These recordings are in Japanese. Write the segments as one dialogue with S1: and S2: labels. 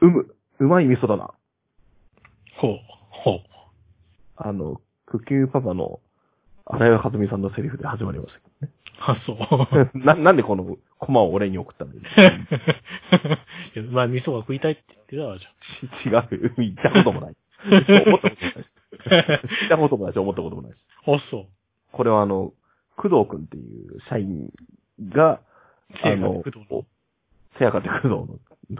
S1: うむ、うまい味噌だな。
S2: ほう、ほう。
S1: あの、クッキングパパの、荒岩和美さんのセリフで始まりましたけ
S2: あ、 そう。
S1: ど ね。な、なんでこのコマを俺に送ったの
S2: いやまあ、味噌が食いたいって言ってたわ、じ
S1: 違う、行ったことも ない。思ったこともない。 聞いたこともないし、思ったこともないし。
S2: ゃん。あ、そう。
S1: これはあの、工藤くんっていう社員が、あ
S2: せいか
S1: の
S2: くどの。、
S1: せやかて工藤の、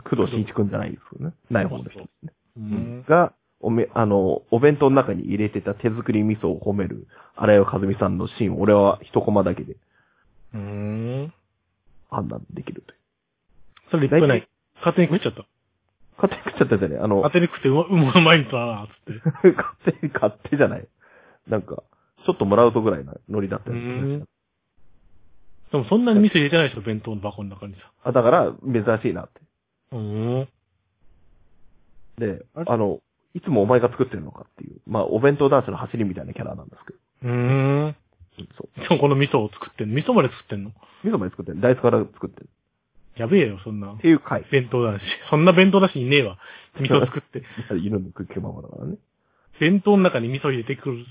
S1: 工藤新一くんじゃないですよね。ない方の人ですね。
S2: う
S1: うんん。が、おめ、あの、お弁当の中に入れてた手作り味噌を褒める、荒井和美さんのシーン、俺は一コマだけで
S2: うーん。
S1: 判断できるという。
S2: それ立派ない。勝手に食っちゃった。
S1: 勝手に食っちゃったじゃないあの、
S2: 勝手に食ってうま、うま、うまいんだな、つって。
S1: 勝手に勝手じゃない。なんか、ちょっともらうとぐらいなノリだったよ
S2: うんでもそんなに味噌入れてないでしょ、弁当の箱の中にさ。
S1: あ、だから、珍しいなっ
S2: うーん。
S1: て。で、
S2: あれ
S1: あの、いつもお前が作ってるのかっていう。まあ、お弁当男子の走りみたいなキャラなんですけど。
S2: うーん。
S1: うんそう。
S2: でもこの味噌を作ってんの味噌まで作ってんの
S1: 味噌まで作ってる。大豆から作ってる。
S2: やべえよ、そんな
S1: っ。ていう回。
S2: 弁当男子。そんな弁当男子いねえわ。味噌作って。
S1: 犬のクッキーママだからね。
S2: 弁当の中に味噌入れてくる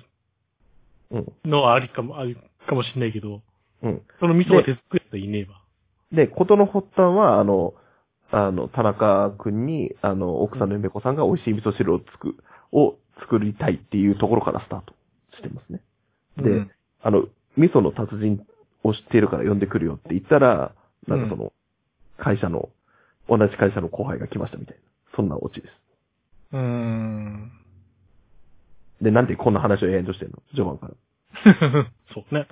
S1: うん。
S2: のはありかも、ありかもしんないけど、
S1: うん。
S2: その味噌を手作りっていねえわ。
S1: で、ことの発端は、あの、あの、田中くんに、あの、奥さんのゆめこさんが美味しい味噌汁をつく、を作りたいっていうところからスタートしてますね。で、
S2: うん
S1: あの、味噌の達人を知っているから呼んでくるよって言ったら、なんかその、会社の、同じ会社の後輩が来ましたみたいな。そんなオチです。
S2: うーん。
S1: で、なんでこんな話を延々としてるの序盤から。
S2: そうね。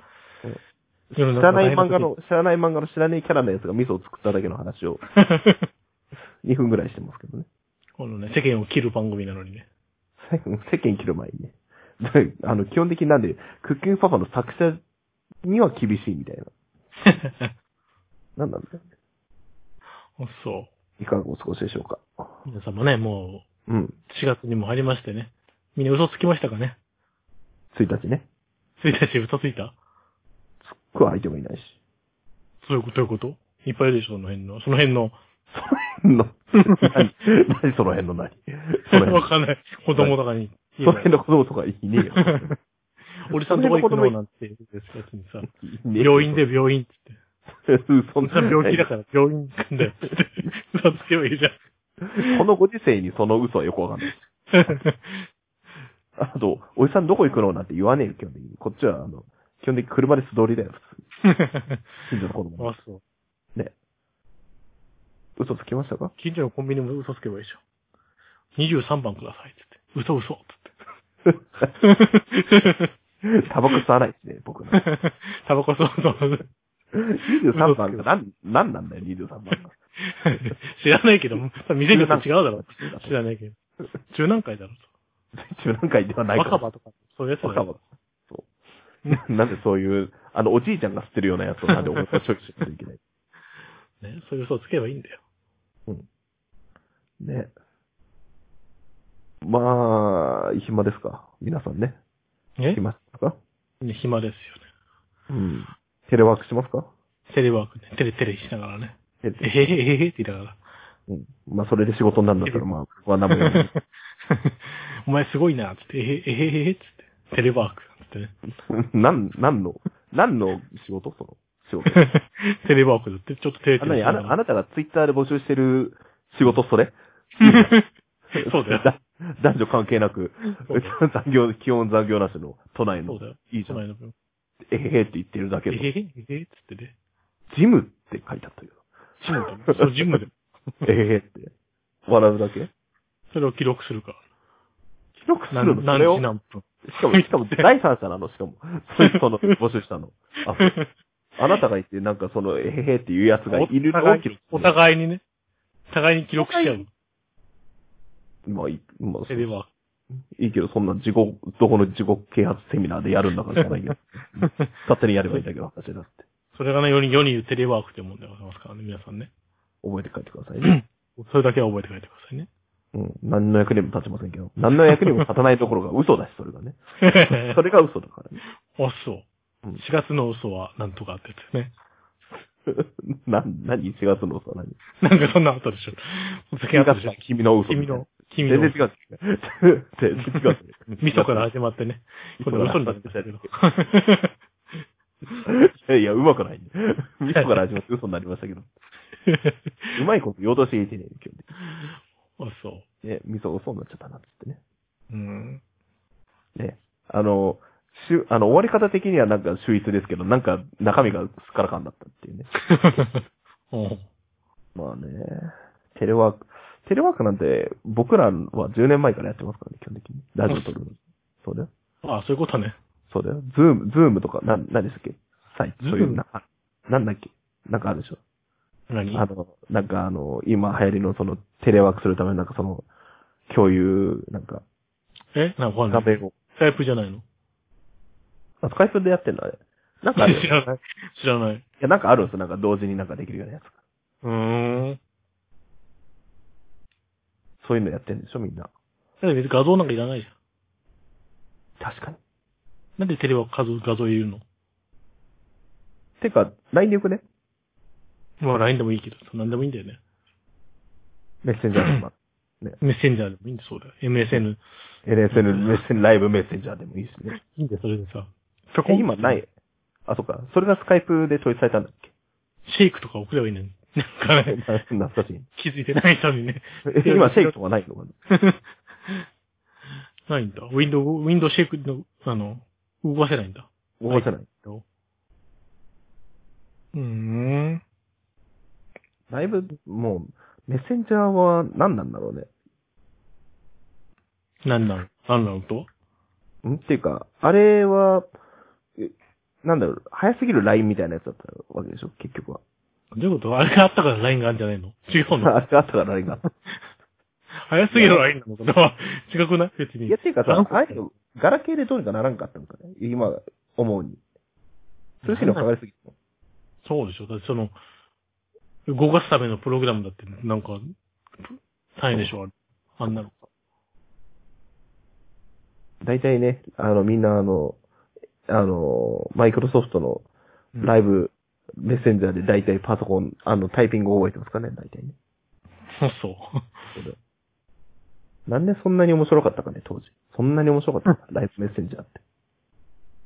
S1: 知らない漫画の、知らない漫画の知らないキャラのやつが味噌を作っただけの話を2分ぐらいしてますけどね。
S2: このね、世間を切る番組なのにね。
S1: 最後 世間切る前にね。であの、基本的になんで、クッキングパパの作者には厳しいみたいな。なんなんだよね。
S2: そ
S1: いかがお過ごしでしょうか。
S2: う。皆様ね、も
S1: うん。
S2: う、4月にも入りましてね。みんな嘘つきましたかね。
S1: 1日ね。
S2: 1日嘘ついた
S1: すっごい相手もいないし。
S2: そういうこと、どういうこといっぱいいるでしょ、その辺の。その辺の。
S1: その辺の、何何その辺の何その辺
S2: わかんない。子供とかに。
S1: その 辺の子供とかいねえよ。
S2: 俺さんどこ行くのなんて言うやつにさ、
S1: いねえよ
S2: 病院で。病院って言って。
S1: そん
S2: そ
S1: なん
S2: な病気だから病院行くんだよって言って。 嘘つけばいいじゃん。
S1: このご時世にその嘘はよくわかんない。あと、おじさんどこ行くのなんて言わねえよ、基本的に。こっちは、あの、基本的に車で素通りだよ、普通。近所の子供。
S2: あ、そう。
S1: 嘘つきましたか
S2: 近所のコンビニも嘘つけばいいじゃん。23番くださいって言って。嘘嘘って
S1: タバコ吸わないしね、僕の。
S2: 言って。タバコそうそう。
S1: 23番が、なん、なんなんだよ、23番が。
S2: 知らないけど、店によって違うだろ。知らないけど。中南海だろ。
S1: 中南海ではない
S2: 若
S1: から。
S2: 葉とか、そういうやつだ
S1: 若
S2: よ。
S1: 葉。そう。なんでそういう、あの、おじいちゃんが吸ってるようなやつをなんで俺が処理しなきゃいけない。
S2: ね、そういう嘘をつけばいいんだよ。
S1: ね。まあ、暇ですか皆さんね。
S2: え
S1: 暇ですか
S2: 暇ですよね。
S1: うん。テレワークしますか
S2: テレワークね。テレテレしながらね。
S1: え
S2: えへへへへって言いなが
S1: うん。まあ、それで仕事になるんだったら、まあ、僕は何もやらない
S2: ら。お前すごいな、つって、えへえへへへっつって。テレワーク、つってね。
S1: なん、なんの、なんの仕事その、仕事。
S2: テレワークだって、ちょっとテレ
S1: あ
S2: テ
S1: な
S2: レ
S1: に
S2: し
S1: あ
S2: な
S1: な、
S2: が
S1: あなたがツイッターで募集してる仕事それ
S2: ら。 そうだよ。
S1: だ男女関係なく、
S2: そうだ
S1: 残業、基本残業なしの都内
S2: そう
S1: の
S2: だよ。、
S1: いいじゃ
S2: 前
S1: ん。
S2: の分。
S1: えへへって言ってるだ
S2: え
S1: け
S2: へ
S1: ど、
S2: へへへっつってね。
S1: ジムって書いてあったけど。
S2: ジムだよ。そう、ジムで。
S1: えへへって。笑うだけ
S2: それを記録するか
S1: 記録す
S2: ら。
S1: るのそ
S2: 何、何
S1: れを
S2: 時何分。
S1: しかも、しかも、 第三者なの、しかも。そいつその、募集したの。あ、あなたが言って、なんかその、えへへっていうやつがいるのを記録する
S2: お互いにね。互いに記録しちゃう。
S1: まあ、いい、まあ、
S2: テレワーク。
S1: いいけど、そんな自己、どこの自己啓発セミナーでやるんだからじゃない よ。勝手にやればいいだけの話だって。
S2: それがね、世に、世に言うテレワークって問題がありますからね、皆さんね。
S1: 覚えて帰ってくださいね。
S2: それだけは覚えて帰ってくださ いね。
S1: うん。何の役にも立ちませんけど。何の役にも立たないところが嘘だし、それがね。それが嘘だからね。
S2: あ、そう
S1: うん。
S2: 4月の嘘はなんとかってやつね。
S1: な、何 ?4 月の嘘は何
S2: なんかそんなことでしょ。お酒あったでしょ。
S1: 君の嘘。
S2: 君の。、
S1: 全
S2: 君
S1: 然違
S2: の
S1: う。全然違う。
S2: 味噌から始まってね。これ嘘になってたけど。
S1: いや、うまくない、ね。味噌から始まって嘘になりましたけど。 うまいこと言おうとしていてね、今
S2: あ、そ
S1: 日ね。ね、味噌嘘になっちゃったな、つってね。
S2: う。うん。
S1: ね。あの、しゅ、あの、終わり方的にはなんか秀逸ですけど、なんか中身がすっからかんだったっていうね。
S2: おう
S1: まあね。テレワーク。テレワークなんて、僕らは10年前からやってますからね、基本的に。ラジオ撮るの。そうだよ。
S2: あ、そういうことね。
S1: そうだよ。ズーム、ズームとか、な、何でしたっけサイト。
S2: Zoom？
S1: そういうな、なんだっけなんかあるでしょ
S2: 何
S1: あの、なんかあの、今流行りのその、テレワークするためのなんかその、共有、なんか、
S2: えなんかわ
S1: 画
S2: かんない。
S1: 面を。
S2: スカイプじゃないの
S1: あ、スカイプでやってんのあれ。なんかある よ。
S2: 知らない。知らない。
S1: いや、なんかあるんですよ。なんか同時になんかできるようなやつ。
S2: うーん。
S1: そういうのやってんでしょ、みんな。
S2: だって別に画像なんかいらないじゃん。
S1: 確かに。
S2: なんでテレワーク画像、画像いるの
S1: てか、LINE でよくね。
S2: まあ LINE でもいいけど、なんでもいいんだよね。
S1: メッセンジャーとか。
S2: メッセンジャーでもいいんだよ、そうだよ。MSN。
S1: LSN メッセン、ライブメッセンジャーでもいいしね。
S2: いいんだよ、それでさ。
S1: え今な。い。あ、そっか。それがスカイプで統一されたんだっけ
S2: シェイクとか送ればいいのに。なんかね、
S1: 懐かしい。
S2: 気づいてない人にね。
S1: え 今、シェイクとかないのかな
S2: ないんだ。ウィンドウ、ウィンドウシェイクの、あの、動かせないんだ。
S1: 動かせない。
S2: うーん。
S1: だいぶ、もう、メッセンジャーは何なんだろうね。
S2: なんなのなんなのと
S1: んっていうか、あれは、えなんだろう、早すぎる LINE みたいなやつだったわけでしょ、結局は。
S2: どういうことあれがあったから LINE があるんじゃないの違う の
S1: あれがあったから LINE が。
S2: 早すぎる LINE なのかな違くない別に。
S1: いや、っていうかさ
S2: なん、
S1: ああいうの、ガラケーでどうにかならんかったのかね。今、思うに。通信のかかりすぎても。
S2: そうでしょ。だってその、動かすためのプログラムだって、なんか、単位でしょ、あれあんなの。
S1: 大体ね、あの、みんなあの、あの、マイクロソフトのライ
S2: ブ。
S1: ブ、メッセンジャーで大体パソコン、あの、タイピングを覚えてますかね、大体ね。
S2: そう。
S1: なんでそんなに面白かったかね、当時。そんなに面白かったかライブメッセンジャーって。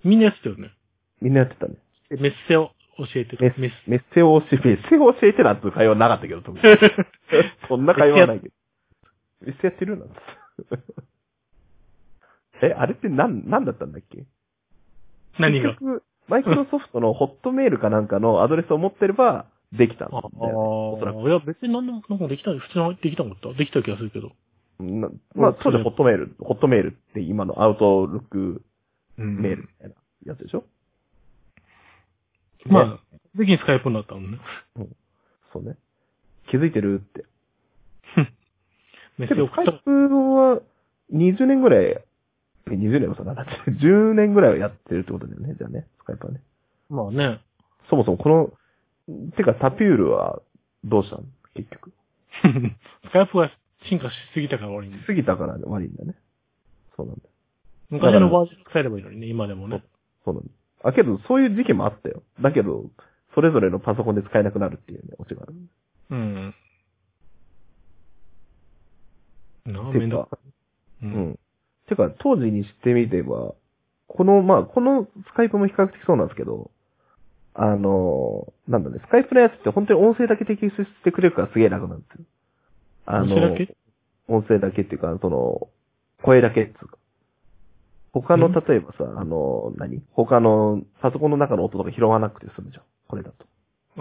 S2: みんなやってたよね。
S1: みんなやってたね。
S2: メッセを教えて
S1: メ
S2: る。メッ
S1: ッメッセを教え、メッセを教えてなんていう会話なかったけど、特に そんな会話はないけど。メッセやってるなんて。え、あれってなん、なんだったんだっけ
S2: 何が
S1: 結局、マイクロソフトのホットメールかなんかのアドレスを持ってれば、できたんだ
S2: あ
S1: よ、ね。おそらく。
S2: あ、いや、別に何でも、なんかできた、普通にできたんだったできた気がするけど。
S1: なまあ、当時ホットメール、ホットメールって今のアウトロック
S2: うん
S1: メールみたいなやつでしょ、
S2: まあ、次にスカイプになったの ね。
S1: そうね。気づいてるって。
S2: メッ
S1: け
S2: セ
S1: ど、
S2: を
S1: ス
S2: 送
S1: カ
S2: っ
S1: イ
S2: た
S1: プ
S2: ら。
S1: は20年ぐらい、え20年もさ、なんだ って、10年ぐらいはやってるってことだよね、じゃあね、スカイプはね。
S2: まあね。
S1: そもそもこの、てかタピュールはどうしたの結局。
S2: スカイプが進化しすぎたから悪いんだ
S1: 過ぎたから悪いんだね。そうなんだ。
S2: 昔のバージョンを変えればいいのにね、今でもね。
S1: そうなんだ。あ、けど、そういう時期もあったよ。だけど、それぞれのパソコンで使えなくなるっていうね、オチがある。
S2: うん。なあ、
S1: て
S2: めんど
S1: か
S2: う。
S1: うんん。てか、当時にしてみれば、この、まあ、このスカイプも比較的そうなんですけど、あの、なんだね、スカイプのやつって本当に音声だけ提供してくれるからすげえ楽なんですよ。あの、
S2: それだけ
S1: 音声だけっていうか、その、声だけっていうか。他の、
S2: うん
S1: 例えばさ、あの、何他の、パソコンの中の音とか拾わなくて済むじゃん。これだと。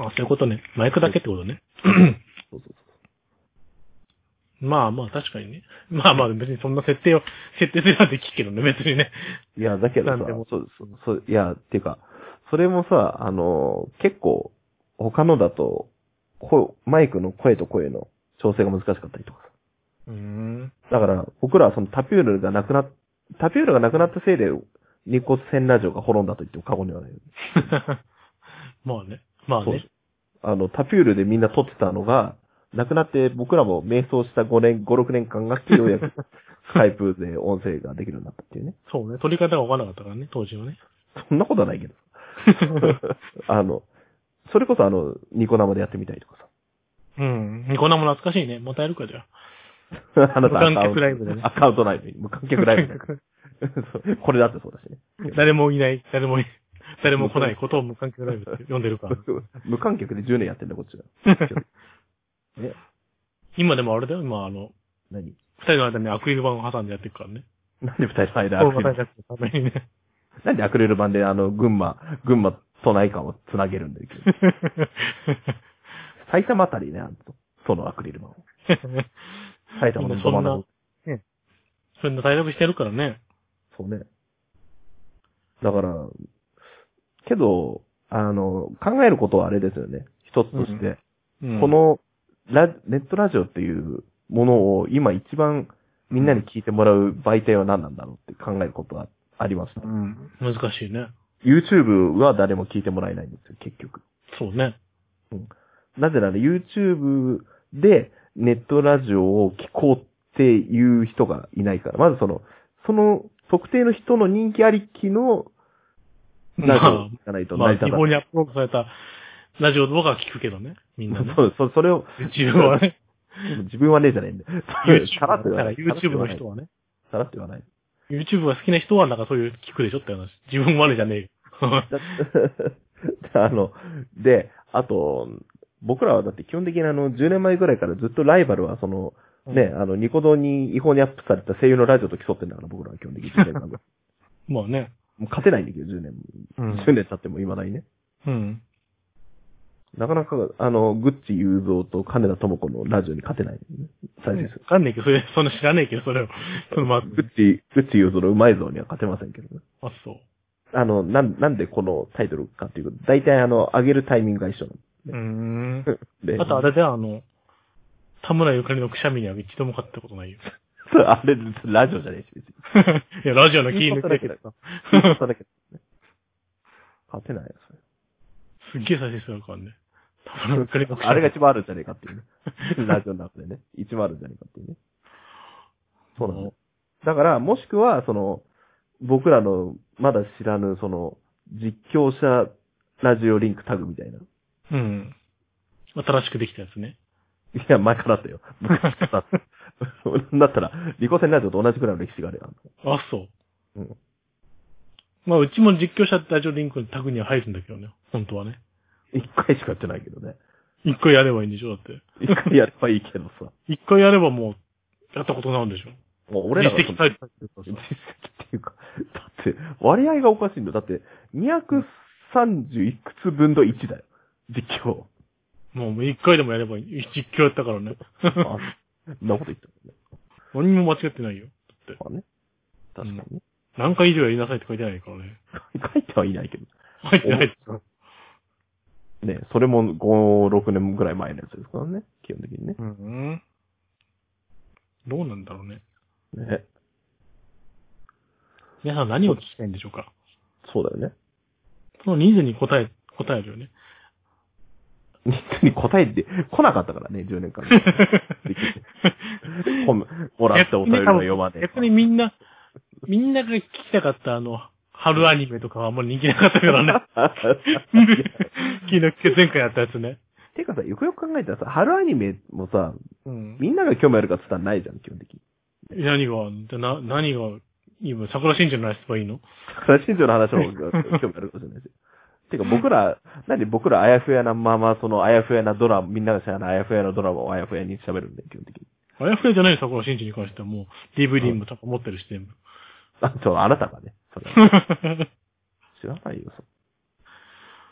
S2: あそういうことね。マイクだけってことね。
S1: そうそうそう。
S2: まあまあ、確かにね。まあまあ、別にそんな設定を、設定するなんて聞くけどね、別にね。
S1: いや、だけどさ
S2: なんでも、
S1: そう、そう、そう、いや、っていうか、それもさ、あの、結構、他のだと、こマイクの声と声の調整が難しかったりとか
S2: うん。
S1: さ。だから、僕らはそのタピュールがなくな、タピュールがなくなったせいで、ニコ戦ラジオが滅んだと言っても過言ではないよね。
S2: まあね。まあ
S1: そう
S2: ね。
S1: あの、タピュールでみんな撮ってたのが、なくなって僕らも迷走した5年、5、6年間がようやく、スカイプで音声ができるようになったっていうね。
S2: そうね。 取り方が分からなかったからね、当時はね。
S1: そんなことはないけど。あの、それこそあの、ニコ生でやってみたりとか
S2: うん。ニコ生懐かしいね。またやるかじゃあ。
S1: さ。あなた
S2: 無観客ライブでね
S1: アカウントライブに。無観客ライブ そうこれだってそうだしね。
S2: 誰もいない、誰もい、 誰も来ないことを無観客ライブって呼んでるから。
S1: 無観客で10年やってんだ、こっちは。 え、
S2: 今でもあれだよ、今あの、
S1: 何
S2: 二人の間にアクリル板を挟んでやってるからね。
S1: なんで二人の間ア
S2: 動
S1: クリ
S2: 画
S1: ル
S2: 対策のために ね。
S1: なんでアクリル板であの、群馬、群馬都内間をつなげるんだよ。埼玉あたりね、あんとそのアクリル板を。埼玉のど真ん中。
S2: そんな対策してるからね。
S1: そうね。だから、けど、あの、考えることはあれですよね。一つとして。
S2: うん
S1: こ、のラ、ネットラジオっていうものを今一番みんなに聞いてもらう媒体は何なんだろうって考えることはありました
S2: う。ん。難しいね。
S1: YouTube は誰も聞いてもらえないんですよ、結局。
S2: そうね。
S1: なぜなら YouTube でネットラジオを聞こうっていう人がいないから。まずその、その特定の人の人気ありきのラジオを聞かないと
S2: ま
S1: 成
S2: あ、
S1: り立た
S2: 違
S1: な
S2: 法
S1: い。
S2: にアップロードされたラジオとかは聞くけどね。みんなね。
S1: そう、そそれを、
S2: 自分はね。
S1: 自分はねえじゃないんだよ。
S2: YouTube
S1: さらっと言わない。
S2: YouTube の人はね。
S1: さらっと言わない。
S2: YouTube が好きな人はなんかそういう聞くでしょって話。自分はねじゃねえよ。
S1: だ あの、で、あと、僕らはだって基本的にあの、10年前ぐらいからずっとライバルはその、ね、あの、ニコ動に違法にアップされた声優のラジオと競ってんだから、僕らは基本 的に10年間も
S2: まあね。
S1: う勝てないんだけど、10年。
S2: うん
S1: 10年経っても未だにね。
S2: うん。
S1: なかなか、あの、グッチ雄三と金田智子のラジオに勝てない、ね。最初です。
S2: わかんねえけど、それ、そんな知らねえけど、それを。そのまあ、
S1: グッチ、グッチ雄三のうまい像には勝てませんけどね。
S2: あ、そう。
S1: あの、なん、なんでこのタイトルかっていうと、大体あの、上げるタイミングが一緒なん
S2: うーん。
S1: で。
S2: あとあれだよ、あの、田村ゆかりのくしゃみには一度も勝ったことないよ。
S1: そうあれ、ラジオじゃないし、別に。
S2: いや、ラジオの気抜くだけだ。
S1: だ聞いただけだね。勝てないよ、それ
S2: すっげえ再生数あるからね。田村ゆかりのくしゃみ。
S1: あれが一番あるんじゃねえかっていうね。ラジオの中でね。一番あるんじゃねえかっていうね。そうなの、だから、もしくは、その、僕らのまだ知らぬ、その、実況者ラジオリンクタグみたいな。い
S2: うん。新しくできたやつね。
S1: や、前からあ ったよ。昔からあった。なんだったら、リコ戦ラジオと同じくらいの歴史があるよ。
S2: あ、そう。
S1: うん。
S2: まあ、うちも実況者ラジオリンクのタグには入るんだけどね。本当はね。
S1: 一回しかやってないけどね。
S2: 一回やればいいんでしょだって。
S1: 一回やればいいけどさ。
S2: 一回やればもう、やったことになるんでしょ
S1: もう俺らが
S2: 実
S1: そ
S2: 績
S1: の
S2: 対策
S1: 実績っていうか、だって、割合がおかしいんだよ。だって、230いくつ分の1だよ。実況。
S2: もう一回でもやればいい。実況やったからね。
S1: あ、そんなこと言ったもんね。
S2: 何にも間違ってないよ。
S1: まあね。確かにね。
S2: 何回以上やりなさいって書いてないからね。
S1: 書いてはいないけど。
S2: 入ってない。
S1: ね、それも5、6年ぐらい前のやつですからね。基本的にね。
S2: うん。どうなんだろうね。
S1: ね。
S2: 皆さん何を聞きたいんでしょうか
S1: そうだよね。
S2: そのニーズに答え、答えるよね。
S1: ニックに答えて来なかったからね、10年 間。ほんもらってお便りの読まねえ
S2: 逆にみんな、みんなが聞きたかったあの、春アニメとかはあんまり人気なかったか らね。昨日、前回やったやつね。
S1: てかさ、よくよく考えたらさ、春アニメもさ、
S2: うん。
S1: みんなが興味あるかって言ったらないじゃん、基本的に。
S2: 何が、じゃな、何が、今、桜新庄の話せばいいの
S1: 新庄の話の方が興味あるかもしれないし。てか僕ら、なんで僕らあやふやなまま、そのあやふやなドラマ、みんなが知らないあやふやなドラマをあやふやに喋るんで、基本的に。
S2: あやふやじゃないよ、桜新庄に関してはもう、DVD も多分持ってるし、全部。
S1: あ、とあなたがね、それは知らないよ、そう。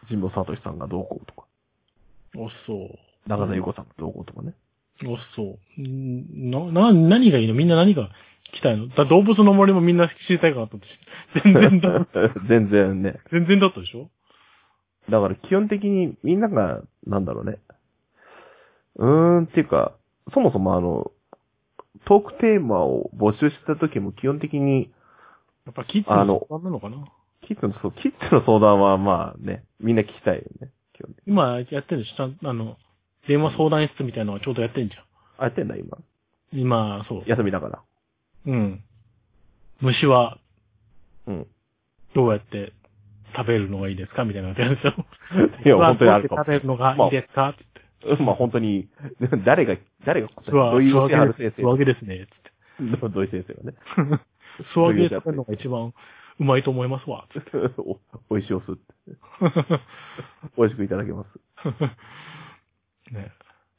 S1: 神保聡さんがどうこうとか、
S2: おっそう。
S1: 長澤優子さんがどうこうとかね。
S2: おっそう。んな、な、何がいいのみんな何が聞きたいのだ動物の森もみんな知りたいかなと思って。全然 だ、
S1: 全然ね。
S2: 全然だったでしょ
S1: だから基本的にみんなが、なんだろうね。うーん、っていうか、そもそもあの、トークテーマを募集した時も基本的に、
S2: やっぱキッズ
S1: あの
S2: の番なのかな
S1: キッズの、そう、キッズの相談はまあね、みんな聞きたいよね。基本的に
S2: 今やってるでしょちゃんあの、電話相談室みたいなのがちょうどやってんじゃ
S1: あ、やってんだ、今。
S2: ん。今、そう。
S1: 休みだから。
S2: うん。虫は
S1: うん。
S2: どうやって食べるのがいいですかみたいなのがあるでしょ。
S1: いや、本当にあるかも
S2: どうやっ。て食べるのがいいですかって
S1: まあ本当に、 誰が、誰が、
S2: 言って。
S1: どういう
S2: 素
S1: 手ある
S2: 揚げ
S1: 先
S2: です。
S1: 生
S2: 素揚げですね。
S1: どどういう先生がね。
S2: つって。素揚げで食べるのが一番うまいと思いま すわ。 つって
S1: お、美味しいお酢。美味しくいただけます。
S2: ね。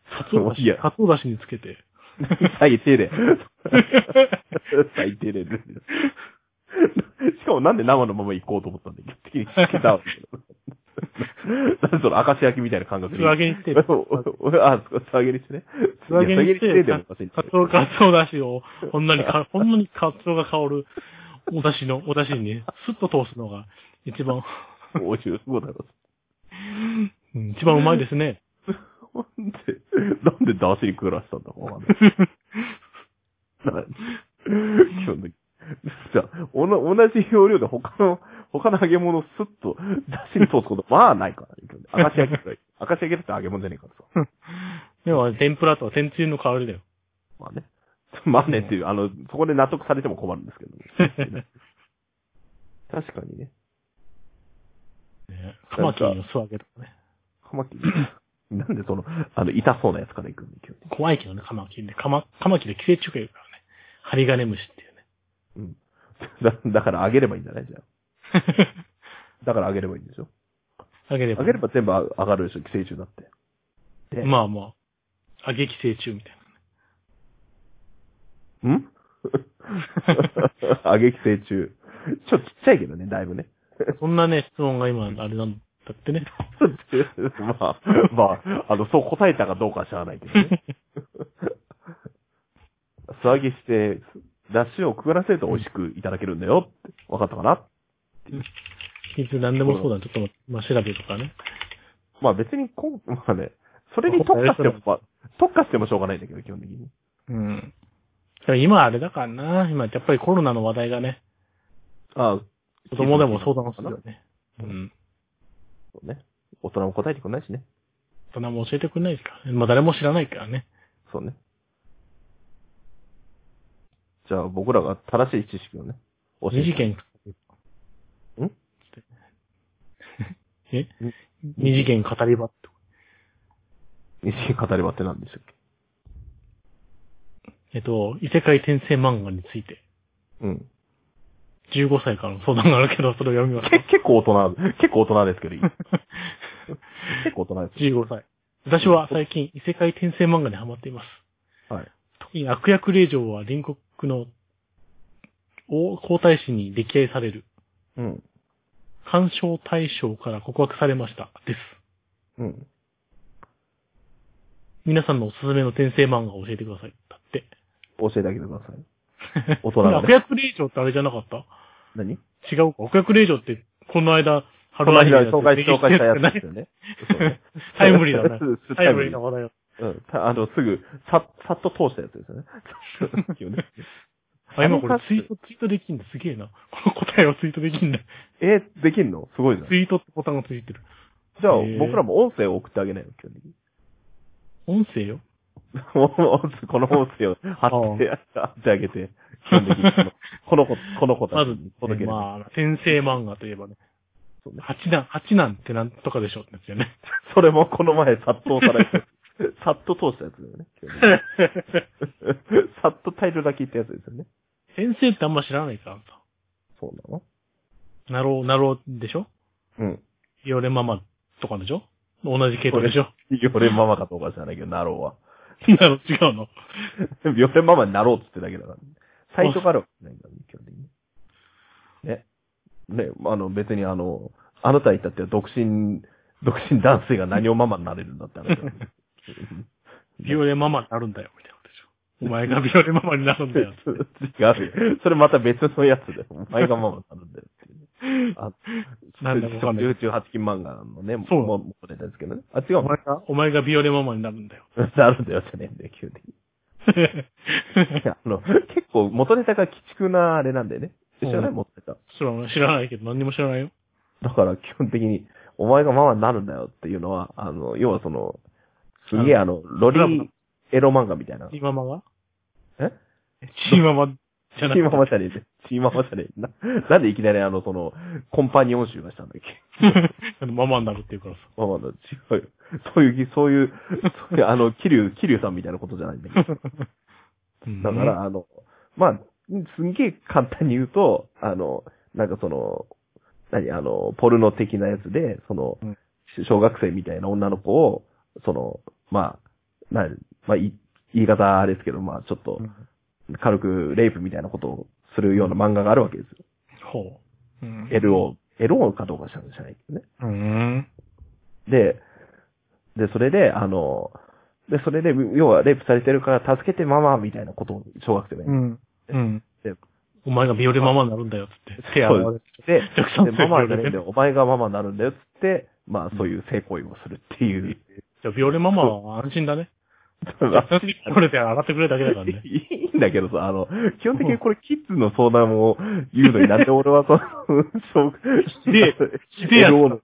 S2: かつおだ
S1: い
S2: し
S1: や、
S2: かつおだしにつけて。
S1: 最低で。 最低で。 しかもなんで生のまま行こうと思ったんだっけって聞いたわ け。なんでその明石焼きみたいな感覚
S2: 素揚げに して、か
S1: あ、素揚げにしてね。
S2: 素揚げにして
S1: いや素揚げにでもおかしいんだけ
S2: つお、
S1: ど
S2: かつおだしを、ほんな にか、ほんのにかつおが香る、おだしの、おだしにね、スッと通すのが、一番、
S1: 美味しい。そうだろ。
S2: うん一番うまいですね。
S1: なんで、なんでダーシに食らしたんだかわかんない。 基本的に。じゃあ、おな同じ要領で他の、他の揚げ物をスッと出汁に通すこと、まあないからね。明石焼きくらい。明石焼きだって揚げ物じゃねえからさ。
S2: でも、天ぷらとは天つゆの香 りだよ。
S1: まあね。まあねっていう、あの、そこで納得されても困るんですけど、ね。確かにね。
S2: ねカマキリの素揚げとかね。
S1: カマキリ。なんでその、あの、痛そうなやつから行くんだ、急に。
S2: 怖いけどね、カマキリね。カマ、カマキリ寄生虫がいるからね。ハリガネムシっていうね。
S1: だだから揚げればいいんじゃないじゃん。 だから揚げればいいんでしょ
S2: 揚げれば
S1: 揚
S2: ね、
S1: げれば全部あ上がるでしょ、寄生虫だって。で
S2: まあまあ、揚げ寄生虫みたい
S1: ん揚げ寄生虫。ちょ、ちっちゃいけどね、だいぶね。
S2: な。そんなね、質問が今、あれなんだってね。
S1: まあ、まあ、あの、そう答えたかどうかは知らないけど ね。素揚げして、だしをくぐらせると美味しくいただけるんだよって。わかったかな
S2: いつ何でもそうだね。ちょっと待って、まあ、調べとかね。
S1: まあ別にこん、 まあね、それに特化しても、 まあ特化してもしょうがないんだけど、基本的に。
S2: うん。でも今あれだからな。今、やっぱりコロナの話題がね、
S1: ああ、
S2: 子供でも相談をするよね。う
S1: うん
S2: ん。
S1: そうね。大人も答えてくんないしね。
S2: 大人も教えてくれないですからね。まあ、誰も知らないからね。
S1: そうね。じゃあ僕らが正しい知識をね、教
S2: 二次
S1: えて。
S2: 元。
S1: ん
S2: え二次元語り場って。
S1: 二次元語り場って何でしたっ
S2: えっと、異世界転生漫画について、
S1: けうん。
S2: 15歳からの相談があるけど、それを読みま
S1: け
S2: す。
S1: 結構大人、結構大人ですけ ど、いい 結構大人です。
S2: 15歳。私は最近異世界転生漫画にハマっています。
S1: はい。
S2: 特に悪役令嬢は隣国の王皇太子に溺愛される。
S1: うん。
S2: 干渉対象から告白されました。です。
S1: うん。
S2: 皆さんのおすすめの転生漫画を教えてください。だって。
S1: 教えてあげてください。大人だ
S2: 悪
S1: ね。
S2: 役令嬢ってあれじゃなかった
S1: 何
S2: 違うか。悪役令嬢って、この間、
S1: こ
S2: 春
S1: の
S2: アニメ
S1: 間
S2: で
S1: 紹介し、紹介したやつです
S2: ね。
S1: よね。そうね。
S2: タイムリーだね
S1: タ
S2: タ
S1: イ
S2: イ
S1: ム
S2: ム
S1: リ
S2: リ
S1: ーな
S2: ーな話題だ。
S1: うん。たあの、すぐ、さ、さっと通したやつですよね。いいよ ね
S2: あ、今これツイート、ツイートできんだ。すげえな。この答えをツイートできんだ。
S1: え、できんのすごいじゃん。
S2: ツイートってボタンがついてる。
S1: じゃあ
S2: へ、ー
S1: 僕らも音声を送ってあげないの基本的に。
S2: 音声よ。
S1: この音声を貼って、貼ってあげて、基本的にこの、この子、この子た
S2: ま
S1: ち
S2: ず
S1: に、届ける。
S2: まあ、先生漫画といえばね。
S1: そうね
S2: 八男、八男ってなんとかでしょうってやつよね。
S1: それもこの前、殺到されて、さっと通したやつだよね。基本的にさっとタイトルだけ言ったやつですよね。
S2: 先生ってあんま知らないからさ。
S1: そうなの
S2: なろう、なろうでしょ
S1: うん。
S2: ヨレママとかでしょ同じ系統でしょ
S1: 俺ママかどうか知らないけど、なろうは。
S2: なろう、 違うの。
S1: でも俺ママになろうって言ってだけだから、最初からはないからね、基本的に。ね。ね、あの、別にあの、あなたに至っては独身、独身男性が何をママになれるんだって話だよね
S2: ビオレママになるんだよ、みたいなことでし ょ。お前がビオレママになるんだよ。
S1: 違うよ。それまた別のやつだよ。お前がママになるんだよっていうね。あ、
S2: なんだかわかんない
S1: 18金漫画のね、も
S2: そう
S1: もう、出たんですけどね。あ、違う
S2: お前が、お前がビオレママになるんだよ。
S1: なるんだよ、じゃねえんだよ、急に。いや、あの、結構元ネタが鬼畜なあれなんだよね。知らない
S2: うん
S1: 元ネタ。
S2: 知らない、知らないけど、何にも知らないよ。
S1: だから基本的に、お前がママになるんだよっていうのは、あの、要はその、すげえあの、ロ
S2: クラブの
S1: リエロ漫画みたいな。
S2: チーママが
S1: え
S2: チーママ、 じゃな
S1: チーマ
S2: く
S1: マチャレンジ。チーママチャレンジ。な、なんでいきなりあの、その、コンパニオン集がしたんだっけ
S2: て、あのママになるっていうからさ。
S1: まあまあ、違うよ。そういう、そういう、そういう、あの、キリュウ、キリュウさんみたいなことじゃないんだけど。
S2: うん
S1: だから、あの、まあ、すんげえ簡単に言うと、あの、なんかその、何、あの、ポルノ的なやつで、その
S2: うん、
S1: 小学生みたいな女の子を、その、まあ、な、まあ、い 言い方あれですけど、まあ、ちょっと
S2: う、ん
S1: 軽くレイプみたいなことをするような漫画があるわけですよ。
S2: ほう。うん。
S1: LO。LO かどうか知らないけどね。
S2: うん。
S1: で、で、それで、あの、で、それで、要は、レイプされてるから、助けてママみたいなことを小学生が
S2: う
S1: 言っ
S2: ん。うん。
S1: て、
S2: お前がビオレママになるんだよ、つって。手洗われて。
S1: で、
S2: お客さん
S1: で
S2: も
S1: ママじゃ
S2: い
S1: ねえ
S2: ろいろね
S1: んだよ、お前がママになるんだよ、つって、まあ、そういう性行為をするって いう。
S2: じゃあビオレママは安心だね。
S1: い
S2: これで上がってくれるだけだからね。
S1: いんだけどさ、あの、基本的にこれ、キッズの相談を言うのになんで俺はその、 小
S2: ひでえひでえやつ
S1: LO の、
S2: な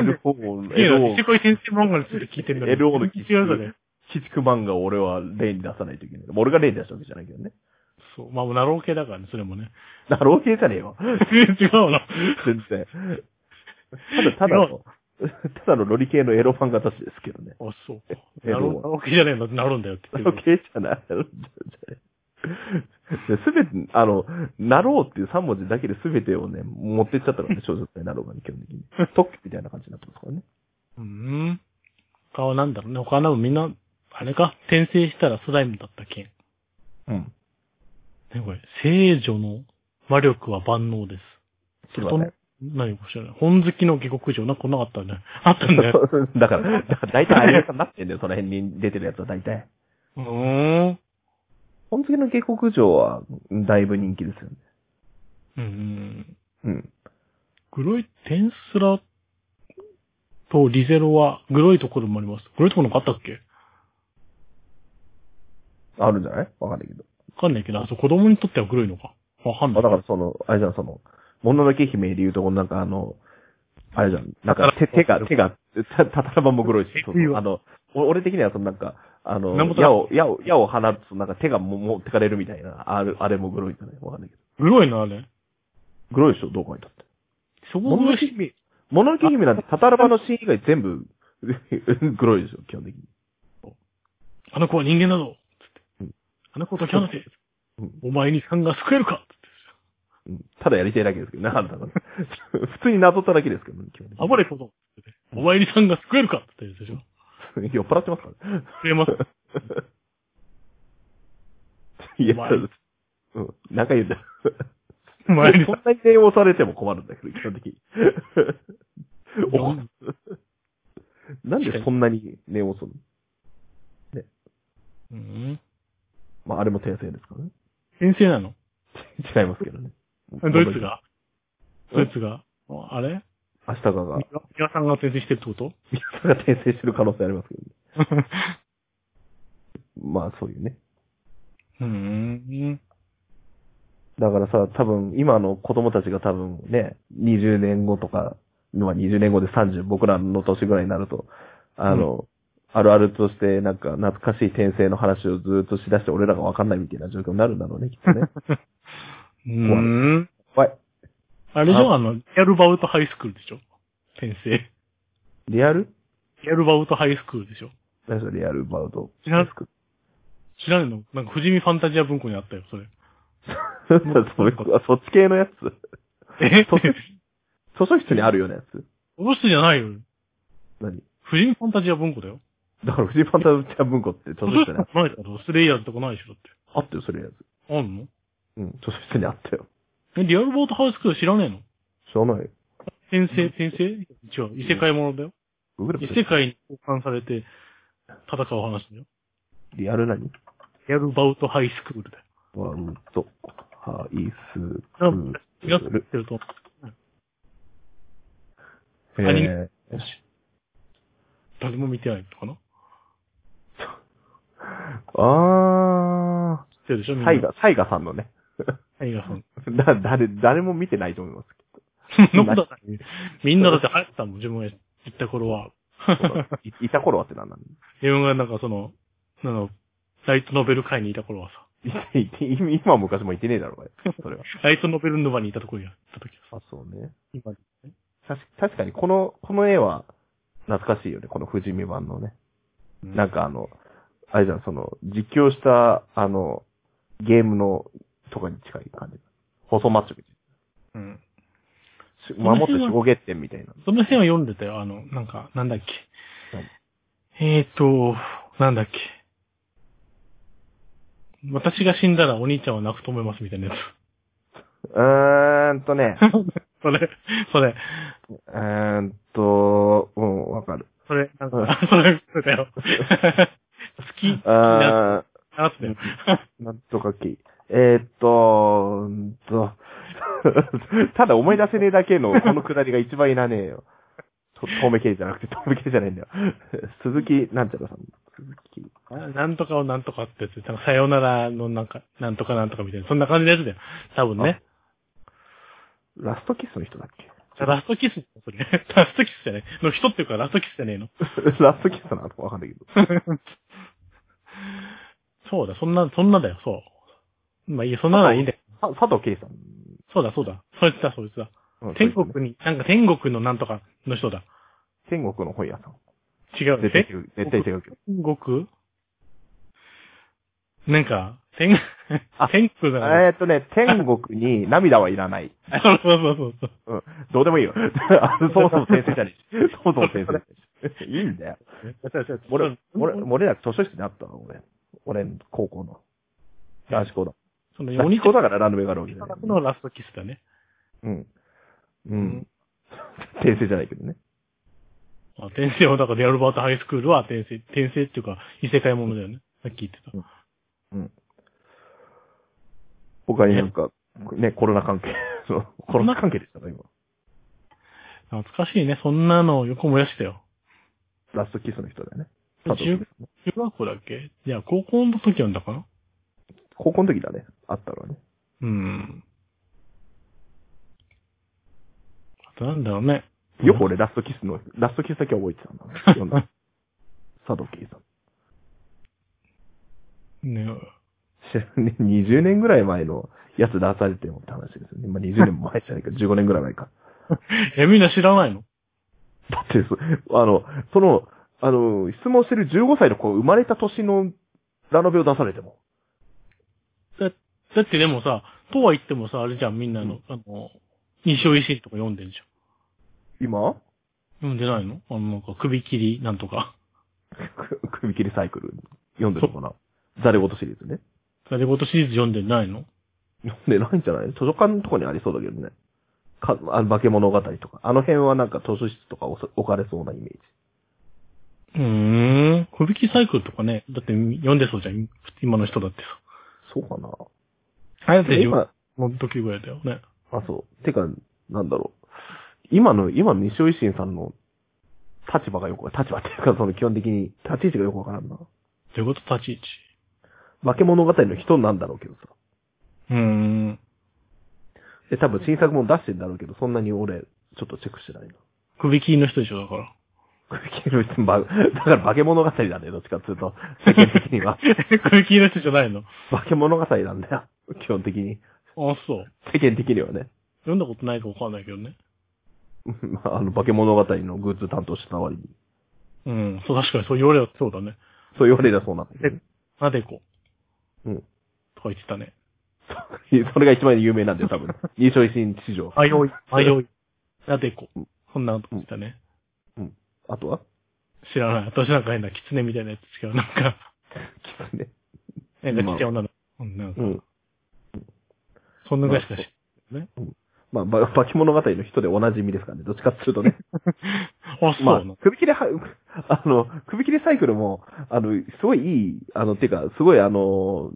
S2: んで
S1: LO の、
S2: いや、
S1: LO
S2: ニセコイ先生漫画について聞いてんだけど。
S1: LO の
S2: 全然違うよね。
S1: 鬼畜漫画を俺は例に出さないといけない。俺が例に出したわけじゃないけどね。
S2: そう。まあ、ナロー系だからね、それ もね。
S1: だろう系じゃねえよ。
S2: 違うな。
S1: 全然。ただ、ただの、ただのロリ系のエロ漫画たちですけどね。
S2: あ、そう。
S1: え
S2: ナロー、ナロー系じゃねえのなるんだよって
S1: エ
S2: 言
S1: ロ
S2: ってる。
S1: 系じゃない。すべて、あの、なろうっていう3文字だけで全てをね、持ってっちゃった からね、少女ってなろうがね、基本的に。特許みたいな感じになってますからね。
S2: うん。他はなんだろうね。他のみんな、あれか、転生したらスライムだったっけね、
S1: うん。
S2: これ。聖女の魔力は万能です。
S1: 知らない。
S2: 何か知らない。本好きの下克上、なんかなかったね。あった ね。
S1: だから、だから大体アニメ化になってんだよ、その辺に出てるやつは大体。
S2: うーん。
S1: 本次の下克上は、だいぶ人気ですよね。
S2: うん。
S1: うん。
S2: 黒い、テンスラとリゼロは、黒いところもあります。黒いところなんかあったっけ
S1: あるんじゃないわかんないけど。
S2: わかんないけど、あ、そう、子供にとっては黒いのか。わ かんな
S1: あ、
S2: い。
S1: だからその、あれじゃん、その、もののけ姫で言うとこのなんかあの、あれじゃん、なんか手、手が、手が、た、たたらばも黒いし、そう
S2: いい
S1: そう
S2: わ
S1: あの、お俺的にはそのなんか、あの
S2: なんも、取ら
S1: 矢
S2: ん
S1: を、矢を、矢を放つ、なんか手がも持ってかれるみたいな、あれ、あれも黒いじゃないわかんないけど。
S2: 黒いのあれ。
S1: 黒いでしょ、どう書いたって。
S2: そ
S1: も
S2: こ
S1: の
S2: 黒
S1: の
S2: い
S1: け
S2: し、
S1: 姫。もののけ姫なんて、たたらばのシーン以外全部、 黒いでしょ、基本的に。
S2: あの子は人間だぞつ
S1: う
S2: っ
S1: ん
S2: て。あの子とキャナテ
S1: うん。
S2: お前に勘が救えるか
S1: うんただやりたいだけですけどね、あんたの 普通になぞっただけですけどね、基本的に
S2: 暴れ子ぞお前に勘が救えるかって言って るでしょ。
S1: 酔っ払ってますからね。
S2: くれます。
S1: いや
S2: お前、
S1: うん、何回言うんだよ。
S2: お前に
S1: そんなに念をされても困るんだけど、基本的に。おなんでそんなに念をするの
S2: うん。
S1: まあ、あれも訂正ですからね。
S2: 先生なの
S1: 違いますけどね。
S2: ドイツが
S1: うん
S2: ドイツがあれ
S1: 明日かが、
S2: 三輪さんが先生してるってこと
S1: 明日が訂正してる可能性ありますけどね。まあ、そういうね。
S2: うん。
S1: だからさ、多分、今の子供たちが多分ね、20年後とか、まあ20年後で30、僕らの年ぐらいになると、あの、あるあるとして、なんか懐かしい転生の話をずーっとしだして俺らがわかんないみたいな状況になるんだろうね、きっとね。
S2: うん。
S1: 怖い。
S2: あれじゃん、あの、リアルバウトハイスクールでしょ先生。
S1: リアル
S2: リアルバウトハイスクールでしょ
S1: 何それリアルバウト。
S2: リアル
S1: デスク
S2: 知らんのなんか、富士見ファンタジア文庫にあったよ、それ。
S1: それあそっち系のやつ
S2: え
S1: そ図書室にあるようなやつ
S2: おろしてじゃないよ。
S1: 何
S2: 富士見ファンタジア文庫だよ。
S1: だから、フジパンタちゃん文庫って図書
S2: おろ
S1: 室
S2: して
S1: にあ
S2: ない
S1: る
S2: だろ。スレイヤーズとかないでしょ、だって。
S1: あったよ、それやつ。
S2: あんの
S1: うん、図書室にあったよ。
S2: え、リアルバウトハイスクール知らねえの
S1: 知らないよ。
S2: 先生、先生違う。異世界ものだよ。
S1: グーグ
S2: 異
S1: ル
S2: 世界に交換されて戦う話だよ。
S1: リアル何
S2: リアルバウトハイスクールだよ。
S1: ワウト、ハイスク
S2: 多
S1: ー
S2: 分違っ
S1: ル。
S2: てると思う。
S1: え
S2: アニメ
S1: ー
S2: 誰も見てないのかな
S1: あ
S2: 知ってるでしょみ
S1: ー、
S2: ん
S1: サ
S2: な。
S1: イガ、サイガさんのね。
S2: タイガーさん。
S1: だ、誰、誰も見てないと思います
S2: そんなことないみんなだって流行ってたもん、自分が行った頃は。
S1: けど。いいた頃はって何なんだ
S2: 自分がなんかその、あの、ライトノベル会にいた頃はさ、
S1: 言って言って今も昔も言ってねえだろ、これ。それは。
S2: ライトノベルヌバにいたとこにやった時は
S1: あ、そうね。
S2: 今、
S1: 確か確かに、この、この絵は、懐かしいよね、この富士見版のね。なんかあの、あれじゃん、その、実況した、あの、ゲームの、とかに近い感じ。細マッチョみ
S2: うん。
S1: たいな。守って守護月点みたいな。
S2: その辺は読んでたよ。あの、なんか、なんだっけ。えーと、なんだっけ。私が死んだらお兄ちゃんは泣くと思いますみたいな やつ。
S1: うーんとね、
S2: それ、それ、
S1: うーんと、うん、わかる。
S2: それ、なん
S1: うん
S2: か、それ、それ だよ。好き、好き
S1: う
S2: な、
S1: ーん、
S2: なってよ。
S1: なんとかき。えーっと、うーんと、 ただ思い出せねえだけの、このくだりが一番いらねえよ。 と、遠目系じゃなくて、遠目系じゃないんだよ。 鈴木、なんちゃらさん。鈴木。
S2: なんとかをなんとかってやつ、なんかさよならのなんか、なんとかなんとかみたいな、そんな感じのやつだよ。多分ね。
S1: ラストキスの人だっけ
S2: ラストキス、それ。 ラストキスじゃない。の人っていうか、ラストキスじゃねえの。
S1: ラストキスなのかわかんないけど。
S2: そうだ、そんな、そんなだよ、そう。まあいいよ、そんなのはいいんだよ。
S1: さ佐藤圭さん
S2: そうだ、そうだ。そいつだ、そいつだ。
S1: うん。
S2: 天
S1: そうですね
S2: 国に、なんか天国のなんとかの人だ。
S1: 天国の本屋さん。
S2: 違う。
S1: 絶対違う。絶対違うけど。
S2: 天国なんか、天、 天国だな。
S1: えーっとね、天国に涙はいらない。
S2: そうそうそうそう。
S1: うん。どうでもいいよ。あのそもそも先生じゃねえし。そもそも先生じゃねえし。いいんだよ。俺、俺、俺ら図書室にあったの、俺。俺の高校の。男子校だ。
S2: その、
S1: 男
S2: 鬼
S1: 子
S2: と
S1: 校だからラノベがあるわけじゃない。
S2: のラストキスだね。
S1: うん。うん。先生じゃないけどね。
S2: あ転生は、だからデアルバートハイスクールは転生、転生っていうか、異世界ものだよね。さっき言ってた。
S1: 他になんか、ね、コロナ関係。そう。コロナ関係でしたか、今。
S2: 懐かしいね。そんなのを横燃やしたよ。
S1: ラストキスの人だよね。佐藤
S2: 中
S1: 圭さんね
S2: 中学校だっけいや、高校の時読んだかな
S1: 高校の時だね。あったのはね。
S2: うん。あとなんだろうね。
S1: よく俺ラストキスの、ラストキスだけは覚えてたんだな。読んだ。佐藤圭さん。
S2: ね
S1: 知ら ね20年ぐらい前のやつ出されてもって話ですよね。まあ、20年も前じゃないか、15年ぐらい前か。
S2: え、みんな知らないの
S1: だってそ、 あの、その、あの、質問してる15歳の子、生まれた年のラノベを出されても。
S2: だだってでもさ、とは言ってもさ、あれじゃん、みんなの、あの、西尾維新とか読んでんじ
S1: 今
S2: ゃん。読んでないのあの、なんか首切りなんとか。
S1: く 首切りサイクル読んでるのかなザレ言シリーズね。
S2: ザレ事シリーズ読んでないの
S1: 読んでないんじゃない図書館のとこにありそうだけどね。か、あの、化け物語とか。あの辺はなんか図書室とか置置かれそうなイメージ。
S2: うーん。首切りサイクルとかね、だって読んでそうじゃん、今の人だって
S1: そうかな
S2: さ。あやて
S1: 今、
S2: の時ぐらいだよね。
S1: あ、そう。てか、なんだろう。今の、今の西尾維新さんの立場がよく、立場っていうか、その基本的に立ち位置がよくわからんな。
S2: どういうこと立ち位置。
S1: 化け物語の人なんだろうけどさ。
S2: うーん。
S1: で、多分新作も出してんだろうけど、そんなに俺、ちょっとチェックしてない な。
S2: 首切りの人でしょ、だから。
S1: だから化け物語だね、どっちかっていうと。世間的には。
S2: 首切りの人じゃないの
S1: 化け物語なんだよ。基本的に。
S2: あ、そう。
S1: 世間的にはね。
S2: 読んだことないかわかんないけどね。
S1: うんまあ、あの、化け物語のグッズ担当してた割に。
S2: うん。そう、確かにそう言われたそうだね。
S1: そう言われりゃそうなんだけどね。
S2: なでこ。
S1: うん。
S2: とか言ってたね。
S1: それが一番有名なんだよ、多分。優勝維新史上。
S2: あよい。あよい。なでこ。そんなこと言ってたね。
S1: あとは
S2: 知らない。私なんか変な狐みたいなやつ違う。なんか、
S1: キツネ。
S2: なんかちっちゃい女の子。うんなんか
S1: うん。
S2: そんなぐらいしか知
S1: まあ、ば化け物語の人でおなじみですからね。どっちかっていうとね。
S2: あ、そう
S1: ま
S2: な
S1: あ
S2: の。、
S1: 首切りは、 あの、首切りサイクルも、あの、すごいいい、あの、てか、すごいあの、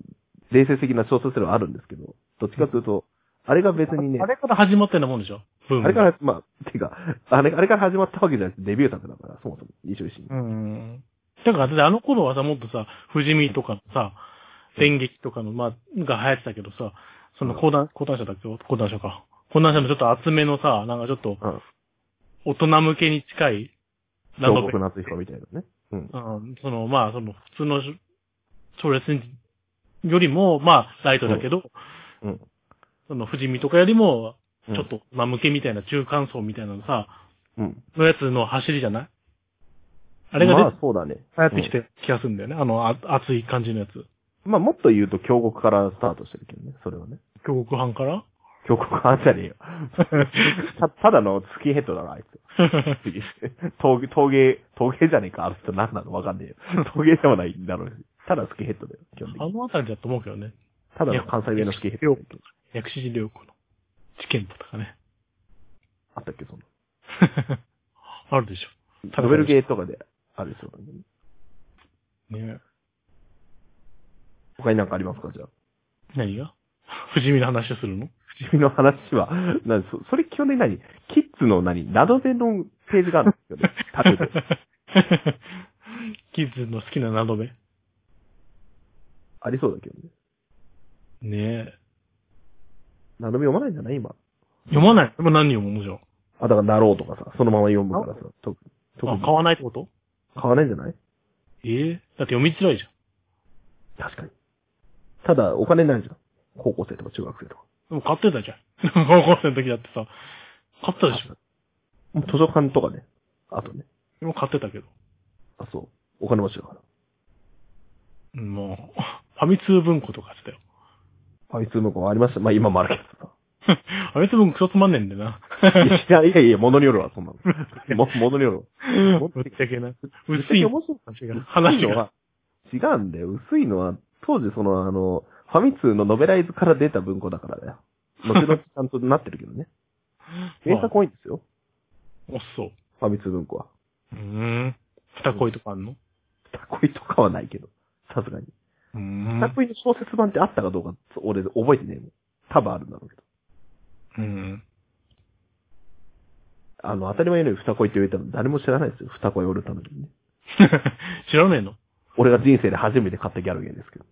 S1: 伝説的な小説ではあるんですけど、どっちかっていうと、あれが別にね
S2: あ、れから始まってなもんでしょブーム
S1: あれから、まあ、てか、あれ、あれから始まったわけじゃなくてデビュー作だから、そもそも、西尾維新。
S2: うん。だから、だってあの頃はさ、もっとさ、富士見とかのさ、電撃とかの、まあ、が流行ってたけどさ、その講談、講談社だっけ講談社か。講談社のちょっと厚めのさ、なんかちょっと
S1: うん。
S2: 大人向けに近い、な
S1: 彫
S2: の
S1: 刻夏彦みたいなね。うん。
S2: うん、その、まあ、その、普通のし、小列に、よりも、まあ、ライトだけど、
S1: うん。
S2: その、富士見とかよりも、
S1: うん
S2: ちょっ。と、まあ、向けみたいな中間層みたいなのさ、
S1: うん。
S2: のやつの走りじゃないあれがね、
S1: まあ、そうだね。
S2: やってきて気がするんだよね。あの、あ熱い感じのやつ。
S1: まあ、もっと言うと、京極からスタートしてるけどね、それはね。
S2: 京極藩から
S1: 京極からじゃねえよ。 た、ただのスキーヘッドだな、あいつ。 次峠、峠、峠じゃねえか、あの人何なのわかんねえよ。 峠でもないんだろうし。ただスキーヘッドだよ、基本的
S2: あ
S1: に。
S2: のあたりだと思うけどね。
S1: ただの関西弁のスキーヘッド
S2: 良
S1: だ
S2: 子
S1: よ。
S2: とか、薬師寺良子の事件とかね。
S1: あったっけ、そんな。
S2: あるでし食べた
S1: ノベルゲーとかで、あるでしょ。
S2: ょ。ね
S1: 他になんかありますか、じゃあ。
S2: 何が不死身の話をするの
S1: 不死身の話は、 なそそれ基本的に何キッズの何ラドベのページがあるんですよ ね。縦で
S2: キッズの好きなナドベ。
S1: ありそうだけどね。
S2: ねえ。
S1: ラドベ読まないんじゃない今。
S2: 読まない。でも何読むもじゃ
S1: あ、だからなろうとかさ、そのまま読むからさ、と特
S2: あ
S1: に。
S2: 買わないってこと
S1: 買わないんじゃない
S2: ええだって読みづらいじゃん。
S1: 確かに。ただ、お金ないじゃん。高校生とか中学生とか。
S2: でも買ってたじゃん。 高校生の時だってさ、買ったでしょ。
S1: もう図書館とかね。あとね。
S2: でも買ってたけど。
S1: あ、そう。お金持ちだから。
S2: うんもう、ファミ通文庫とかやってたよ。
S1: ファミ通の子もありました。まあ今もあるけどさ。
S2: ファミ通文庫クソつまんねえんだよな。
S1: いやいやいや、物によるわ、そんなの。も物によるわ。
S2: ぶっちゃけな。 薄い
S1: 面白い
S2: 話が。話
S1: の
S2: が。
S1: は、違うんだよ。薄いのは、当時その、あの、ファミ通のノベライズから出た文庫だからだよ。後々ちゃんとなってるけど ね。原作多いんですよ。
S2: おっそう。
S1: ファミ通文庫は。
S2: うーん。二恋とかあんの
S1: タコイとかはないけど。さすがに。
S2: うーん
S1: タコイの小説版ってあったかどうか、俺覚えてねえもん。多分あるんだろうけど。
S2: うん。
S1: あの、当たり前のように二恋って言えたの誰も知らないですよ。二恋俺ためにね。
S2: 知らねえの
S1: 俺が人生で初めて買ったギャルゲーですけど。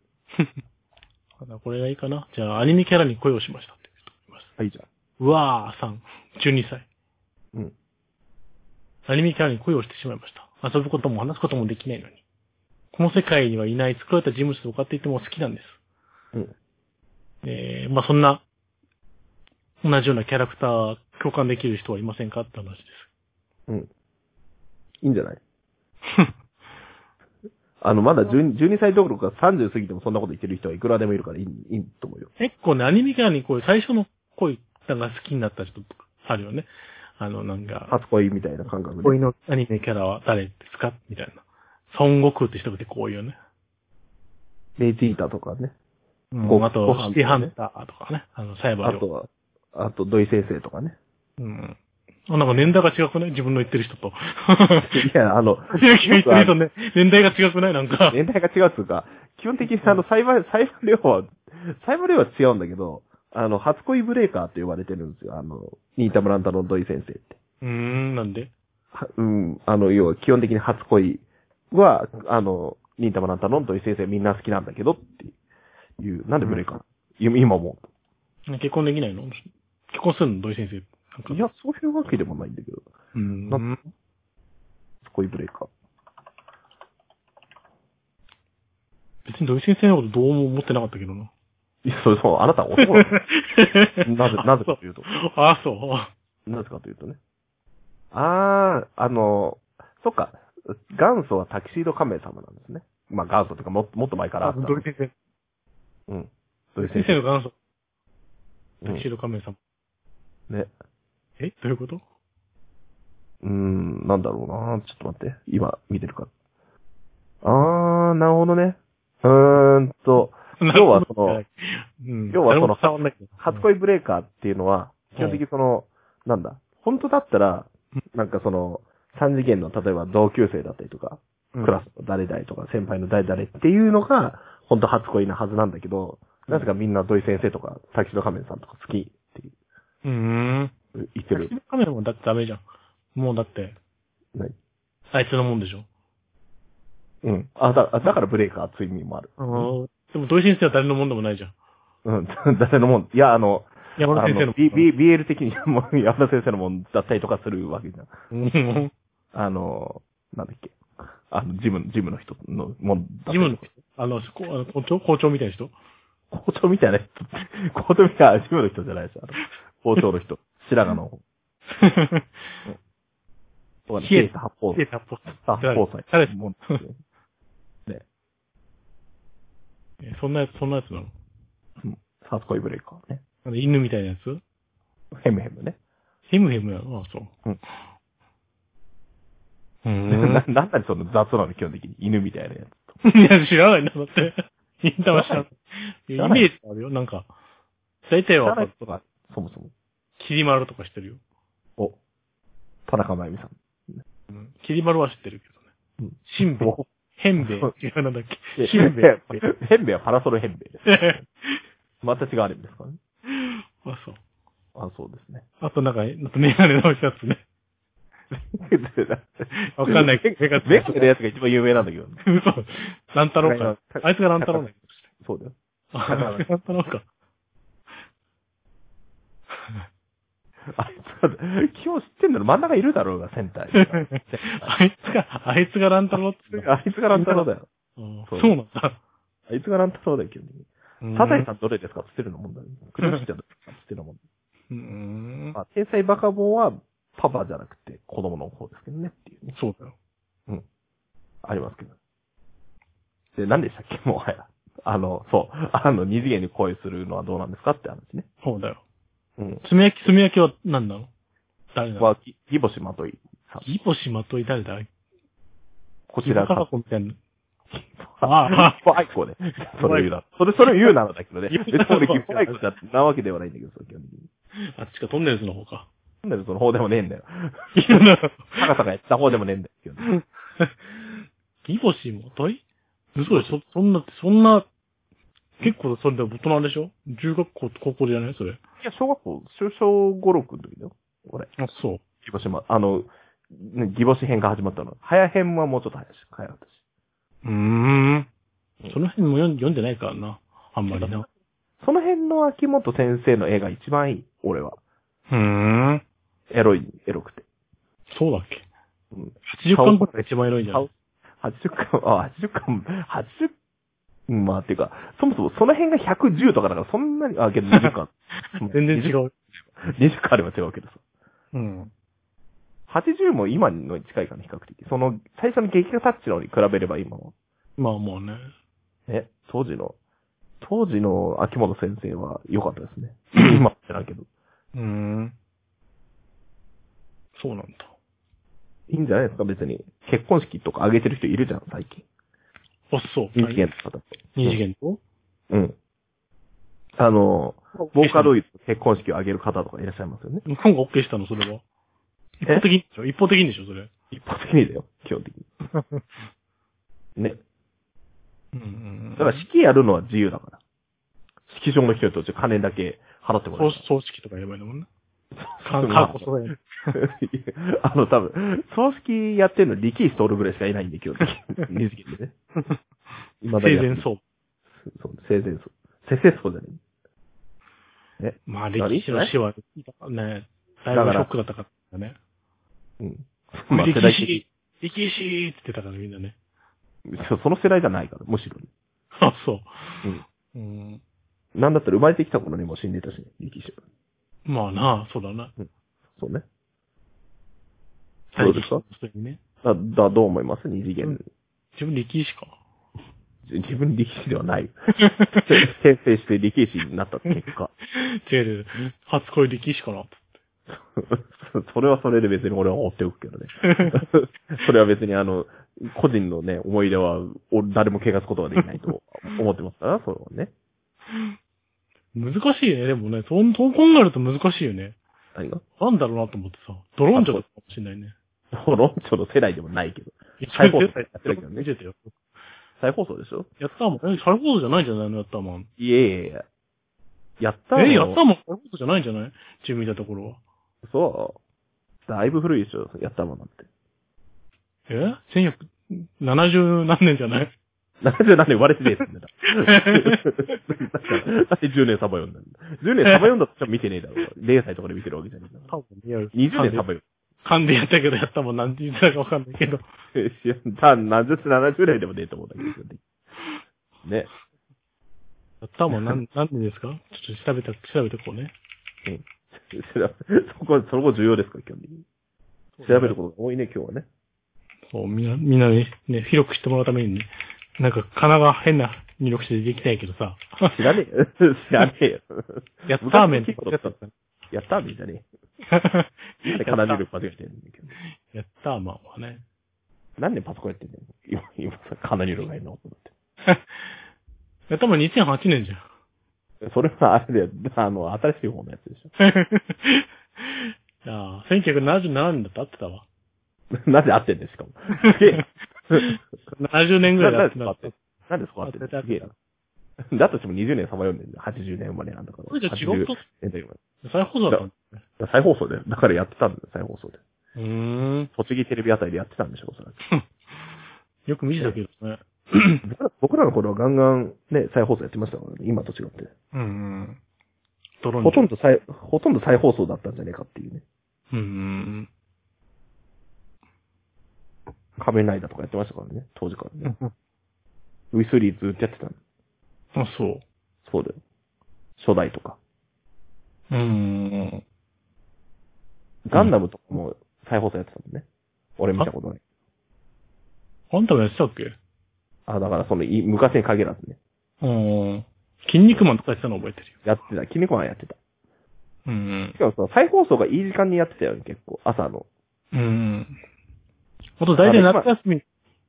S2: これがいいかなじゃあ、アニメキャラに恋をしましたって言うと思います。
S1: はい、じゃあ。
S2: うわーさん、12歳。
S1: うん。
S2: アニメキャラに恋をしてしまいました。遊ぶことも話すこともできないのに。この世界にはいない作られた人物と分かっていても好きなんです。
S1: うん。
S2: えー、まあ、そんな、同じようなキャラクター、共感できる人はいませんかって話です。
S1: うん。いいんじゃ ないあの、まだ12 12歳どころか30過ぎてもそんなこと言ってる人はいくらでもいるからいい、いいと思うよ。
S2: 結構ね、アニメキャラに恋、最初の恋が好きになった人とかあるよね。あの、なんか、
S1: 初恋みたいな感覚で。
S2: 恋のアニメキャラは誰ですかみたいな。孫悟空って人が結構多いよね。
S1: レイジータとかね。
S2: う
S1: ご
S2: ん、
S1: ご
S2: あと、
S1: 飯
S2: シティハンターとかね。あの、サイバ
S1: あ
S2: ー
S1: とは、あと土井先生とかね。
S2: うん。あなんか年代が違くない自分の言ってる人 と。
S1: いや、あの、
S2: 言ってる人ね、年代が違くないな んか。
S1: 年代が違うっていうか、基本的にあの、サイバー、サイバー量は、サイバー量は違うんだけど、あの、初恋ブレーカーって呼ばれてるんですよ。あの、新田村太郎の土井先生って。
S2: うーん、なんで
S1: はうん、あの、要は基本的に初恋は、あの、忍たま乱太郎の土井先生みんな好きなんだけどっていう、なんで無理か、今今も。
S2: 結婚できないの結婚するの土井先生。なんか
S1: いや、そういうわけでもないんだけど、
S2: う。
S1: なん初恋ブレイカー。
S2: 別に土井先生のことどうも思ってなかったけどな。
S1: いや、そうそう、あなたは男な の なぜ、なぜかというと、
S2: あ、そう。
S1: なぜかというとね。あー、あの、そっか、元祖はタキシード仮面様なんですね。まあ元祖というかも、もっと前からあった。
S2: 土井先生。
S1: うん。土井
S2: 先
S1: 先
S2: 生
S1: 生。
S2: の元祖、
S1: う
S2: タキシー
S1: ん、
S2: ド仮面様。
S1: ね。
S2: えどういうこと
S1: うーん、なんだろうなちょっと待って。今、見てるから。あー、なるほどね。うーんと、要はその、
S2: うん、
S1: 要はその
S2: 誰も伝わんないけど
S1: 初恋ブレーカーっていうのは、基本的にその、なんだ、本当だったら、なんかその、三次元の、例えば同級生だったりとか、クラスの誰々とか、先輩の誰々っていうのが、本当初恋なはずなんだけど、なぜかみんな土井先生とか、滝戸仮面さんとか好きって
S2: うん。うん。
S1: 言って
S2: タキシー
S1: る。
S2: ド仮面もだってダメじゃん。もうだって、
S1: ない
S2: あいつのもんでしょ。
S1: うん。あ、だだからブレーカーついにもある。
S2: うん、でも土井先生は誰のもんでもないじゃん。
S1: うん、 誰のもん、いや、あの、
S2: 山田先生
S1: あ
S2: の
S1: の B、B、BL 的にもう山田先生のもんだったりとかするわけじゃん。
S2: うん
S1: あの、なんだっけ。あの、ジム、ジムの人の、もんだ
S2: ジムの、あの、こあの校長校長みたいな人
S1: 校長みたいな人、 校長みたいな、ジムの人じゃないです。あの校長の人、白髪の、そうだね
S2: 冷え
S1: 冷えた発 泡
S2: いや、発
S1: あ、交際。
S2: 誰です
S1: もん
S2: えそんなやつ、そんなやつなの
S1: サースコイブレイカーね。
S2: あの犬みたいなやつ
S1: ヘムヘムね。
S2: ヘムヘムやろあ、そう
S1: うん。
S2: うー
S1: な、なんだその雑なの、基本的に。犬みたいなやつ。
S2: ん。 いや、知らないんだ、だって。インターは知らない。い
S1: 知ら
S2: やイ
S1: ない
S2: メージあるよ、なんか。大体
S1: 汚
S2: は、
S1: いとか、そもそも。
S2: キリマルとか知ってるよ。
S1: お、田中真由美さん。
S2: うん。キリマルは知ってるけどね。
S1: うん。
S2: シンベイ
S1: お
S2: ヘン ベイ。
S1: そう
S2: 違う、なんだっけ。シ
S1: ヘ
S2: ン
S1: ン
S2: ベ
S1: ベ
S2: イ
S1: イ
S2: って。。
S1: ヘンベイはパラソルヘンベイです。 また違うあれですからね。
S2: あ、そう。
S1: あ、そうです ね。
S2: あとなんか、あとメガネのやつね。わかんない
S1: メ
S2: 生
S1: ガ
S2: 活
S1: ネのやつが一番有名なんだけどね。
S2: 嘘。乱太郎か。あいつが乱太郎ね。
S1: そうだよ。
S2: あ乱太郎か。
S1: あいつが、基本知ってんだろ。真ん中いるだろうが、センターに。
S2: あいつが、あいつが乱太郎って言うんだ。
S1: あいつが乱太郎だよ。
S2: うんそ
S1: そうう
S2: なんだ。
S1: あいつが乱太郎だよ、基本的に。サザエさんどれですかつってるのもんだよ。クルミちゃんどれですかつってるのもんだよ。
S2: うん。
S1: まあ、天才バカボンは、パパじゃなくて、子供の方ですけどね、っていうね。
S2: そうだよ。
S1: ありますけど。で、何でしたっけもはや。あの、そう。あの、二次元に恋するのはどうなんですかって話ね。
S2: そうだよ。
S1: うん。
S2: つめやき、つめやきは何なの誰なの
S1: は、ぎぎぼしまといさん。
S2: ギボシまとい誰だ
S1: こち
S2: ギボ
S1: ら
S2: カ
S1: か
S2: バ。コみたいな。あ
S1: ああ、愛子ね。それを言うな。それ、それを言うならだけ どね。
S2: 言う
S1: 別
S2: な
S1: に
S2: ら
S1: 俺、ギボ愛子じゃなわけではないんだけど、そう基本的に。
S2: あっちか、トンネルズの方か。
S1: なんだよ、その方でもねえん だよ。
S2: ギ
S1: 高さがやった方でもねえんだよ基本的に。
S2: ボシまとい嘘でしょそんな、そんな、結構それで大人でしょ中学校と高校じゃないそれ。
S1: いや、小学校、小小5、6の時だよ。俺。
S2: あ、そう。
S1: ギボシま、あの、ねギボシ編が始まったの。早編はもうちょっと早いし、早かったし。
S2: うーん。その辺も読ん読んでないからな。あんまりな。
S1: その辺の秋元先生の絵が一番いい、俺は。
S2: うーん。
S1: エロい、エロくて。
S2: そうだっけ
S1: うん。
S2: ?80 巻ぐらいが一番エロいんじゃない。
S1: 80巻、あ、80巻、80、うんまあっていうか、そもそもその辺が110とかだからそんなに、あ、けど20巻
S2: 全然違
S1: う。
S2: う。
S1: 20巻あれば違うけどさ。
S2: うん。
S1: 80も今のに近いかな、比較的。その、最初の激化タッチのに比べれば今は。
S2: まあもうね。
S1: ね、当時の、当時の秋元先生は良かったです ね。今ってないけど。
S2: うーん。そうなんだ。
S1: いいんじゃないですか、別に。結婚式とか挙げてる人いるじゃん、最近。
S2: あ、そう。
S1: 二次元の方って。
S2: 二次元と
S1: うん。あの、ボーカロイド結婚式を挙げる方とかいらっしゃいますよね。
S2: 向こうが OK したの、それは。一方的にでしょ一方的にでしょ、それ。
S1: 一方的にだよ、基本的に。 ね。
S2: うんうんうん。
S1: だから式やるのは自由だから。式場の人にとって金だけ払ってもらえ
S2: 葬
S1: る。
S2: 葬式とかやばいのもんね。
S1: そ
S2: か
S1: う
S2: 過去とかやる
S1: あの、多分、葬式やってるのリキーストールぐらいしかいないんで、基本的に。二次 元でね。今
S2: 生前葬。
S1: そう、生前葬。生前葬じゃない。
S2: まあ歴史の死は、ね、だいぶショックだったからね。
S1: うん。まあ、世
S2: 歴
S1: 代的
S2: 史、歴史って言ってたからみんなね。
S1: にそうその世代じゃないから、むしろね。
S2: あ、そう。うん。
S1: なんだったら生まれてきた頃にもう死んでたしね、力士は。
S2: まあなあ、そうだな。
S1: そうね。そうですか
S2: 普通にね。
S1: だ、だ、どう思います二次元。
S2: 自分力士か。
S1: じ自分力士では ない。転生して力士になった結果。
S2: 違う違う。初恋力士かな。
S1: それはそれで別に俺は追っておくけど ね。それは別にあの、個人のね、思い出は、お誰も汚すことはできない と思ってますから、それはね。
S2: 難しいね。でもね、そん、そう考えると難しいよね。
S1: 何が
S2: なんだろうなと思ってさ。ドローンじゃかもしれないね。
S1: ドロンチョの世代でもないけど。再
S2: 最高
S1: 放
S2: や
S1: 送
S2: っ
S1: やってるけどね
S2: 見てたよ。
S1: 再放送でしょ
S2: やったーもん。え、最高じゃないんじゃないのやったーもん。
S1: いえいえいえ。やった
S2: え、やった
S1: も
S2: ーもん。最高じゃないんじゃない自分見たところは。
S1: そう。だいぶ古いでしょ、やったもんなんて。
S2: え ?1170 何年じ ゃない
S1: 70何年生まれてねえ ってんだよ。だって10年サバ読んだんだ。10年サバ読んだとしても見てねえだろ。0歳とかで見てるわけじゃねえんだか
S2: 多分、いや、
S1: ら。20年サバ読んだ。
S2: 勘でやったけど、やったもんなんて言ってたかわかんないけど。
S1: 知らん。単70って70ぐらいでもねえと思うんだけど基本的に。ね。
S2: やったも んなん、なんでですかちょっと調べた、調べてこうね。
S1: うん。そこ、そこ重要ですから、基本的に。調べることが多いね、今日はね。
S2: そう、みんな、みんなにね、広く知ってもらうためにね、なんか、金が変な入力してできないけど さ。
S1: 知らねえよ。知らねえよ。
S2: やったーめん
S1: 昔のキッコだ ったんだやったーみたいなね。なんで金入力間違えてるんだけど。
S2: やったーマンはね。
S1: なんでパソコンやってんの今、今さ、金入力がいいの
S2: やったもん2008年じゃん。
S1: それはあれだよ。あの、新しい方のやつでし
S2: いやー1977年だって合ってた
S1: ょ。
S2: わ。
S1: なぜ合ってんですかも。す げえ。
S2: 70年ぐらいで合ってた
S1: な
S2: わ
S1: ん。でなんでそこ合ってんの
S2: 合ってた
S1: すげえな。だとしても20年さまようんだよ。80年生まれなんだから。
S2: これじゃ違うと
S1: 80年代生まれ
S2: 再放送だったんだね。
S1: 再放送で。だからやってたんだよ、再放送で。
S2: うーん。
S1: 栃木テレビあたりでやってたんでしょ、おそらく。
S2: よく見てたけどね。
S1: 僕ら僕らの頃はガンガンね、再放送やってましたからね、今と違って。
S2: うんうん。ドローン。
S1: ほとんど再、ほとんど再放送だったんじゃねえかっていうね。
S2: うんうん
S1: 仮面ライダーとかやってましたからね、当時からね。
S2: うん。
S1: ウィスリーずっとやってたの。
S2: あ、そう。
S1: そうだよ。初代とか。
S2: うんうん
S1: ガンダムとかも再放送やってたもんね。俺見たことない。
S2: うん。あんたもやってたっけ
S1: あ、だからその、い昔に限らずね。
S2: うん。筋肉マンとかやってたの覚えてるよ。
S1: やってた。キネコはやってた。
S2: うん
S1: しかもその再放送がいい時間にやってたよね、結構。朝の。
S2: うん。うん。あと大体夏休み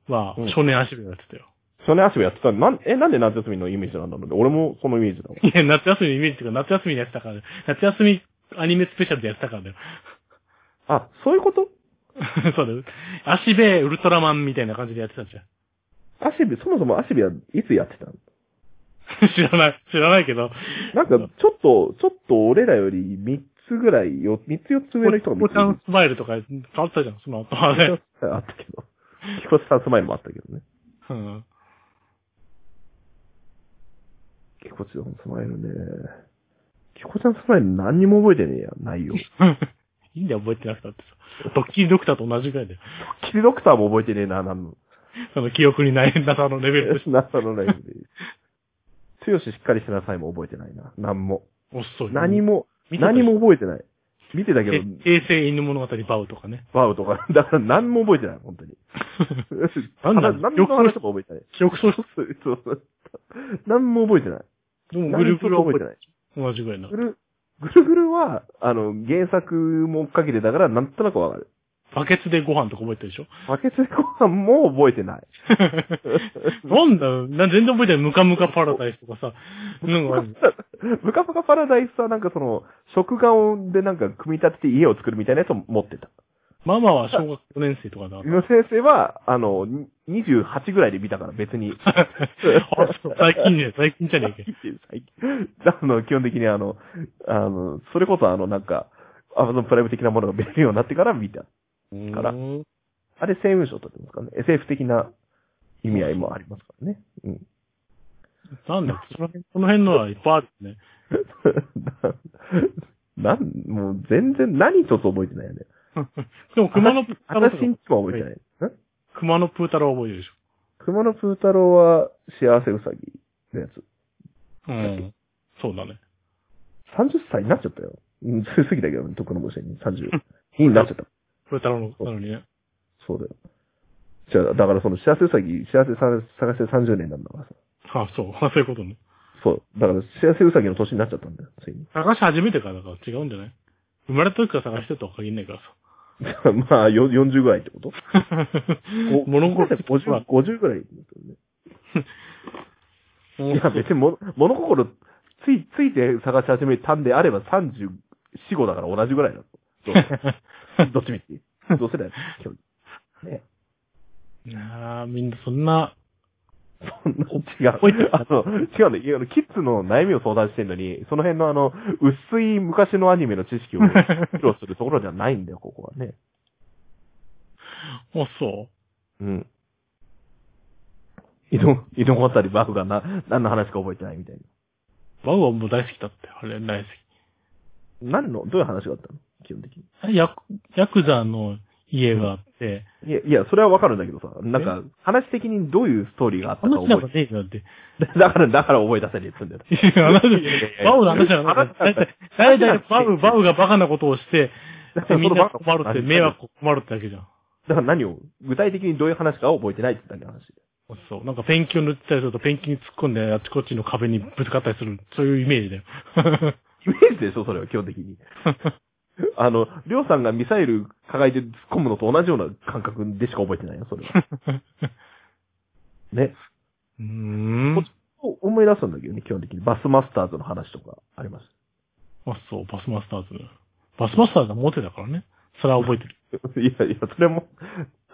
S2: は
S1: うん
S2: 少年足部やってたよ。
S1: 少年足部やってたのなん、え、なんで夏休みのイメージなんだろうね。俺もそのイメージだわ。
S2: いや、夏休みのイメージっていうか夏休みでやってたから、夏休みアニメスペシャルでやってたからだよ。
S1: あ、そういうこと
S2: そうだよ。足部ウルトラマンみたいな感じでやってたじゃん。
S1: 足部、そもそも足部はいつやってたの
S2: 知らない、知らないけど。
S1: なんか、ちょっと、ちょっと俺らより3つぐらい、よ3つ4つ上の人が
S2: ココちゃ
S1: 3
S2: んスマイルとかあったじゃん、その後は ね。
S1: つあったけど。ヒコさんスマイルもあったけどね。
S2: うん。
S1: キコちゃんスマイルね。キコちゃんスマイル何にも覚えてねえや、内容。
S2: いいんだよ、覚えてなくたってさ。ドッキリドクターと同じぐらいだよ。
S1: キリドクターも覚えてねえな、なんの。
S2: その記憶にないなさ のレベルとして。
S1: な、そのライブで。つよししっかりしなさいも覚えてないな。何も。
S2: 遅い。
S1: 何も、
S2: 見てた
S1: 何も覚えてない。見てたけ
S2: え
S1: ど、
S2: 平成犬物語バウとかね。
S1: バウとか、 だから何も覚えてない、本当に。
S2: なんだ
S1: 話 何の話とか覚えてない。
S2: 記憶喪失。
S1: そうそうそう。何も覚えてない。
S2: でも グ
S1: 何
S2: ル
S1: 一つ
S2: グルは
S1: 覚えて
S2: 覚えて
S1: ない。
S2: 同じぐらいな
S1: ぐ。る、ぐるぐるは、あの、原作も追っかけてたから、なんとなくわかる。
S2: バケツでご飯とか覚えてるでしょ
S1: バケツでご飯も覚えてない。
S2: なんだよな全然覚えてない。ムカムカパラダイスとかさ。なんかある、
S1: ブカブカパラダイスはなんかその、食玩でなんか組み立てて家を作るみたいなやつを持ってた。
S2: ママは小学5年生と かだから。
S1: の先生は、あの、に28ぐらいで見たから別に。
S2: あそう最近ね、最近じゃねえけ。
S1: 最近あの、基本的にあの、あの、それこそあの、なんか、アマゾンプライム的なものが見れるようになってから見た。から
S2: うん
S1: あれ、声優賞とってますからね。SF 的な意味合いもありますからね。 うん。
S2: なんだよその辺この辺のはいっぱいあるね。
S1: なん、もう全然何一つ覚えてないよね。
S2: でも熊野プー太郎と
S1: 私
S2: か
S1: んちも覚えてない。ん
S2: 熊野プー太郎は覚えてるでし
S1: 熊野プー太郎は幸せうさぎのやつ。
S2: ょ。うん。そうだね。
S1: 30歳になっちゃったよ。うん、過ぎたけどね、徳の申しに。30。になっちゃった。
S2: プー太郎の、なのにね。
S1: そうだよ。じゃあ、だからその幸せうさぎ、幸せさ探して30年なんだからさ。
S2: あ、そう。そういうことね。
S1: そう。だから幸せうさぎの年になっちゃったんだよ、ついに。
S2: 探し始めてからだから違うんじゃない生まれた時から探してたとは限らないから
S1: まあ、よ40ぐらいってこと
S2: さ。物心つき
S1: 50、50ぐらいだったよね。いや、別にも物心つい、ついて探し始めたんであれば34、5だから同じぐらいだと。どっちみち。どうせだよ。今日ね。
S2: なあ、みんなそんな、
S1: そんな違う。
S2: おいて
S1: あの、違うんだよ。あの、キッズの悩みを相談してんのに、その辺のあの、薄い昔のアニメの知識を披露するところじゃないんだよ、ここはね。
S2: あ、そ。
S1: うん。井戸、井戸あたりバフがな、何の話か覚えてないみたいう
S2: バウはもう大好きだって、あれ大好き。
S1: な。何の、どういう話があったの基本的に。
S2: ヤクヤクザの家があって、
S1: いや、いや、それはわかるんだけどさ、なんか、話的にどういうストーリーがあったか
S2: 話なんか
S1: 覚
S2: ねえよだって。
S1: え、 だから、だから覚え出せねえって言うん だよね。
S2: いや話バウの話じゃな
S1: 話
S2: か
S1: だったた
S2: っ。だいたいだいたいバウ、バウがバカなことをして、
S1: だか
S2: で
S1: ら
S2: みんな
S1: その
S2: 困るって、迷惑困るってだけじゃん。
S1: だから何を、具体的にどういう話かは覚えてないって言ったんだよ話。
S2: そう。なんかペンキを塗ってたりすると、ペンキに突っ込んで、あっちこっちの壁にぶつかったりする、そういうイメー ジだよ。
S1: イメージでしょ、それは基本的 に。あの、りょうさんがミサイル抱えて突っ込むのと同じような感覚でしか覚えてないよ、それは。ね。
S2: うーん。
S1: 思い出すんだけどね、基本的に。バスマスターズの話とかありまし
S2: あ、そう、バスマスターズ。バスマスターズはモテだからね。それは覚えてる。
S1: た。いやいや、それも、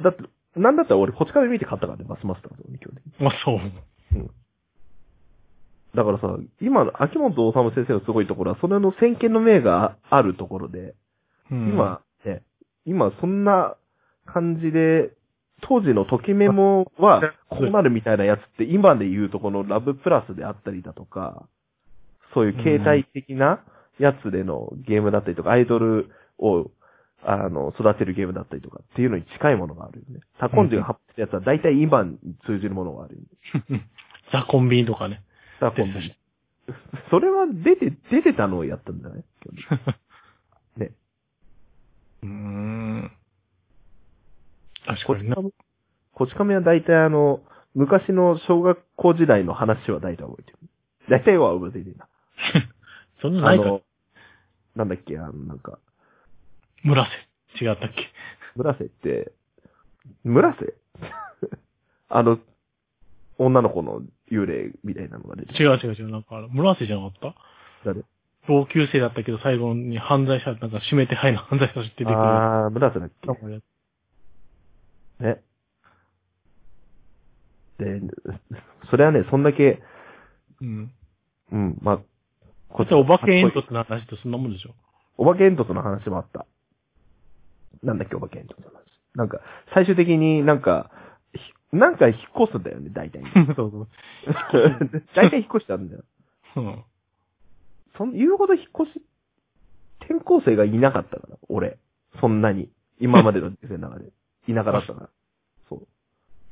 S1: だって、なんだったら俺、こっちから見て買ったからね、バスマスターズをね、基本的に。
S2: あ、そう。
S1: だからさ、今の秋元治先生のすごいところは、それの先見の明があるところで、
S2: うん、
S1: 今、ね、今そんな感じで、当時のときメモは、こうなるみたいなやつって、今で言うとこのラブプラスであったりだとか、そういう携帯的なやつでのゲームだったりとか、アイドルを、あの、育てるゲームだったりとかっていうのに近いものがあるよね。タコンジが発表したやつは大体今に通じるものがあるよね。
S2: ザ・コンビニとかね。
S1: タコンビ。それは出て、出てたのをやったんじゃないね。
S2: うーん。確
S1: こ
S2: か
S1: っち
S2: にな。
S1: 亀、こち亀は大体あの、昔の小学校時代の話は大体覚えてる。大体は覚えてるな。
S2: そんなのな
S1: あ
S2: いか
S1: の。、なんだっけ、あの、なんか、
S2: 村瀬。違ったっけ。
S1: 村瀬って、村瀬 あの、女の子の幽霊みたいなのが出て
S2: 違う違う違う。なんか、村瀬じゃなかった
S1: 誰
S2: 同級生だったけど、最後に犯罪者、なんか指名手配の犯罪者として出てくる。
S1: あー、村瀬だっ
S2: なんかやっ
S1: けね。で、それはね、そんだけ、
S2: うん。
S1: うん、まあ、こ
S2: こ
S1: っ
S2: っちはお化けエントって話ってそんなもんでしょ。
S1: お化け煙突の話もあった。なんだっけ、お化け煙突の話。なんか、最終的になんか、ひなんか引っ越すんだよね、大体。
S2: そうそう。
S1: 大体引っ越したんだよ。
S2: うん。
S1: そん、言うほど引っ越し、転校生がいなかったから、俺。そんなに。今までの人生の中で。田舎だったから。そう。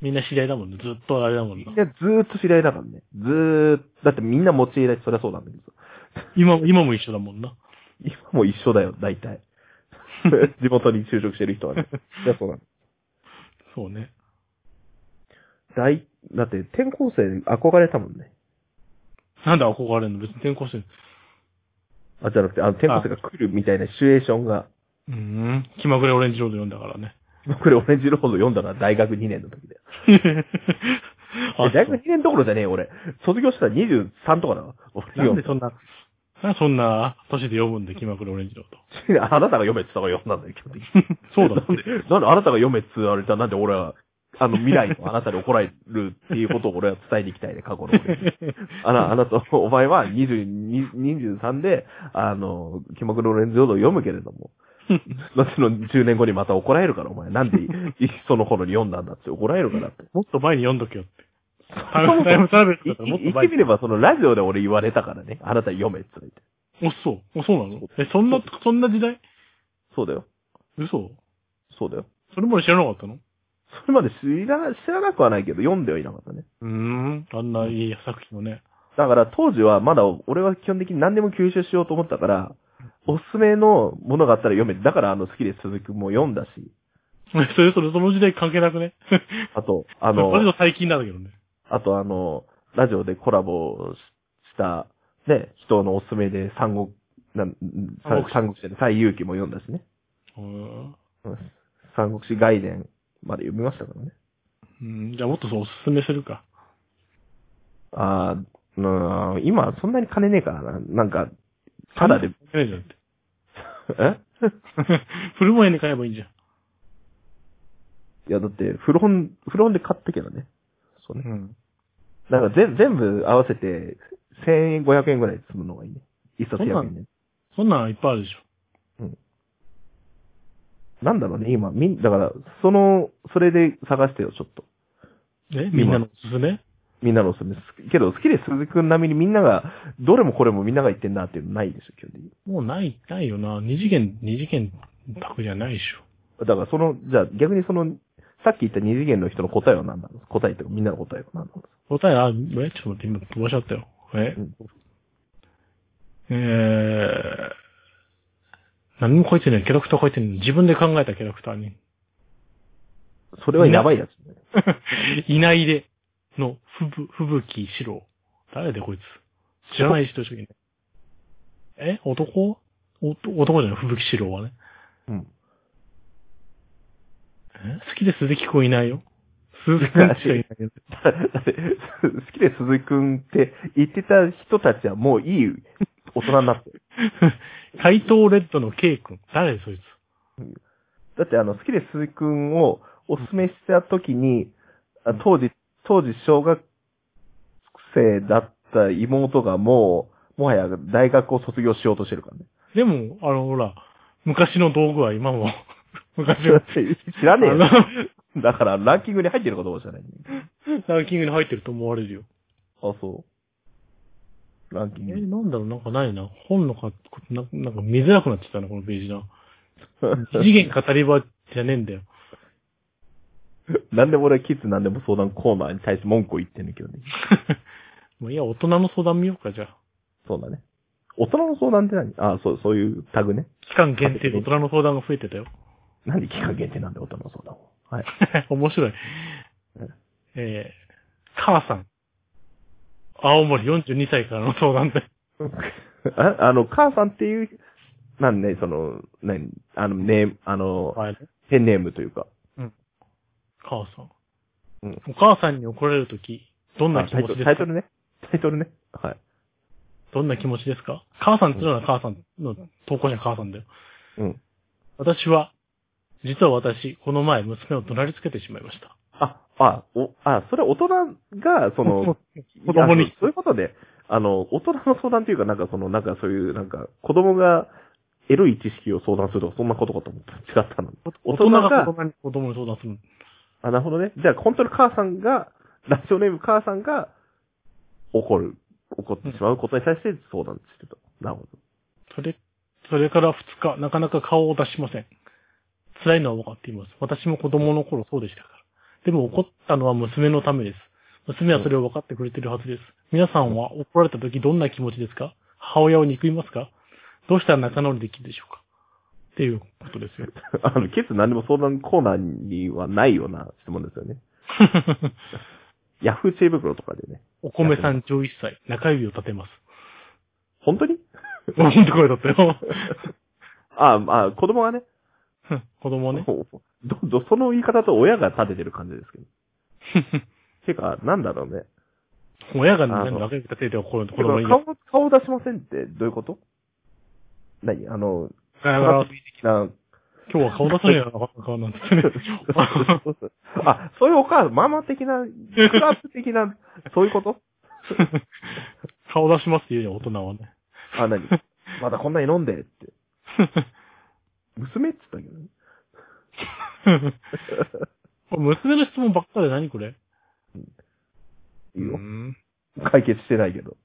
S2: みんな知り合いだもんね。ずっとあれだもん
S1: み。
S2: なん
S1: なずーっと知り合いだからね。ずーっと、だってみんな持ち家だし、そりゃそうなんだけどさ。
S2: 今、今も一緒だもんな。
S1: 今も一緒だよ、大体。地元に就職してる人はね。そりゃそうなの
S2: そうね。
S1: 大、だって転校生に憧れたもんね。
S2: なんで憧れるの別に転校してる。
S1: あ、じゃなくて、あの、転校生が来るみたいなシチュエーションが、
S2: うーん。気まぐれオレンジロード読んだからね。
S1: これオレンジロード読んだのは大学2年の時だよ。
S2: あ
S1: え大
S2: そう
S1: 学2年どころじゃねえよ、俺。卒業したら23とかだわ。俺
S2: なんでそ んな、なんでそんな年で読むんで、気まぐれオレンジロード。
S1: あなたが読めって言ったから読んだんだよ、基本的に
S2: そうだ
S1: なんで、なんであなたが読めって言われたらなんで俺は、あの未来のあなたに怒られるっていうことを俺は伝えていきたいね、過去の 俺に。あな、あなた、お前は22 23で、あの、気まぐれオレンジロードを読むけれども、後の10年後にまた怒られるから、お前。なんで、いその頃に読んだんだって怒られるからって。
S2: もっと前に読んどけよって。タ
S1: もそも
S2: イムトラベルだ
S1: い
S2: ったらもっと
S1: 言っ
S2: 前
S1: て
S2: に
S1: みれば、そのラジオで俺言われたからね。あなた読めって言って。
S2: お、そう。お、そうなのえ、そんな、そんな時代
S1: そうだよ。
S2: 嘘
S1: そうだよ。
S2: それまで知らなかったの
S1: それまで知ら、知らなくはないけど、読んではいなかったね。
S2: うーん。あんないい作品をね。
S1: だから当時はまだ俺は基本的に何でも吸収しようと思ったから、おすすめのものがあったら読めて、だからあの好きで続くも読んだし、
S2: それ、それ、その時代関係なくね。
S1: あと、あ
S2: あの、割
S1: の
S2: と、最近なんだけどね。
S1: あとあの、ラジオでコラボした、ね、人のおすすめで三国、なん、
S2: 三国志
S1: 三国志で最勇気も読んだしね。
S2: うーん
S1: うん三国志外伝まで読みましたからね。
S2: うん。じゃあもっとそう、おすすめするか。
S1: あーうーん、今そんなに金ねえからな。なんか、ただで、。
S2: えじゃんって。
S1: え
S2: 古本屋に買えばいいんじゃん。
S1: いやだって、古本、古本で買ったけどね。そうね。
S2: うん。
S1: だから全全部合わせて、1000円、500円ぐらい積むのがいいね。一冊100円で。
S2: そんなんいっぱいあるでしょ。
S1: なんだろうね、今、みん、だから、その、それで探してよ、ちょっと。
S2: えみんなのおすすめ
S1: みんなのおすすめ。すけど、好きで鈴くん並みにみんながどれもこれもみんなが言ってんなっていうのないでしょ、基本的に。
S2: もうない、ないよな。二次元、二次元宅じゃないでし
S1: だからその、じゃあ逆にその、さっき言った二次元の人の答えは何なの答えというかみんなの答えは何なの
S2: ょ。答え、あ、え、ちょっと待って、今飛ばしちゃったよ。え
S1: う、ん。
S2: えー、何も書いてない、キャラクター書いてない。自分で考えたキャラクタ ーに。
S1: それはやばいやつね。
S2: いないで、の、ふぶ、ふぶきしろ。誰でこいつ。知らない人しかいない。え男おと男じゃない、ふぶきしろはね。
S1: うん。
S2: え好きで鈴木くんいないよ。鈴木くんしかいない。
S1: だって好きで鈴木くんって言ってた人たちはもういい大人になってる。
S2: 怪盗レッドの K 君。誰そいつ。
S1: だってあの、好きで鈴木くんをおすすめした時に、あ当時、当時小学生だった妹がもう、もはや大学を卒業しようとしてるから ね。
S2: でも、あの、ほら、昔の道具は今も、 昔は、
S1: 知ら
S2: あ
S1: ねえ
S2: の、
S1: よ。だからランキングに入ってるかどうか知らない。
S2: ランキングに入ってると思われるよ。
S1: あ、そう。ランキ
S2: え、
S1: ン グ。
S2: なんだろう、なんかないな。本のか、ななんか見づらくなっちゃったな、このページな。異次元語り場じゃねえんだよ。
S1: なんでも俺はキッズなんでも相談コーナーに対して文句を言ってんだけどね。
S2: まあいや、大人の相談見ようか、じゃあ。
S1: そうだね。大人の相談って何あ、そう、そういうタグね。
S2: 期間限定で大人の相談が増えてたよ。
S1: なんで期間限定なんで大人の相談を。はい。
S2: 面白い
S1: うん。
S2: えー、母さん。青森42歳からの相談で。
S1: ああの、母さんっていう、なんね、その、何、あの、ネーム、あの、
S2: はい。
S1: ペンネームというか。
S2: 母さん。
S1: うん
S2: お母さんに怒られるとき、どんな
S1: あ
S2: 気
S1: タイ
S2: 持
S1: ト
S2: ち
S1: ルタ
S2: です
S1: イト
S2: か
S1: ルね。タイトルね。はい。
S2: どんな気持ちですか母さんっていうのは母さんの投稿者母さんだよ。
S1: うん。
S2: 私は、実は私、この前娘を怒鳴りつけてしまいました。
S1: あ、あ、お、あ、それ大人が、その、
S2: 子供に
S1: いやそうそういうことで、あの、大人の相談というか、なんかその、なんかそういう、なんか、子供が、エロい知識を相談するとか、そんなことかと思った。違ったの。大
S2: 大
S1: 人
S2: 人
S1: が
S2: が子供に子供に相談する。
S1: あ、なるほどね。じゃあ、本当に母さんが、ラジオネーム母さんが、怒る、怒ってしまうことに対して相談してた。なるほ
S2: それ、それから2日、なかなか顔を出しません。辛いのは分かっています。私も子供の頃そうでしたから。でも怒ったのは娘のためです。娘はそれを分かってくれてるはずです。皆さんは怒られた時どんな気持ちですか母親を憎みますかどうしたら仲直りできるでしょうかっていうことですよ。
S1: ど。 あの、キッズ何でも相談コーナーにはないような質問ですよね。ヤフー知恵袋とかでね。
S2: お米さん11歳、中指を立てます。
S1: 本当に
S2: うんって声だったよ。
S1: あ、まあ、子供がね。
S2: 子供 はね。
S1: ど、ど、その言い方と親が立ててる感じですけど。てか、なんだろうね。
S2: 親が
S1: あ
S2: 何
S1: の
S2: 中指立てて怒る子
S1: てか
S2: 供に。
S1: 顔、顔出しませんってどういうこと何あの、
S2: ガラガラ
S1: な、
S2: 今日は顔出さないような顔なんですね。
S1: あ、そういうお母さん、ママ的な、クラップ的な、そういうこと
S2: 顔出しますって言うよ、大人はね。
S1: あ、何まだこんなに飲んでって。娘って言ったけどね。
S2: これ娘の質問ばっかで何これ
S1: いいよ。
S2: ん
S1: 解決してないけど。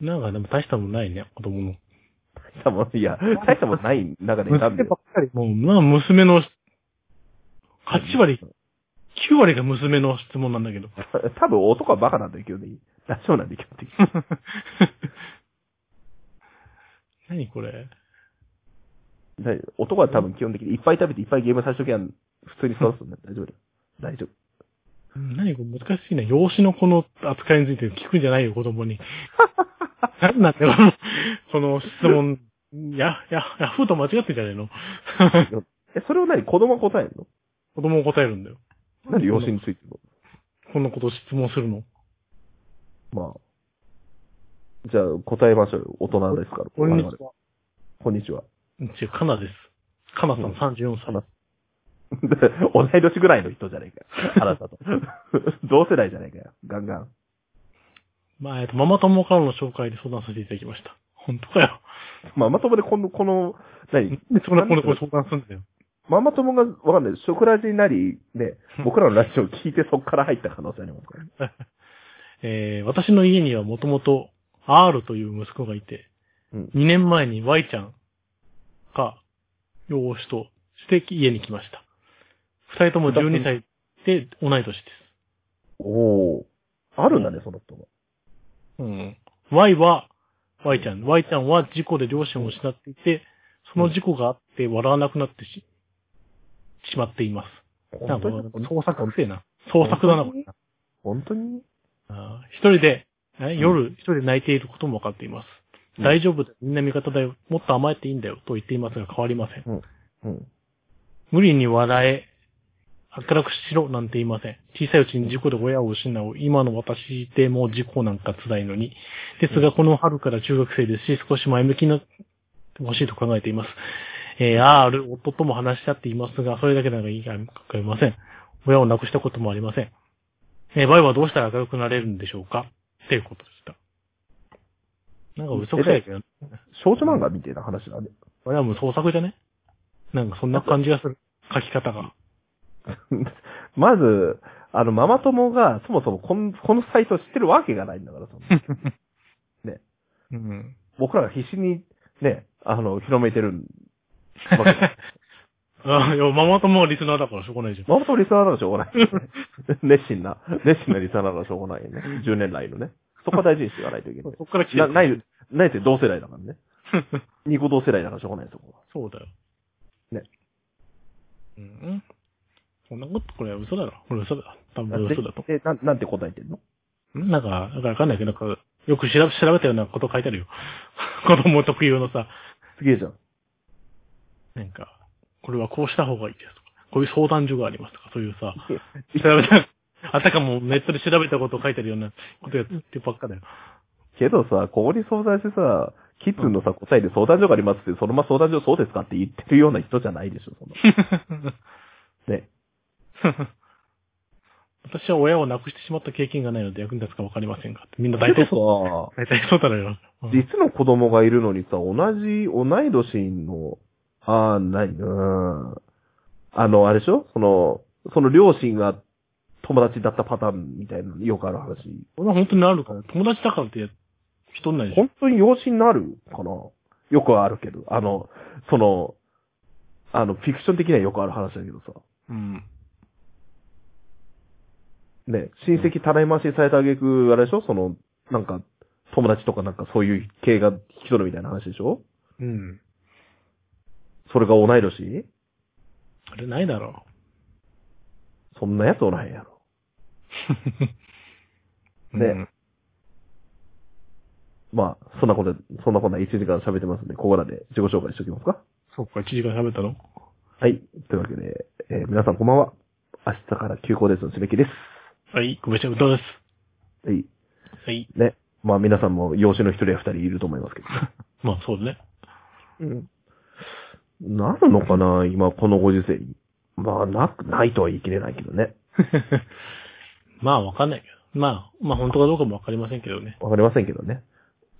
S2: なんかでも大したもんないね、子供の。
S1: 多分、いや、大したことない中で選んで
S2: 娘。ばっかり。もう、まあ娘の、8割、9割が娘の質問なんだけど。
S1: 多分男はバカなんだよ、基本的に。ラジオなんで、基本的に。
S2: 何これ
S1: 大丈夫男は多分基本的にいっぱい食べていっぱいゲームさせときゃ普通に育つんだよ。大丈夫だよ。大丈夫。
S2: 何これ難しいな。養子の子の扱いについて聞くんじゃないよ、子 供に。なんなんだよ、このこの質問。や、や、ヤフーと間違ってんじゃねえの
S1: え、それを何子供が答えるの
S2: 子供が答えるんだよ。
S1: なんで養子についての
S2: こんなこと質問するの。
S1: まあ。じゃあ、答えましょうよ。大人ですから。
S2: こんに
S1: 我
S2: ち
S1: 々
S2: は。
S1: こんにちは。
S2: 違う、カナです。カナさん34歳。
S1: 同い年ぐらいの人じゃねえかよ。あなたと。同世代じゃねえかよ。ガンガン。
S2: まあ、えっと、ママ友からの紹介で相談させていただきました。本当かよ。
S1: ママ友でこの、この、何
S2: で、そんなこの子に相談するんだよ。
S1: ママ友がわかんない。食ラジになり、 ね、僕らのラジオを聞いてそっから入った可能性ありますから。
S2: えー私の家にはもともと R という息子がいて、
S1: うん。
S2: 2年前に Y ちゃんが養子として家に来ました。二人とも12歳で同い年です。
S1: おー。あるんだね、その人も。
S2: うん。Y は、Y ちゃん。Y ちゃんは事故で両親を失っていて、その事故があって笑わなくなってし、しまっています。なんか、創作くせえな。創作だな、これ。
S1: 本当に
S2: あー一人で、え夜、一人で泣いていることも分かっています。
S1: うん
S2: 大丈夫だ。みんな味方だよ。もっと甘えていいんだよ。と言っていますが変わりません。
S1: うん。
S2: 無理に笑え、明るくしろなんて言いません。小さいうちに事故で親を失う。今の私でも事故なんか辛いのに。ですが、この春から中学生ですし、少し前向きになってほしいと考えています。えー、R、夫とも話し合っていますが、それだけならいいかかりません。親を亡くしたこともありません。えー、バイはどうしたら明るくなれるんでしょうかっていうことでした。なんか嘘くさいけど、
S1: 少女漫画みたいな話だね。
S2: これはもう創作じゃねなんかそんな感じがする。書き方が。
S1: まず、あの、ママ友が、そもそもこんこのサイトを知ってるわけがないんだから、その
S2: うん。
S1: 僕らが必死に、ね、あの、広めてる わけです。
S2: ああ、いや、ママ友はリスナーだからしょうがないじゃん。
S1: ママ友リスナーならしょうがない。 熱心な、熱心なリスナーならしょうがないよね。10年来のね。そこは大事にしていかないといけない。
S2: そっから来て
S1: な、
S2: る。
S1: ない、ないって同世代だからね。 二個同世代だからしょうがないですよ、ここは
S2: そうだよ。
S1: ね。
S2: うん。こんなこと、これは嘘だろ。これ嘘だ。多分
S1: で
S2: 嘘だと。
S1: で、なん、なんて答えてんの
S2: んなんか、なんかわかんないけど、なんか、よく調べ、調べたようなこと書いてあるよ。 子供特有のさ、
S1: すげえじゃん。
S2: なんか、これはこうした方がいいですとか、こういう相談所がありますとか、そういう さ、
S1: すげえ
S2: 調べた、あたかもネットで調べたことを書いてあるようなことやってばっ かだよ。
S1: けどさ、ここに相談してさ、キッズのさ、答えで相談所がありますって、そのまま相談所そうですかって言ってるような人じゃないでしょ、 そんな。ね。
S2: 私は親を亡くしてしまった経験がないので役に立つかわかりませんが。みんな大 体そう。
S1: そう
S2: 大体そうだろうよ。
S1: さ、
S2: うん
S1: 実の子供がいるのにさ、同じ、同い年の、あー、なに、うーん。あの、あれでしょその、その両親が友達だったパターンみたいな、よくある話。
S2: これは本当になるから、友達だからって人になるでしょ。
S1: 本当に養子になるかなよくはあるけど。あの、その、あの、フィクション的にはよくある話だけどさ。
S2: うん。
S1: ね、親戚たらい回しにされたあげく、あれでしょその、なんか、友達とかなんかそういう系が引き取るみたいな話でしょ
S2: うん。
S1: それが同い年
S2: あれないだろ
S1: そんなやつおらへんやろ。
S2: う。
S1: ね
S2: うん
S1: まあ、そんなことで、そんなことで1時間喋ってますんで、ここらで自己紹介しておきますか。
S2: そうか、1時間喋ったの
S1: はい。というわけで、えー皆さんこんばんは。明日から休校ですのしべきです。
S2: はい、ごめんなさい、歌です。
S1: はい。
S2: はい。
S1: ね。まあ皆さんも養子の一人や二人いると思いますけど。
S2: まあ、そうだね。
S1: うん。なるのかな今、このご時世に。まあ、なく、ないとは言い切れないけどね。
S2: まあ、わかんないけど。まあ、まあ、本当かどうかもわかりませんけどね。
S1: わかりませんけどね。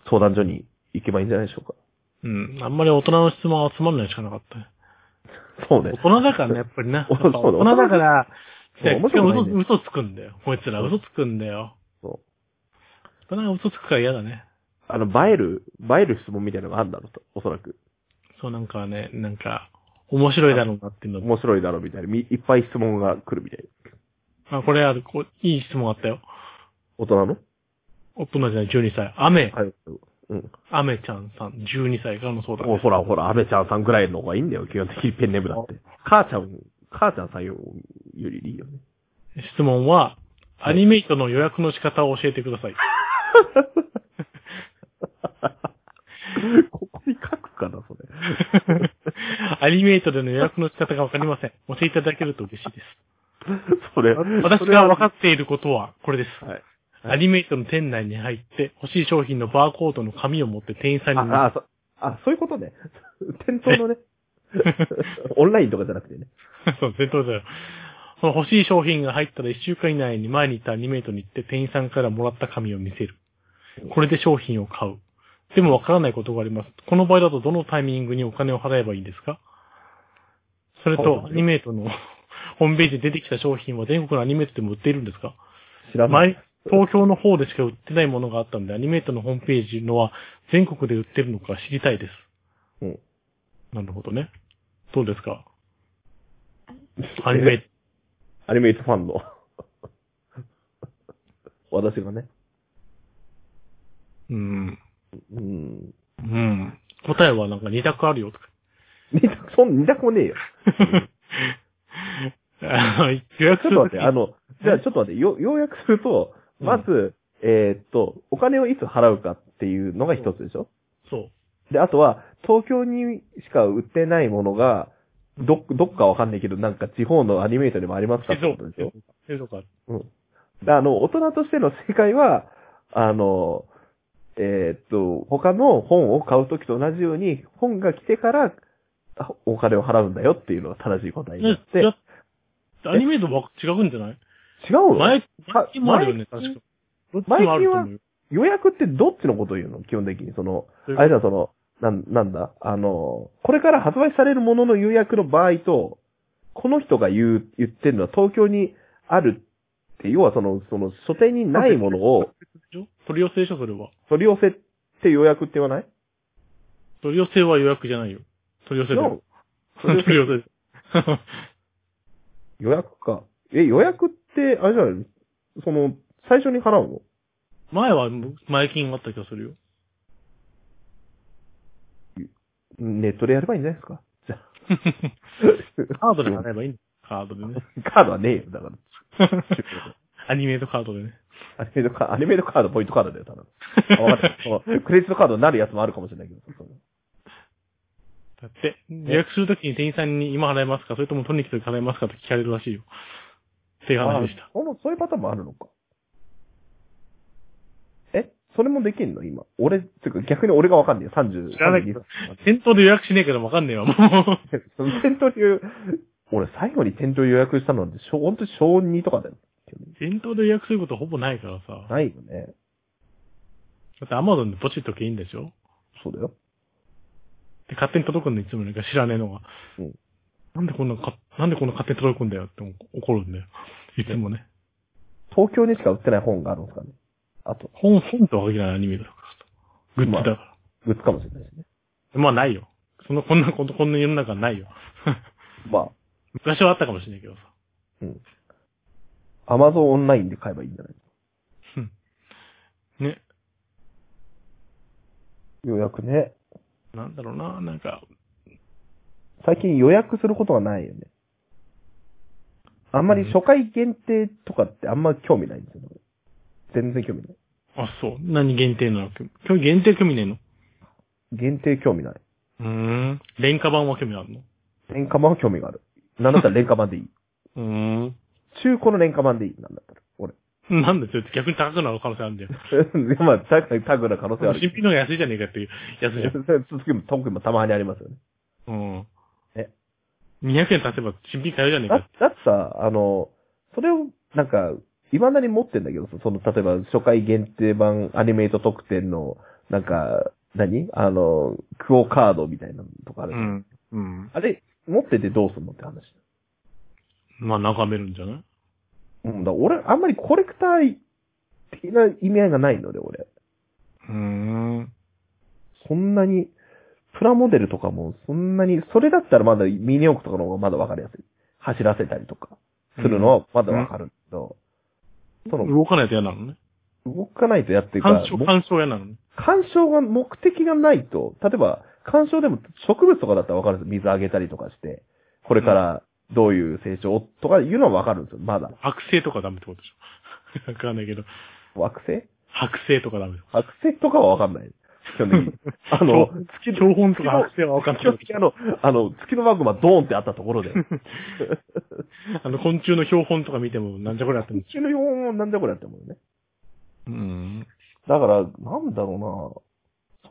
S1: 相談所に行けばいいんじゃないでしょうか。
S2: うん。あんまり大人の質問は集まらないしかなかったね。
S1: そうね
S2: 大。人だからね、やっぱりな。
S1: そ
S2: や
S1: う
S2: っぱ大人だから、
S1: そう
S2: し
S1: 面
S2: か
S1: 白
S2: も
S1: くない
S2: 嘘
S1: ね
S2: 嘘つくんだよ。こいつら嘘つくんだよ。
S1: そう
S2: 大人が嘘つくから嫌だね。
S1: あの、映える、映える質問みたいなのがあるんだろうと、おそらく。
S2: そうなんかね、なんか、面白いだろうなっていうの。
S1: 面白いだろうみたいな。みいっぱい質問が来るみたいな。
S2: あ、これある、こういい質問あったよ。
S1: 大人の
S2: 大人じゃない、12歳。アメ、
S1: はい。うん。
S2: アメちゃんさん、12歳からの相談
S1: もう
S2: で
S1: ほらほら、アメちゃんさんぐらいの方がいいんだよ。基本的にペンネームだって。母ちゃん、母ちゃんさんよよりいいよね。
S2: す。質問は、アニメイトの予約の仕方を教えてくだ さい。
S1: ここに書くかな、それ。
S2: アニメイトでの予約の仕方がわかりません。教えていただけると嬉しいです。
S1: それ。
S2: 私
S1: それ
S2: が
S1: は
S2: わかっていることは、これです。
S1: はい。
S2: アニメイトの店内に入って、欲しい商品のバーコードの紙を持って店員さんに見せ
S1: あ、あ、そ、あ、そういうことね。 店頭のね。オンラインとかじゃなくてね。
S2: そう、全頭だよ。その欲しい商品が入ったら1週間以内に前に行ったアニメートに行って店員さんからもらった紙を見せる。これで商品を買う。でもわからないことがあります。この場合だとどのタイミングにお金を払えばいいんですかそれ
S1: そうだ
S2: と、
S1: ね
S2: アニ メートのホームページで出てきた商品は全国のアニメートでも売っているんですか
S1: 知らない。
S2: 毎東京の方でしか売ってないものがあったんで、アニメートのホームページのは全国で売ってるのか知りたいです。
S1: うん。
S2: なるほどね。どうですかアニメート。
S1: アニメイトファンの。 私がね。
S2: うん。
S1: うん。
S2: うん。答えはなんか2択あるよとか。
S1: 二択、そん、二択もねえよ。
S2: あの予
S1: ち
S2: 約す
S1: ょっと待っ
S2: るとき
S1: て、あの、じゃあちょっと待って、よ、要約すると、
S2: うん
S1: まず、えーっと、お金をいつ払うかっていうのが一つでしょ
S2: そ
S1: で、あとは、東京にしか売ってないものが、どっ、どっかわかんないけど、なんか地方のアニメートでもあります
S2: う。
S1: か
S2: 静
S1: ってことでしょ
S2: 岡。静岡。
S1: であの、大人としての正解は、あの、えーっと、他の本を買うときと同じように、本が来てから、あお金を払うんだよっていうのが正しい答えになっ
S2: ね
S1: て、
S2: やアニメートは違うんじゃない
S1: 違うの
S2: 前、前期もあるよね、確か。どっちもあると思うよ。
S1: 予約ってどっちのことを言うの基本的に。その、あれだ、その、なん、なんだあの、これから発売されるものの予約の場合と、この人が言う、言ってるのは東京にあるって、要はその、その、書店にないものを、
S2: 取り寄せでしょ、それは。
S1: 取り寄せって予約って言わない
S2: 取り寄せは予約じゃないよ。取り寄せだよ。
S1: 取り寄せ
S2: 取り寄せです。
S1: 予約か。え、予約って、あれじゃないその、最初に払うの
S2: 前は前金があった気がするよ。
S1: ネットでやればいいんじゃないですかじゃあ
S2: カードで払えばいいんだ。カードでね。
S1: カードはねえよ、だから。
S2: アニメートカードでね。
S1: アニメートカード、アニメートカード、ポイントカードだよ、ただの。わかったそうクレジットカードになるやつもあるかもしれないけど。その
S2: だって、予約するときに店員さんに今払えますかそれとも取りに来て払えますかと聞かれるらしいよ。っていう話でした
S1: あ。そのそういうパターンもあるのか。えそれもできんの今。俺、てか逆に俺がわかんねえよ。30。
S2: 知らないけど店頭で予約しねえけどわかんねえわ、も う。
S1: その店頭予約、俺最後に店頭予約したのなんて、小ほんと小2とかだよ。
S2: 店頭で予約することほぼないからさ。だ
S1: ないよね。
S2: ってアマゾンでポチッと消えんでしょ
S1: そうだよ。
S2: で、勝手に届くんで、いつもなんか知らねえのが。
S1: うん
S2: なんでこんなか、なんでこんな勝手に届くんだよって怒るんだよ。いつもね。
S1: 東京にしか売ってない本があるんですかね。あと、
S2: 本、本とは限らないアニメだからグッズだから。
S1: グッズかもしれないしね。
S2: まあないよ。その、こんなこと、こんな世の中ないよ。
S1: ま
S2: 昔はあったかもしれないけどさ。
S1: あ、アマゾンオンラインで買えばいいんじゃない
S2: ね。
S1: 予約ね。
S2: なんだろうな、なんか、
S1: 最近予約することがないよね。あんまり初回限定とかってあんま興味ないんですよ。全然興味ない。
S2: あ、そう。何限定なの今日限定組ねえの
S1: 限定興味ない。
S2: うーん。廉価版は組あるの
S1: 廉価版は興味がある。なんだったら廉価版でいい。
S2: うーん。
S1: 中古の廉価版でいい。なんだったら。俺。
S2: なんでそれって逆に高くなる可能性あるんだよ。
S1: いやまあ、確かにタグな可能性はあ
S2: 新
S1: る。
S2: 品の方が安いじゃねえかっていうや つじゃん。
S1: 次も、特にもたまにありますよね。
S2: うん。
S1: え
S2: ?200 円足せば新品買えるじゃねえ
S1: だ
S2: か。
S1: だってさ、あの、それを、なんか、未だに持ってんだけどさ、その、例えば、初回限定版アニメイト特典の、なんか、何あの、クオカードみたいなのとかある
S2: う
S1: じゃん
S2: ん。うん。
S1: あれ、持っててどうすんのって話。
S2: まあ、眺めるんじゃない
S1: うん、だから俺、あんまりコレクター的な意味合いがないので、俺。
S2: うーん。
S1: そんなに、プラモデルとかも、そんなに、それだったらまだミニオークとかの方がまだわかりやすい。走らせたりとか、するのはまだわかるんだけど、その、
S2: 動かないと嫌なのね。
S1: 動かないとやっていうか、
S2: 干渉、
S1: も
S2: 干渉嫌なのね。
S1: 干渉が目的がないと、例えば、干渉でも植物とかだったらわかるんですよ。水あげたりとかして、これからどういう成長をとかいうのはわかるんですよ、まだ。
S2: 剥製とかダメってことでしょ。 わかんないけど、
S1: 惑星
S2: 剥製とかダメ。
S1: 白石とかはわかんない。基本的 にあの、
S2: 標標本とか剥製はわかんない
S1: 基本的
S2: け
S1: にあの、あの、月のマグマドーンってあったところ で、う
S2: ど。あの、昆虫の標本とか見ても、なんじゃこりゃって思う
S1: ちの標本もなんだこれって思うよね。
S2: うん。
S1: だから、なんだろ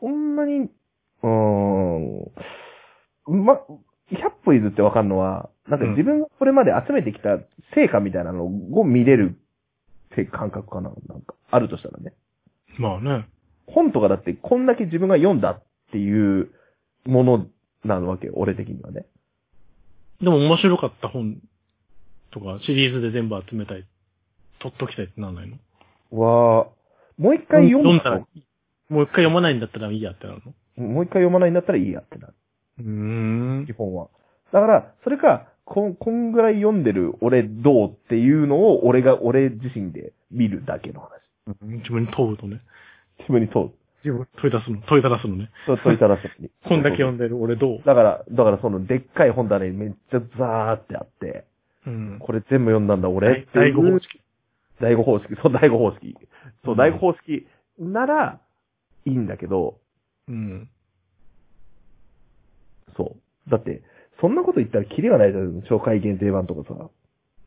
S1: うなそんなに、うーん、ま、100歩譲ってわかんのは、なんか自分がこれまで集めてきた成果みたいなのを見れるって感覚かななんか、あるとしたらね。
S2: まあね。
S1: 本とかだってこんだけ自分が読んだっていうものなわけよ、俺的にはね。
S2: でも面白かった本とか、シリーズで全部集めたい、取っときたいってなんないの
S1: は、もう一回読
S2: 読
S1: む
S2: んだら
S1: と、、
S2: もう一回読まないんだったらいいやってなるの
S1: もう一回読まないんだったらいいやってなる。
S2: うーん
S1: 基。本は。だから、それか、こん、こんぐらい読んでる俺どうっていうのを俺が、俺自身で見るだけの話。
S2: 自分に問うとね。
S1: 自分に問う。
S2: 自分に問い出すの、問いただすのね。
S1: そう問いただすに
S2: 。こんだけ読んでる俺どう
S1: だから、だからその、でっかい本棚にめっちゃザーってあって、
S2: うん。
S1: これ全部読んだんだ俺ってい
S2: 第
S1: う。
S2: 五方式。
S1: 第五方式。そう、第五方式。そうう、
S2: ん
S1: 第五方式なら、いいんだけど、
S2: うん。
S1: そう。だって、そんなこと言ったらキリがないじゃん。紹介限定版とかさ。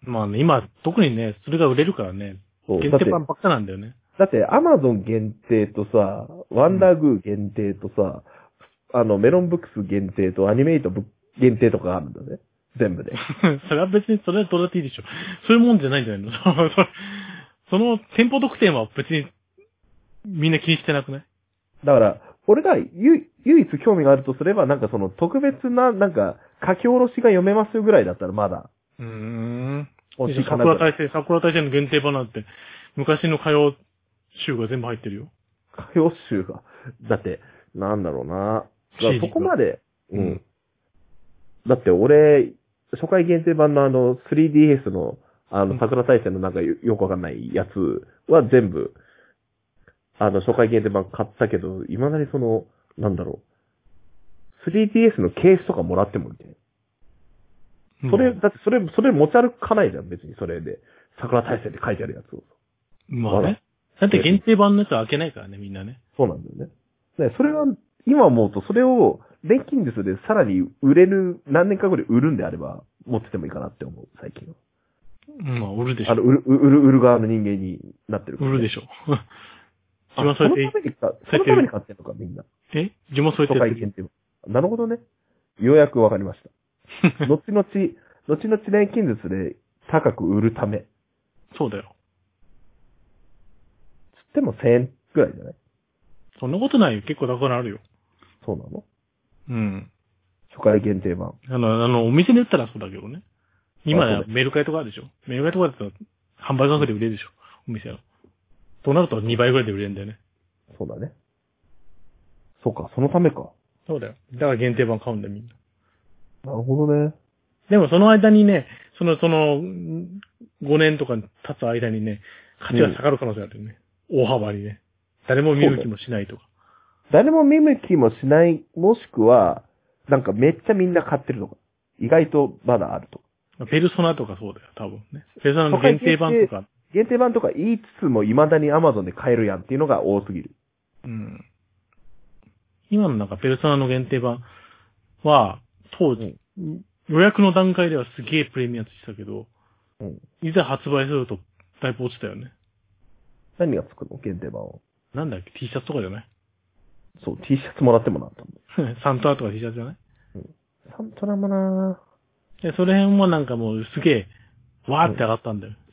S2: まあね、今、特にね、それが売れるからね、
S1: そう
S2: 限
S1: だって
S2: 定版ばっかなんだよね。
S1: だって、アマゾン限定とさ、ワンダーグー限定とさ、あの、メロンブックス限定とアニメイトブ限定とかがあるんだね。全部で。
S2: それは別に、それはどうだっていいでしょ。そういうもんじゃないんじゃないのそのその店舗特典は別に、みんな気にしてなくない
S1: だから、俺がゆ唯一興味があるとすれば、なんかその特別な、なんか、書き下ろしが読めますぐらいだったらまだ。
S2: うーん。
S1: 欲しいかなぐら
S2: 桜
S1: い
S2: 大戦、桜大戦の限定版なんて、昔の歌謡集が全部入ってるよ。
S1: 歌謡集が。だって、なんだろうな。だから
S2: CD
S1: そこまで、
S2: うん
S1: うん。だって俺、初回限定版のあの、3DS の、あ
S2: うん
S1: の、桜大戦のなんかよよくわかんないやつは全部、あの、初回限定版買ったけど、未だにその、なんだろう。3DS のケースとかもらってもみたいな。それ、だってそれ、それ持ち歩かないじゃん、別にそれで。桜大戦って書いてあるやつを。
S2: まあ、まあ
S1: ま
S2: ね。だって限定版のやつは開けないからね、みんなね。
S1: そうなんだよね。で、それは、今思うと、それを、錬金術でさらに売れる、何年か後で売るんであれば、持っててもいいかなって思う、最近は。
S2: うんまあ、売るでしょ
S1: あの、。売る、売る、売る側の人間になってるから、
S2: 売るで
S1: し
S2: しょ。自分は
S1: そのた
S2: それで
S1: め
S2: いい
S1: に、買った
S2: そ
S1: そ
S2: れで
S1: のために買ってんのか、みんな。
S2: え自分はそれ
S1: 初回
S2: で
S1: 限定版。なるほどね。ようやくわかりました。 後々、後々錬金術で高く売るため。つ
S2: そうだよ。
S1: っても1000円くらいじゃない
S2: そんなことないよ。結構高くなるよ。
S1: そうなの
S2: うん。
S1: 初回限定版。
S2: あの、あの、お店で売ったらそうだけどね。今
S1: あ
S2: や
S1: そうだ
S2: メルカリとかあるでしょ。メルカリとかだったら販売価格で売れるでしょ。お店は。となると2倍ぐらいで売れるんだよね。
S1: そうだね。そうか、そのためか。
S2: そうだよ。だから限定版買うんだよ、みんな。
S1: なるほどね。
S2: でもその間にね、その、その、ん5年とか経つ間にね、価値が下がる可能性があるよね。大幅にね。誰も見向きもしないとか。
S1: 誰も見向きもしない、もしくは、なんかめっちゃみんな買ってるとか、意外とまだあるとか。
S2: ペルソナとかそうだよ、多分ね。ペルソナの限定版とか。
S1: 限定版とか言いつつも未だに Amazon で買えるやんっていうのが多すぎる。
S2: うん。今のなんかペルソナの限定版は、当時、予約の段階ではすげえプレミアムしてたけど、
S1: うん。
S2: いざ発売するとだいぶ落ちたよね。
S1: 何がつくの限定版を。
S2: なんだっけ ?T シャツとかじゃない
S1: そう、T シャツもらってもなったんだ。
S2: サントラとか T シャツじゃない
S1: サントラもな
S2: で、それ辺もなんかもうすげえ、わーって上がったんだよ。
S1: うん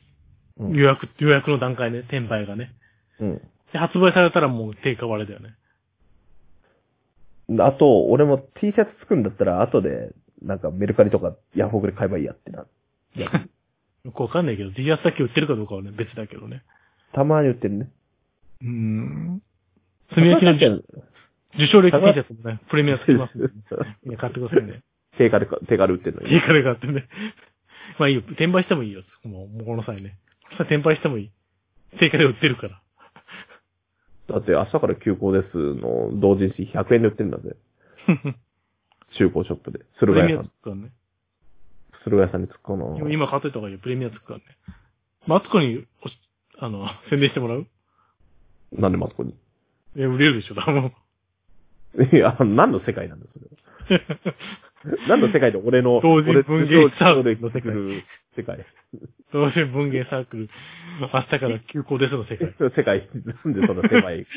S2: 予約、予約の段階で、転売がね。
S1: うん。
S2: で、発売されたらもう定価割れだよね。
S1: あと、俺も T シャツつくんだったら、後で、なんかメルカリとかヤフオクで買えばいいやってな。
S2: よくわかんないけど、T シャツだけ売ってるかどうかはね、別だけどね。
S1: たまに売ってるね。
S2: うん。炭 焼きの受受賞歴 T シャツもね、プレミアムつきますんで、ね。みんな買ってください ね。
S1: 定価でか、定価で売ってるの
S2: 定
S1: に。
S2: 価で買ってね。まあいいよ。転売してもいいよ。もう、もうこの際ね。この際転売してもいい。定価で売ってるから。
S1: だって明日から休校ですの同人誌100円で売ってるんだぜ。中古ショップで。
S2: プ
S1: 駿河
S2: レミ
S1: 屋
S2: ア
S1: さ
S2: ムつ
S1: ん。
S2: くからね。
S1: 駿河屋さんにつくかな
S2: 今今買っといた方がいいよ。プレミアムつくからね。マツコにおし、あの、宣伝してもらう
S1: なんでマツコに。
S2: え、売れるでしょ、多分。
S1: いや、何の世界なんだ、それは。何の世界で俺の、
S2: 同人文芸サークル
S1: の世界。世界。
S2: どうせ文芸サークル、明日から休校ですの世 界。
S1: 世界、なんでそんな狭い。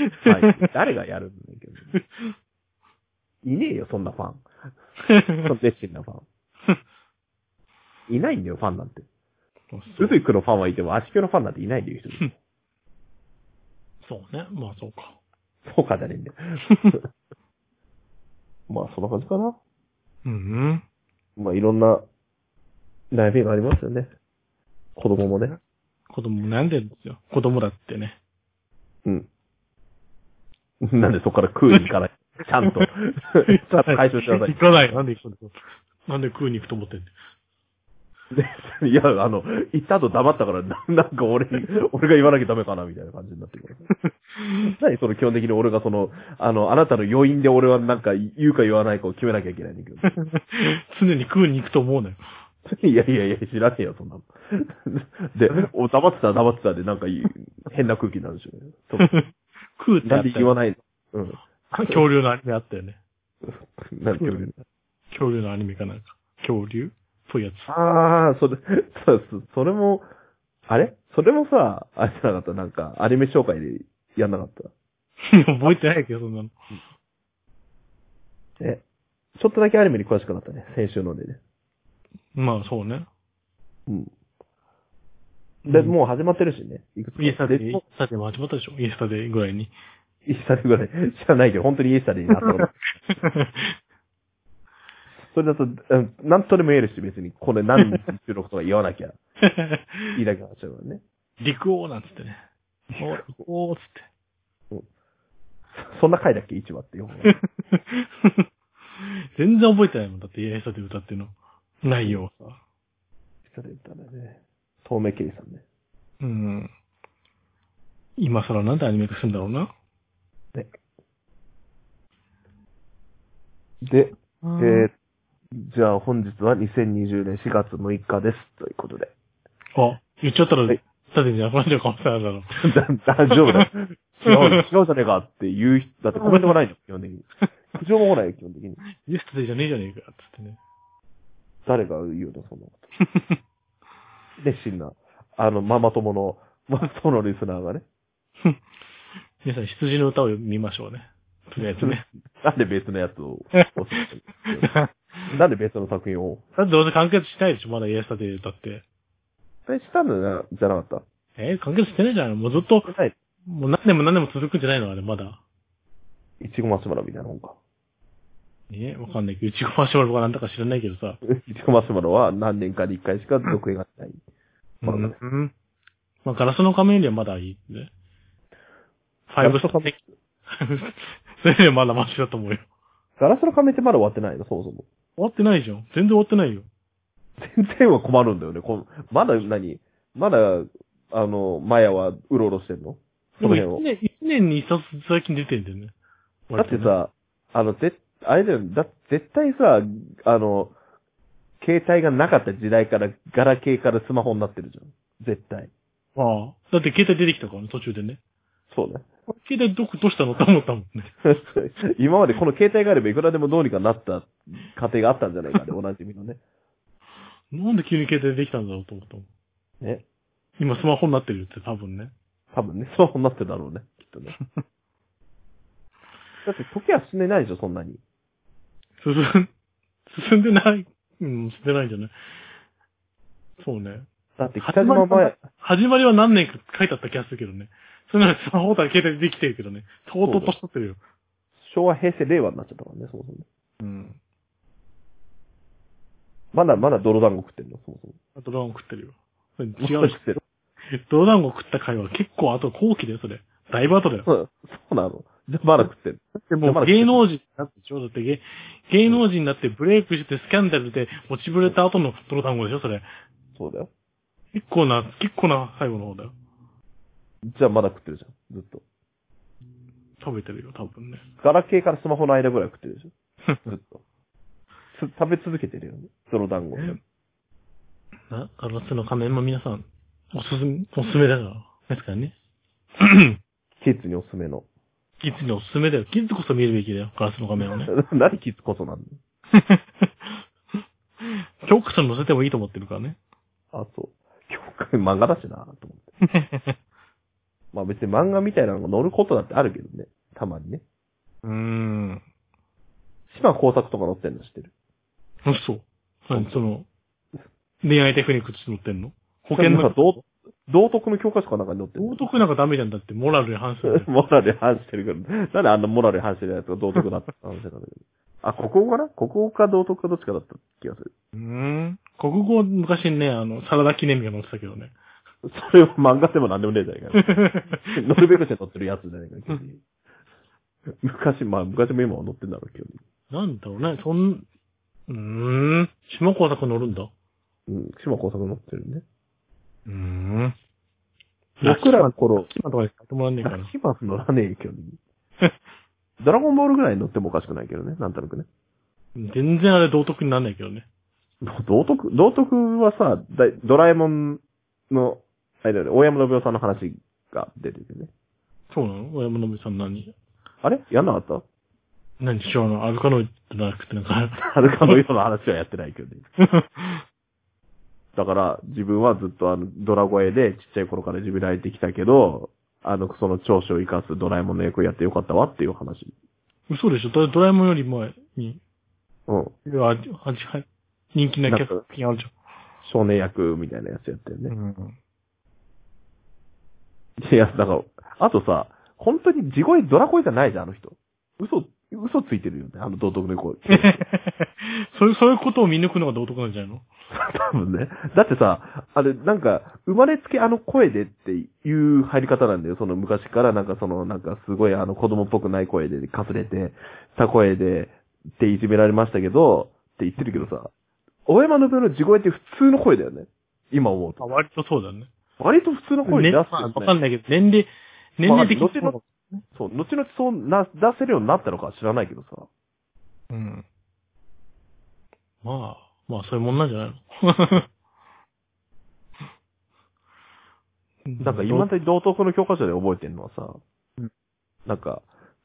S1: はい、誰がやるんだけど。いねえよ、そんなファン。そんな熱心なフ ァン。いないんだよ、ファンなんて。
S2: そう
S1: うずいくのファンはいても、足利のファンなんていないんだよ、一人も
S2: そうね。まあそうか。
S1: そうかじゃねえん だよ。まあ、そんな感じかな。
S2: うん
S1: まあ、いろんな悩みがありますよね。子供もね。
S2: うん。子子供も悩んでるんですよ。子供だってね。
S1: うん。なんでそこから食いに行かない。ちゃんと。ちゃんと解消しなさい
S2: 行。かない。なんで行くんですかなんで食いに行くと思ってんの
S1: いや、あの、行った後黙ったから、ななんか俺に、俺が言わなきゃダメかな、みたいな感じになってくる。何その基本的に俺がその、あの、あなたの余韻で俺はなんか言うか言わないかを決めなきゃいけないんだけど。
S2: 常に食いに行く と思うなよ。
S1: いやいやいや、知らねえよ、そんなの。 で、お黙ってたら黙ってたで、なんかいい変な空気になるでしょう ね。そう
S2: 食うって
S1: な
S2: あ
S1: ん
S2: っ
S1: で
S2: た
S1: 言わ
S2: よ。
S1: ないの うん。
S2: 恐竜のアニメあったよね。
S1: なんで言わない
S2: 恐竜のアニメかなんか。恐竜っぽいやつ。
S1: ああ、それ、そうそうそれも、あれそれもさ、あれじゃなかった、なんか、アニメ紹介でやんなかっ
S2: 覚えてないけど、そんなの。
S1: た。え、ちょっとだけアニメに詳しくなったね、先週のでね。
S2: まあ、そうね。
S1: うん。で、
S2: うん
S1: もう始まってるしね。いくつか
S2: イエスタデ
S1: で
S2: イ、イエ
S1: も
S2: スタデイも始まったでしょイエスタデイぐらいに。
S1: うイエスタデイぐらい。知らないけど、本当にイエスタデイになった こと。それだと、うん、なんとでも言えるし、別に、これ何日収録とか言わなきゃ、いいだけの話だからね。
S2: 陸王なんつってね。お陸王っつって。
S1: そんな回だっけ、一話ってよ。
S2: 全然覚えてないもん。だって、イエスタデイ歌ってるの。内容はさ。
S1: それだね。透明キリさんね。
S2: うん。今更なんでアニメ化するんだろうな。
S1: で、え
S2: え
S1: ー、じゃあ本日は2020年4月6日です。ということで。
S2: あ、言っちゃったら、
S1: は
S2: イ
S1: い
S2: エスタデイじゃなくなっちゃうかもしれないだろう。
S1: だ 大丈夫だよ。違う、違うじゃねえかって言う人、だってコメントもないの、基本的 に。苦情も来ないよ、基本的に。
S2: イエスタデイじゃねえじゃねえか、つってね。
S1: 誰が言うの、そんなこと。熱心な、あの、ママ友の、ママ友のリスナーがね。
S2: 皆さん、羊の歌を見ましょうね。とりあえ ずね。
S1: なんで別のやつを、なんで別の作品を。
S2: だってどうせ完結しないでしょ、まだイエスタデイ歌って。
S1: それしたんだな、じゃなかっ
S2: えー完結してないじゃないのもうずっと、
S1: た。はい。
S2: もう何年も何年も続くんじゃないのあれ、まだ。
S1: いちごマシュマロみたいな本か。
S2: えわかんないけど、いちごマシュマロがなんだか知らないけどさ。
S1: いちごマシュマロは何年かに一回しか続編がない。
S2: う
S1: まあね
S2: ん。まあ、ガラスの仮面よりはまだいいね。ファイブスター的。 それよりはまだマシだと思うよ。
S1: ガラスの仮面ってまだ終わってないの、そもそも。
S2: 終わってないじゃん。全然終わってないよ。
S1: 全然は困るんだよね。こうまだ何まだ、あの、マヤはうろうろしてんの
S2: で
S1: その
S2: も一
S1: 辺を。
S2: 年、一年に一冊最近出てんだよね。
S1: だってさ、あの、ぜ、あれだよ、だ、絶対さ、あの、携帯がなかった時代から、ガラケーからスマホになってるじゃん。絶対。
S2: ああ。だって携帯出てきたからね、途中でね。
S1: そうね。
S2: 携帯どこ、どうしたのと思ったもんね。
S1: 今までこの携帯があればいくらでもどうにかなった過程があったんじゃないかね、おなじみのね。
S2: なんで急に携帯できたんだろうと思ったもん。
S1: ね。
S2: 今スマホになってるって多分ね。
S1: 多分ね、スマホになってるだろうね、きっとね。だって時は進んでないでしょ、そんなに。
S2: 進ん、 進んでない。うん、進んでないんじゃない。そうね。
S1: だって北島麻也、
S2: 始まりは何年か書いてあった気がするけどね。それならスマホだけでできてるけどね。とうとうとしとってるよ。
S1: 昭和、平成、令和になっちゃったからね、そもそも。
S2: うん。
S1: まだまだ泥団子食ってんの、そもそも。
S2: あと、ローン食ってるよ。それ違
S1: まだ
S2: う
S1: 食。ってる。
S2: ドラゴン食った回は結構後、後期だよ、それ。だいぶ後だよ。
S1: そう、そうなの。じゃあまだ食ってる。
S2: で
S1: じゃあま
S2: も
S1: だ食
S2: う
S1: って
S2: 芸
S1: る
S2: 能人になってちょうだって芸、芸能人になってブレイクしてスキャンダルで落ちぶれた後の泥団子でしょ、それ。
S1: そうだよ。
S2: 結構な、結構な最後の方だよ。
S1: じゃあまだ食ってるじゃん、ずっと。
S2: 食べてるよ、多分ね。
S1: ガラケーからスマホの間ぐらい食ってるでし ょ。ずっと。つ食べ続けてるよね、泥団子。
S2: えな、ガラスの仮面も皆さん、おすすめ、おすすめだから。ですからね。
S1: キッズにおすすめの。
S2: キッズにおすすめだよ。キッズこそ見るべきだよ、ガラスの仮面をね。
S1: 何キッズこそなん
S2: 教科書に載せてもいいと思ってるからね。
S1: のあ、そう。教科漫画だしな、と思って。まあ別に漫画みたいなのが載ることだってあるけどね。たまにね。
S2: うーん。
S1: 島工作とか載ってんの知ってる。
S2: そう。何その、恋愛テクニックとして載ってんの保険
S1: なん
S2: の
S1: か。道、道徳の教科書かなんかに載ってる
S2: 道。徳なんかダメじゃんだって、モラルに反する。
S1: モラルに反してるから。なんであんなモラルに反してるやつが道徳だった話なんだけど。あ、国語かな国語か道徳かどっちかだった気がする。
S2: うーん。国語は昔ね、あの、サラダ記念日が載ってたけどね。
S1: それは漫画でも何でもねえじゃねえかよ。ノルベク社乗ってるやつじゃねえかよ、急に。昔、まあ昔も今も乗ってんだろう、急
S2: なんだろうね、そん、うーん、島工作乗るんだ。
S1: に。うん、島工作乗ってるね。
S2: うーん。
S1: 僕らの頃、
S2: 島とかで買ってもらんねえかな。
S1: 島乗らねえよ、急に。 ドラゴンボールぐらい乗ってもおかしくないけどね、なんとなくね。
S2: 全然あれ道徳になんないけどね。
S1: 道徳、道徳はさ、だいドラえもんの、あれだよね、大山信夫さんの話が出ててね。
S2: そうなの親山信さん何
S1: あれやんなかった
S2: 何しようのアルカノイドじゃなくてなんか。
S1: はるかのような話はやってないけどね。だから、自分はずっとあの、ドラ声でちっちゃい頃から自分られてきたけど、あの、その長所を生かすドラえもんの役をやってよかったわっていう話。
S2: 嘘でしょだドラえもんより前に、
S1: うん。
S2: いや、あじあじはい人気なキャ作品あるじ
S1: 少年役みたいなやつやってる
S2: ゃん。
S1: ね。
S2: うん。
S1: いや、だから、あとさ、本当に地声、ドラ声じゃないじゃん、あの人。嘘、嘘ついてるよね、あの道徳の子。
S2: そういう、そういうことを見抜くのが道徳なんじゃないの
S1: 多分ね。だってさ、あれ、なんか、生まれつきあの声でっていう入り方なんだよ。その昔からなんかその、なんかすごいあの子供っぽくない声で、かすれて、た声で、っていじめられましたけど、って言ってるけどさ、大山信夫の地声って普通の声だよね。今思う
S2: あ
S1: と。
S2: 割とそうだね。
S1: 割と普通の声で
S2: ね
S1: 出す
S2: ま
S1: んだ
S2: あ
S1: よ
S2: わ
S1: ね
S2: かんないけど、年齢、年齢的
S1: まあ
S2: に
S1: 後々そう、後々そうな、出せるようになったのかは知らないけどさ。
S2: うん。まあ、まあそういうもんなんじ ゃないの
S1: なんか今だに道徳の教科書で覚えてるのはさ、
S2: うん
S1: なんか、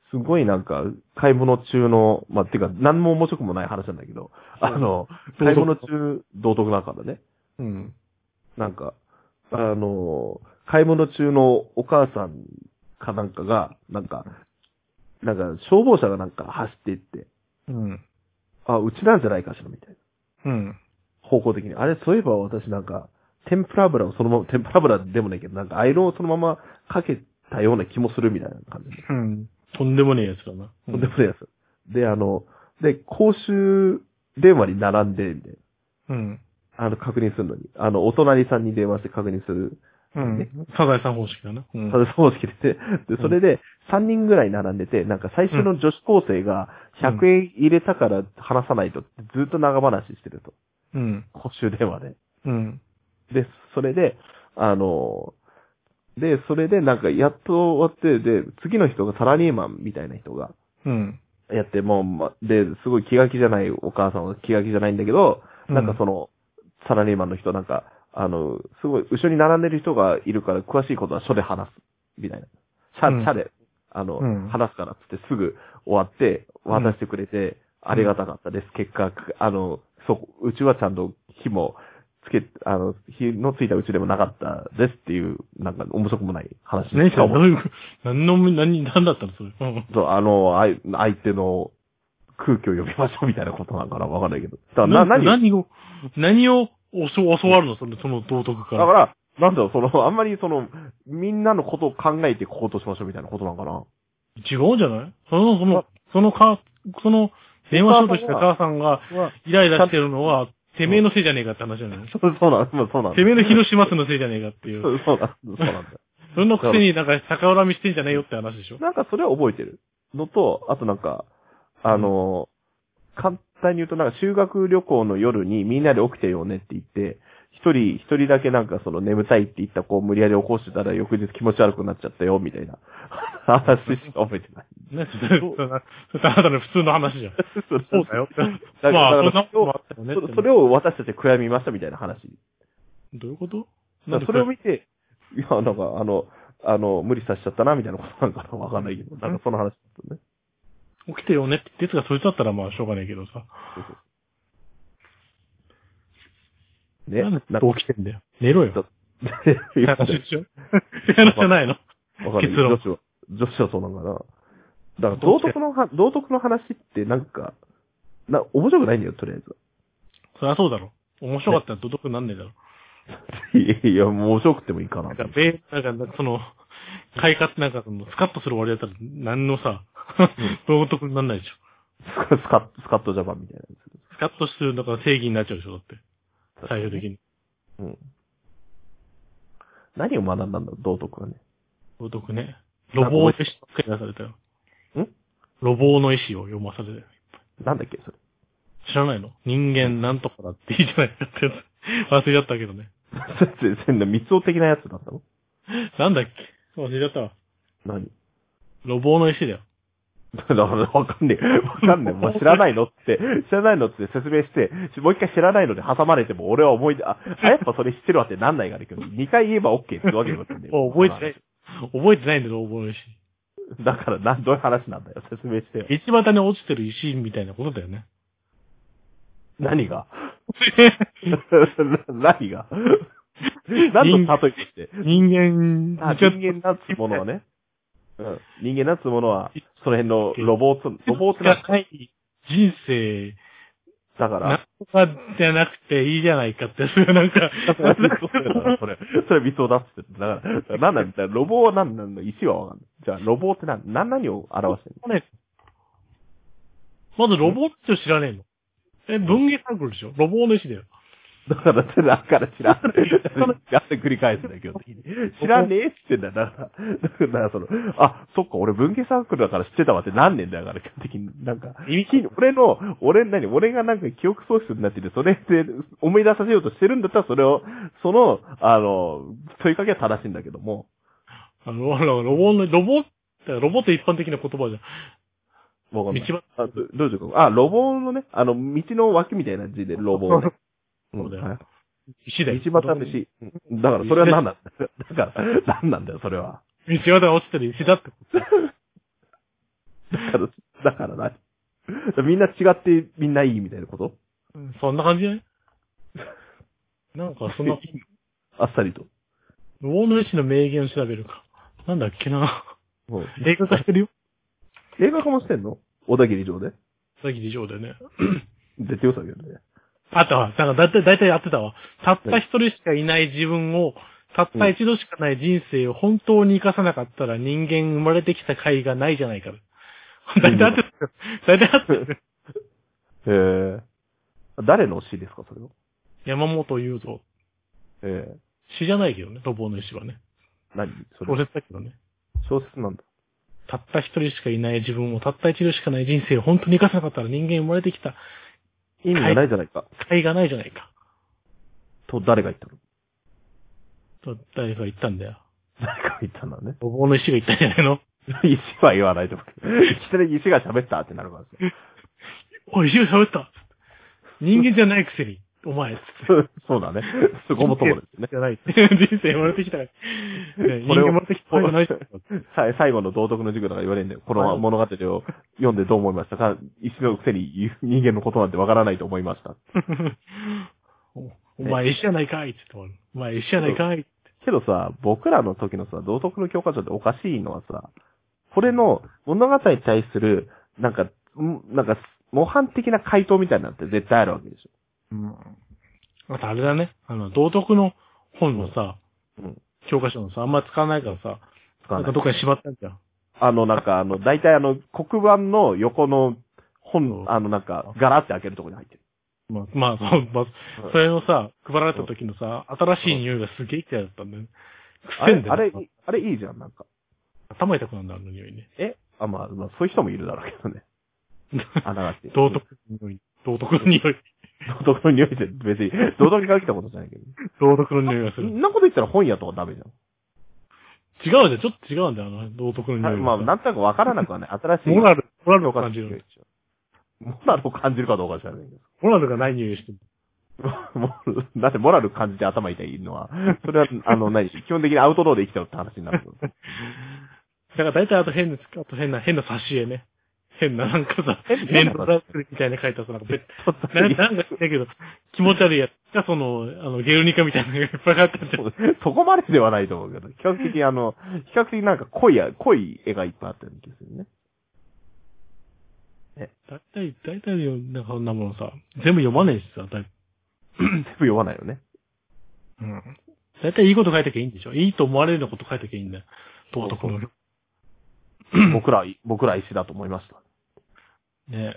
S1: すごいなんか、買い物中の、まあ、てか、何も面白くもない話なんだけど、あの、
S2: うん
S1: 買い物中、道徳なんかだね。
S2: うん。
S1: なんか、あの、買い物中のお母さんかなんかが、なんか、なんか、消防車がなんか走っていって、
S2: うん。
S1: あ、うちなんじゃないかしら、みたいな。
S2: うん。
S1: 方向的に。あれ、そういえば私なんか、天ぷら油をそのまま、天ぷら油でもないけど、なんかアイロンをそのままかけたような気もするみたいな感じで。
S2: うん。とんでもねえやつだな。
S1: とんでもないやつ。で、あの、で、公衆電話に並んで、みたいな。
S2: うん。
S1: あの、確認するのに。あの、お隣さんに電話して確認する。
S2: うん。サザエさん方式だな。うん
S1: た。だ、そうしてて。で、それで、3人ぐらい並んでて、なんか最初の女子高生が、100円入れたから話さないとって、ずっと長話してると。
S2: うん。
S1: 公衆電話で。
S2: うん。
S1: で、それで、あの、で、それでなんかやっと終わって、で、次の人がサラリーマンみたいな人が
S2: うん。
S1: やって、もう、ま、で、すごい気が気じゃないお母さんは気が気じゃないんだけど、なんかその、サラリーマンの人なんか、あの、すごい、後ろに並んでる人がいるから、詳しいことは書で話す。みたいな。社、
S2: うん
S1: 社で、あの、
S2: うん
S1: 話すからっつってすぐ終わって、渡してくれて、ありがたかったです。結果、あの、そう、うちはちゃんと火もつけ、あの、火のついたうちでもなかったですっていう、なんか面白くもない話。
S2: ねえ、
S1: し
S2: そ
S1: か
S2: れど
S1: も
S2: ういう、何の、何、何だったのそれ。うん。
S1: そう、あの、あい相手の空気を読みましょうみたいなことなんかなわかんないけど。だからな、何だ
S2: 何を、何を教教わるのその、その道徳か。
S1: からら、なんだろう、その、あんまりその、みんなのことを考えて行動しましょうみたいなことなんかな。
S2: 違うんじゃないその、その、そのか、その、電話しようとした母さんが、イライラしてるのは、てめえのせいじゃねえかって話じゃない
S1: そう、そうなんそうなんだ。
S2: てめえの広島市のせいじゃねえかっていう。
S1: そうなんだ。そうなんだ。
S2: そんなくせになんか逆恨みしてんじゃねえよって話でしょ
S1: なんかそれは覚えてるのと、あとなんか、あの、簡単に言うとなんか修学旅行の夜にみんなで起きてよねって言って、一人、一人だけなんかその眠たいって言った子を無理やり起こしてたら翌日気持ち悪くなっちゃったよみたいな話しか覚えてない。
S2: ね、それ、それそれあなたの普通の話じゃん。そうだよ。
S1: だ
S2: まあ、
S1: から
S2: そんなこともあったよねって。
S1: そそれを私たち悔やみましたみたいな話。
S2: どういうこと
S1: だからそれを見て、いや、なんかあの、あの、無理させちゃったなみたいなことなんかなわかんないけど、なんかその話だったね。
S2: 起きてよねって言ってたが、そいつだったらまあ、しょうがないけどさ。
S1: ね。
S2: なんで
S1: なんか
S2: どう起きてんだよ。寝ろよ。
S1: って
S2: 話
S1: 話
S2: でしょって話じゃないの。
S1: わかんない。
S2: 結論
S1: 女子は、女子はそうなんかな。だから、道徳のは、道徳の話ってなんか、な、面白くないんだよ、とりあえず。
S2: そりゃそうだろ。面白かったらどどくなんねえだろ。
S1: いやいや、もう面白くてもいいかな
S2: なん。か、べ、なんか、その、快活、なんか、その、スカッとする割合だったら、なんのさ、道徳になんないでしょ。
S1: スカスカスカットジャパンみたいなや
S2: スカッとするのが正義になっちゃうでしょ、だって。
S1: つ。
S2: 最終的に。
S1: うん。何を学んだんだろう、道徳はね。
S2: 道徳ね。ロボーの石ばっかり出されたよ。
S1: ん
S2: ロボーの石を読まされたよ。
S1: なんだっけ、それ。
S2: 知らないの人間なんとかだっていいじゃないかってやつ。 忘れちゃったけどね。
S1: それ全然密つ的なやつだったの
S2: なんだっけ忘れちゃったわ。
S1: 何
S2: ロボーの石だよ。
S1: だからわかんねえ。わか んねえ。もう知らないのって、知らないのって説明して、もう一回知らないので挟まれても俺は思い出、 あ、あやっぱそれ知ってるわってなんないからけど、二回言えば OK ってわけにもいかんね
S2: お、 覚えてない。覚えてないんだよ、ロボーの石。
S1: だから、なん、どういう話なんだよ。説明 してよ。
S2: 道端に落ちてる石みたいなことだよ ね。
S1: 何が 何が 何の例えとして。
S2: 人間、
S1: あ、人間なんつうものはね。うん。人間なんつうものは、その辺のロボット、ロボット
S2: が
S1: な、
S2: ない人生、
S1: だか
S2: なん
S1: ら、
S2: とかじゃなくていいじゃないかって、 それなんか、
S1: だからそれ、それミスを出すって。だから、なんなんだ、ロボは何なんだ、石はわかんない。じゃあ、ロボって何、何、何を表してる
S2: ねまずロボット知らねえの。え、文芸サークルでしょロボーの石だよ。
S1: のだから、それだから知らん。だって繰り返すんだけど、知らねえって言ってんだよ。だから、だからその、あ、そっか、俺文系サークルだから知ってたわって何年だよだから、基本的に。なんか、
S2: 意味
S1: き俺の、俺、何、俺がなんか記憶喪失になってて、それで思い出させようとしてるんだったら、それを、その、あの、問いかけは正しいんだけども、
S2: あの、ロロボの、ロボって、ロボって一般的な言葉じゃん。
S1: わかんない
S2: 道端
S1: あどどういうことあ、ロボのね、あの、道の脇みたいな字でロボね。
S2: そうだよ
S1: はい
S2: 石だよ。
S1: 道端飯。うんだから、それは何なんだよ。 だから、何なんだよ、それは。
S2: 道端に落ちてる石だってこと。
S1: だから、だから何 みんな違って、みんないいみたいなこと
S2: うんそんな感じじゃないなんか、 そんな、
S1: あっさりと。
S2: ロボの石の名言を調べるか。なんだっ けな。
S1: うん
S2: 映画化してるよ。
S1: 映画化もしてんの小田切城で。
S2: さっき以上だよね。
S1: 絶対良さげだね。
S2: あとは、なんかだいたい、だいたいやってたわ。たった一人しかいない自分を、たった一度しかない人生を本当に生かさなかったら人間生まれてきた甲斐がないじゃないか。だいたいあってた。だいたいあってた。
S1: へえ。誰の詩ですか、それは。
S2: 山本雄三。
S1: ええ。
S2: 詩じゃないけどね、ロボの石はね。
S1: 何そ
S2: 小
S1: れ。
S2: 説だけどね。
S1: 小説なんだ。
S2: たった一人しかいない自分を、たった一度しかない人生を本当に生かさなかったら人間生まれてきた
S1: 意味がないじゃないか。
S2: 甲斐がないじゃないか。
S1: と、誰が言ったの
S2: と、誰かが言ったんだよ。
S1: 誰が言ったんだね。
S2: ロボの石が言ったんじゃないの
S1: 石は言わないと思うけど。いきなり石が喋ったってなるからですよ
S2: おい、石が喋った人間じゃないくせに、お前。
S1: そう そうだね。そこもともです ね。
S2: じゃない。人生生まれてきたから。ね 人
S1: これ
S2: 間
S1: を
S2: 生まれてきたわけないじゃん
S1: さい最後の道徳の授業とか言われるんだよ。こ
S2: は
S1: の
S2: い
S1: 物語を読んでどう思いましたか石のくせに言う人間のことなんてわからないと思いました。
S2: おお前石じゃないかいって言ってお前石じゃないかいって。
S1: けどさ、僕らの時のさ、道徳の教科書でおかしいのはさ、これの物語に対する、なんか、んなんか、模範的な回答みたいなのって絶対あるわけでし
S2: あとあれだね。あの、道徳の本のさ、
S1: うんうん
S2: 教科書のさ、あんま使わないからさ、
S1: ょ。
S2: なんかどっかにしまったんじゃん。
S1: あの、なんか、あの、大体あの、黒板の横の
S2: そう
S1: 本、あの、なんか、ガラって開けるとこに入ってる。
S2: まあ、まあ、そうま
S1: う
S2: あ
S1: ん、
S2: それをさ、配られた時のさ、新しい匂いがすげえ嫌いだったんだよね。
S1: あ
S2: 癖ん
S1: れ
S2: で、
S1: あれ、あれいいじゃん、なんか。
S2: 頭痛くなるんだ、あの匂いね。
S1: えあ、まあ、まあ、そういう人もいるだろうけどね。 あながち。
S2: 道徳の匂い。道徳の匂い。
S1: 道徳の匂いって別に、道徳から来たことじゃないけど。
S2: 道徳の匂いがす
S1: そ
S2: る。
S1: んなこと言ったら本屋とかダメじゃ
S2: 違うじゃん、ちょっと違うんだよ、あの、道徳の
S1: ん。
S2: 匂いが。
S1: まあ、なんとなくわからなくは ね、新しい。
S2: モラル、モラル
S1: モ
S2: を
S1: ラル
S2: 感
S1: を
S2: じ
S1: 感じ
S2: る。
S1: る。モラルを感じるかどうか 知らないけ
S2: モラルがない匂いしてる。
S1: ど。モラルだってモラル感じて頭痛いのは、それは、あの、何基本的にアウトローで生きちゃうって話になるけど。
S2: だから大体あと変な、あと変な、変な挿絵ね。変な、なんかさ、
S1: 変
S2: メン
S1: な
S2: ト
S1: 挿絵
S2: ラックみたいなの書いたさ、なんかべ、
S1: そう
S2: ななんか知んないけど、気持ち悪いやつが、その、あの、ゲルニカみたいなのがいっぱい書いてあって、
S1: そこまでではないと思うけど、比較的あの、比較的なんか濃いや、濃い絵がいっぱいあったような気がする ね。
S2: 大体、大体よ、なんかそんなものさ、全部読まねえしさ、だい
S1: 全部読まない よね。
S2: うん。大体いいこと書いときゃいいんでしょいいと思われるようなこと書いときゃいいんだよ。道徳の。ね
S1: 僕ら、僕ら石だと思いました。ね。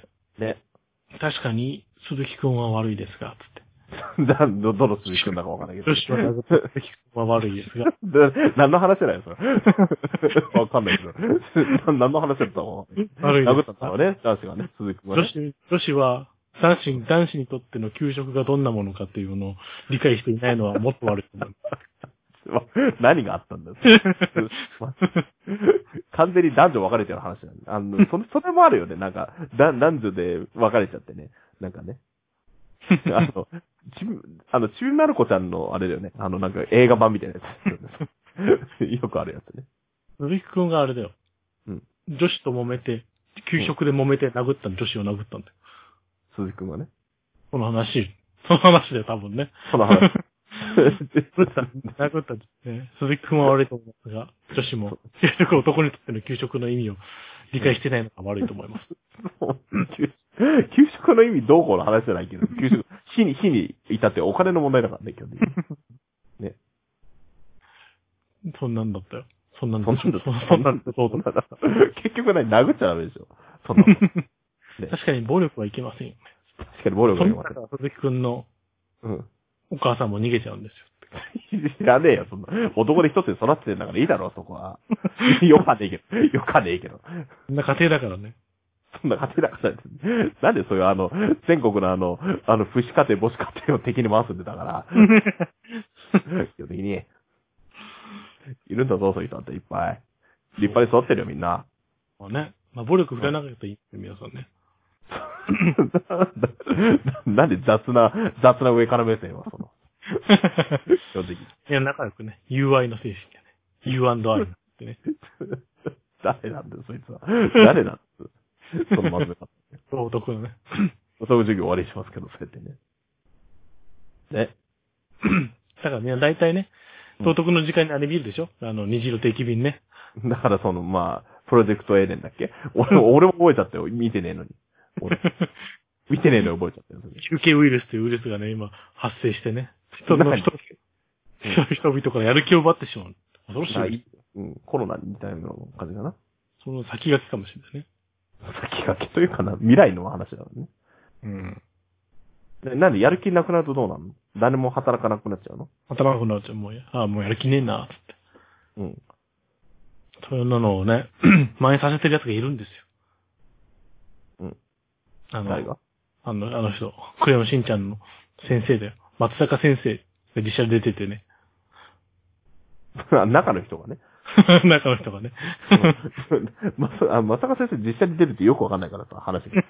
S2: 確かに、鈴木くんは悪いですが、つって。
S1: だど、どの鈴木くんだかわかんないけど。
S2: 女子はだいぶ、 まあ悪いですが。
S1: で何の話だよ、それ。 わかんないけど。な何の話だったの
S2: 悪い
S1: 殴っ
S2: です
S1: たんだろうね、男子がね、鈴木くんが
S2: 女
S1: ね。
S2: 子、女子は、男子に、男子にとっての給食がどんなものかっていうのを理解していないのはもっと悪いと思います。
S1: 何があったんだよ。 完全に男女分かれちゃう話なんだ。あの、それ、それもあるよね。なんか、だ男女で分かれちゃってね。なんかね。 あの、ちび、あの、ちびまる子ちゃんのあれだよね。あの、なんか映画版みたいなやつ。よくあるやつね。
S2: 鈴木くんがあれだよ。
S1: うん
S2: 女子と揉めて、給食で揉めて殴ったの、女子を殴ったんだよ。
S1: 鈴木くんがね。
S2: この話、その話で多分ね。
S1: その話。
S2: 殴った、殴った、ね。鈴木くんは悪いと思いますが、女子も、給食男にとっての給食の意味を理解してないのが悪いと思います。
S1: そう給給食の意味どうこうの話じゃないけど、給食、 死に、死に至ってお金の問題だからね、基本的に。
S2: そんなんだったよ。そんなん
S1: そん
S2: だ
S1: なんだ、
S2: そんなんだ。 そう
S1: そんな
S2: だ。
S1: んだ。結局何、殴っちゃダメでしょ。そんなもんね
S2: 確かに暴力はいけませんよね。
S1: 確かに暴力
S2: そ
S1: が
S2: ん
S1: い
S2: な
S1: ません。
S2: 中、鈴木くんの
S1: うん。
S2: お母さんも逃げちゃうんですよ。
S1: 知らねえよ、そんな。男で一つで育ってんだからいいだろ、そこは。 よかねえけど。よかねえけど。
S2: そんな家庭だからね。
S1: そんな家庭だから、 なんでそういうあの、全国のあの、あの、不死家庭、母子家庭を敵に回すんでだから。基本的に。いるんだぞ、そういう人だっていっぱい。立派に育ってるよ、みんな。
S2: まあね。まあ暴力振らなかったらいいって皆さんね。
S1: なんで雑な、雑な上から目線は、その、正直。
S2: いや、仲良くね。UI の精神でね。U&I ってね。
S1: 誰なんだよ、そいつは。誰なんだよそのまずめ方。
S2: 道徳のね。
S1: そういう授業終わりにしますけど、そうやってね。ね。
S2: だからみんな大体ね、道徳の時間にあれ見るでしょあの、虹色定期便ね。
S1: だからその、まあ、プロジェクトエーデンだっけ俺も、俺も覚えちゃったよ。見てねえのに。俺、見てねえのに覚えちゃったよ。それ
S2: 休憩ウイルスというウイルスがね、今発生してね。人の
S1: 何
S2: 人、人々からやる気を奪ってしまう。恐ろし。
S1: ないうん、コロナみたいな感じかな。
S2: その先駆けかもしれないね。
S1: 先駆けというかな、未来の話だよね。
S2: うん。
S1: でなんでやる気なくなるとどうなんの誰も働かなくなっちゃうの
S2: 頭がくなっちゃう。もうや、ああ、もうやる気ねえな、つっ
S1: うん。
S2: て。そんなの をね、蔓延させてる奴がいるんですよ。
S1: うん。
S2: あ
S1: 誰
S2: の、
S1: が
S2: あの、あの人、クレヨンしんちゃんの先生だよ。松坂先生が実写で出ててね。
S1: 中の人がね。
S2: 中の人がね。
S1: まさ、あ、まさか先生実際に出るってよくわかんないからさ、話が。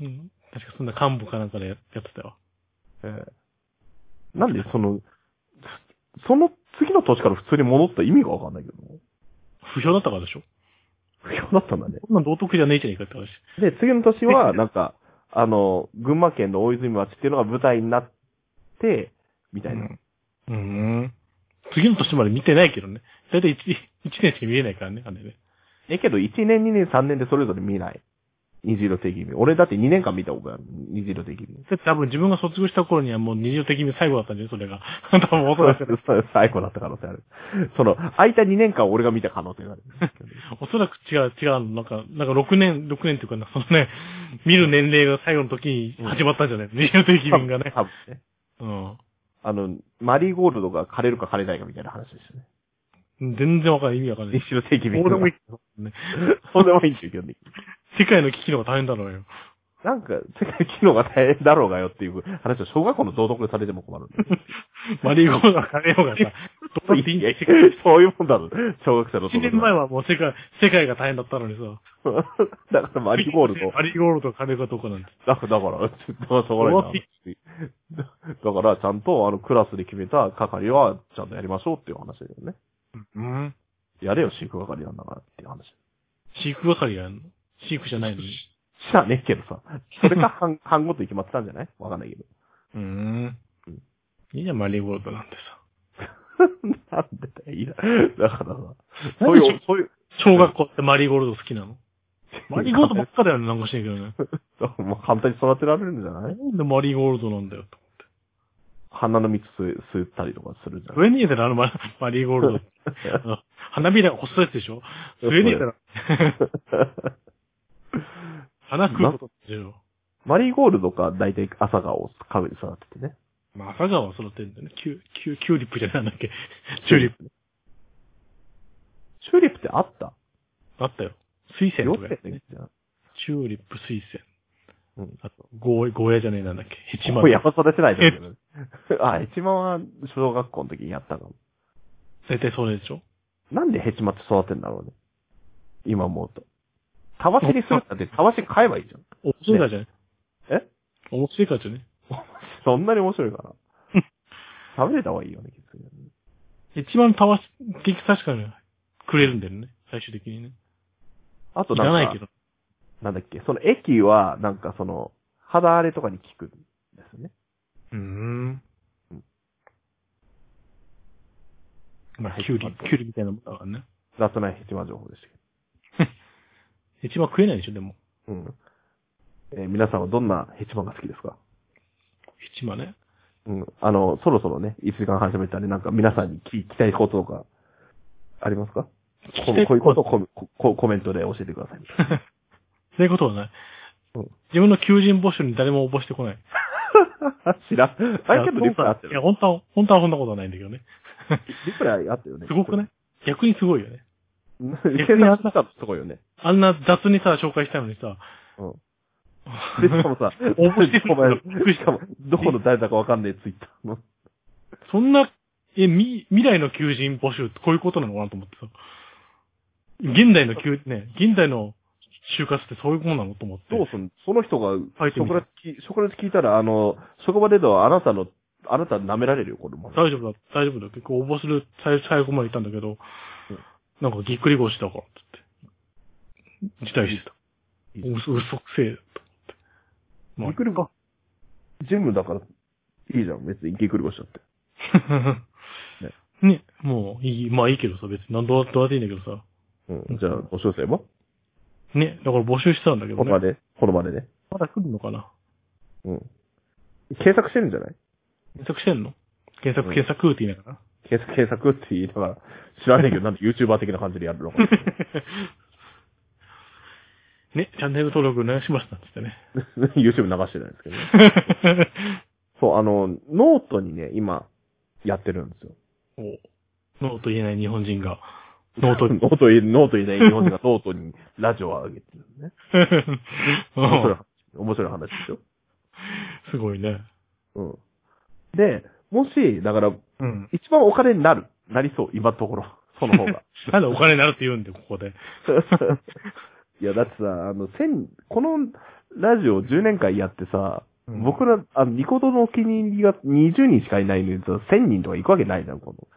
S2: うん。確かそんな幹部かなんかでややってたわ。
S1: ええなんでその、その次の年から普通に戻った意味がわかんないけど。
S2: 不評だったからでしょ
S1: 不評だったんだね。
S2: こんなん道徳じゃねえじゃねえかって話。
S1: で、次の年 は、なんか、あの、群馬県の大泉町っていうのが舞台になって、みたいな。
S2: うん。うん。次の年まで見てないけどね。だいたい 1, 年しか見れないからね、あれね。
S1: え、けど1年、2年、3年でそれぞれ見ない。虹色的に。俺だって2年間見た覚えある。虹色的に。
S2: だって多分自分が卒業した頃にはもう二条的に最後だったんだよ、それが。 多分恐らく、
S1: 最後だった可能性ある。その、空いた2年間俺が見た可能性 がある。
S2: おそらく違う、違うの。なんか、なんか6年、6年っていうかな、そのね、見る年齢が最後の時に始まったんじゃない二条的にがね。
S1: 多分ね。
S2: うん。
S1: あの、マリーゴールドが枯れるか枯れないかみたいな話ですよね。
S2: 全然わかんない、意味わか んない。
S1: 虹色的に。
S2: どうでも い
S1: い。
S2: いけどね。
S1: そうでもいいんですよ、基本的に。
S2: 世界の危機の方が大変だろうよ。
S1: なんか、世界機能が大変だろうがよっていう話を小学校の道徳でされても困るんだよ
S2: マリーゴールドが枯れよ うがさ、どうだっていいんだよ。
S1: そういうもんだろ。小学生の
S2: 1年前はもう世界、世界が大変だったのにさ。
S1: だからマリーゴールド。
S2: マリーゴールドが枯れるかどうかなんて。
S1: だから、だから、だからそこら辺だだから、ちゃんと、あの、クラスで決めた係は、ちゃんとやりましょうっていう話だよね。
S2: うん。
S1: やれよ、飼育係なんだからっていう話。
S2: 飼育係がやんの飼育じゃないのに。
S1: 知らねえけどさ。それか、 半、半ごとに決まってたんじゃないわかんないけど。
S2: うん。いいじゃん、マリーゴールドなんてさ。
S1: なんでだよ、いいな。だからさ、そういう、そういう、
S2: 小学校ってマリーゴールド好きなのマリーゴールドばっかだよね、なんかしないけど ね。
S1: もう簡単に育てられるんじゃない
S2: なんでマリーゴールドなんだよ、と。
S1: 鼻の蜜吸え吸ったりとかするじゃ
S2: 吸えねえだろ、あ のママリーゴール
S1: ん。
S2: ド。花びらが細いやつでしょ 吸えねえだろ。花食うことでしょ。
S1: マリーゴールドか、だいたい朝顔を買うに育っててね。
S2: まあ、朝顔は育てるんだよね。キュ、キュ、キューリップじゃないなんだっけ。チューリップ。
S1: チューリップってあった
S2: あったよ。水仙
S1: よ
S2: と
S1: っ
S2: か
S1: て
S2: やった
S1: ね
S2: ね。。チューリップ、水仙。
S1: うん。
S2: あと、ゴー、ゴーヤじゃねえなんだっけ。ヘチマ
S1: これ山育てないですけどね。あ、ヘチマは小学校の時にやったかも。
S2: 絶対それでしょ
S1: なんでヘチマって育てんだろうね。今思うと。たわしにするんだって、たわし買えばいいじゃん。
S2: 面白いからじゃない
S1: え
S2: 面白いからじゃね
S1: そんなに面白い かな。食べれた方がいいよね、きつね
S2: 一番たわし、結局確かにくれるんだよね。最終的にね。
S1: あと
S2: い
S1: なん
S2: ら
S1: か、
S2: ないけど。
S1: なんだっけ、その液は、なんかその、肌荒れとかに効くんですね。
S2: うーん。まあ、
S1: はい
S2: キュウリ、キュウリみたいなもんだからね。
S1: 雑なヘチマ情報でしたけ
S2: 一番食えないでしょ、でも。
S1: ど。うん。えー皆さんはどんなヘチマが好きですか
S2: 一番ね。
S1: うん。あの、そろそろね、1時間半喋ったんで、なんか皆さんに聞きたいこととか、ありますかこうこういうことをコメここコメントで教えてください。
S2: そういうことはない。
S1: うん
S2: 自分の求人募集に誰も応募してこない。
S1: 知らん。あれけどリプライあった
S2: いや、
S1: よね。
S2: 本当は、本当はそんなことはないんだけどね。
S1: リプライあったよね。
S2: すご くない逆にすごいよね。
S1: うん
S2: 逆にあっ
S1: 検
S2: た
S1: 索したとこよね。
S2: あんな雑にさ、紹介したのにさ。
S1: うん。 で、しかもさ、
S2: 応募してる
S1: ごめん
S2: びっくりし
S1: し
S2: た
S1: かも、どこの誰だかわかんねえツイッターの。
S2: そんな、え、み、未来の求人募集ってこういうことなのかなと思ってさ。現代の求、ね、現代の就活ってそういうものなのと思って。
S1: どうすんその人が、
S2: 書いて
S1: そ
S2: み
S1: こ
S2: た
S1: ら、そこら聞いたら、あの、職場でのあなたの、あなた舐められるよ、これも。
S2: 大丈夫だ、大丈夫だ。結構応募する最最後まで行ったんだけど
S1: うん、
S2: なんかぎっくり腰だから、つって。辞退してた。
S1: いいじゃん
S2: 嘘、嘘くせえ、と思
S1: ぎ
S2: っ
S1: くりが。ジムだから、いいじゃん、別にぎくり腰だって。
S2: て。 まあ、ね、もういい、まあいいけどさ、別に、なんどうどうだっていいんだけどさ。
S1: うん。じゃあ、ご詳細も、
S2: ね、だから募集してたんだけど
S1: この場
S2: ね。
S1: で、この場でね。
S2: まだ来るのかな
S1: うん。検索してるんじゃない
S2: 検索してんの検
S1: う
S2: 索、
S1: ん
S2: 検索って言いながら。
S1: 検索、検索って言いながら、知らないけど、なんで YouTuber 的な感じでやる のかな。
S2: ね、チャンネル登録お願いしました、つってね。
S1: YouTube 流してないんですけどね。 そう、あの、ノートにね、今、やってるんですよ。
S2: おノーと言えない日本人が、ノーと
S1: ノ、 ートに、ノートにね、日本人がノートにラジオを上げてるのね。
S2: う
S1: 面 白い
S2: ん、
S1: 面白い話でしょ。
S2: すごいね。
S1: うん。で、もし、だから、
S2: うん。
S1: 一番お金になる、なりそう、今のところ。その方が。
S2: なんでお金になるって言うんだよ、ここで。
S1: いや、だってさ、あの、千、このラジオ10年間やってさ、
S2: うん
S1: 僕ら、あの、ニコ動のお気に入りが20人しかいないのにさ、1000人とか行くわけないじゃん、この、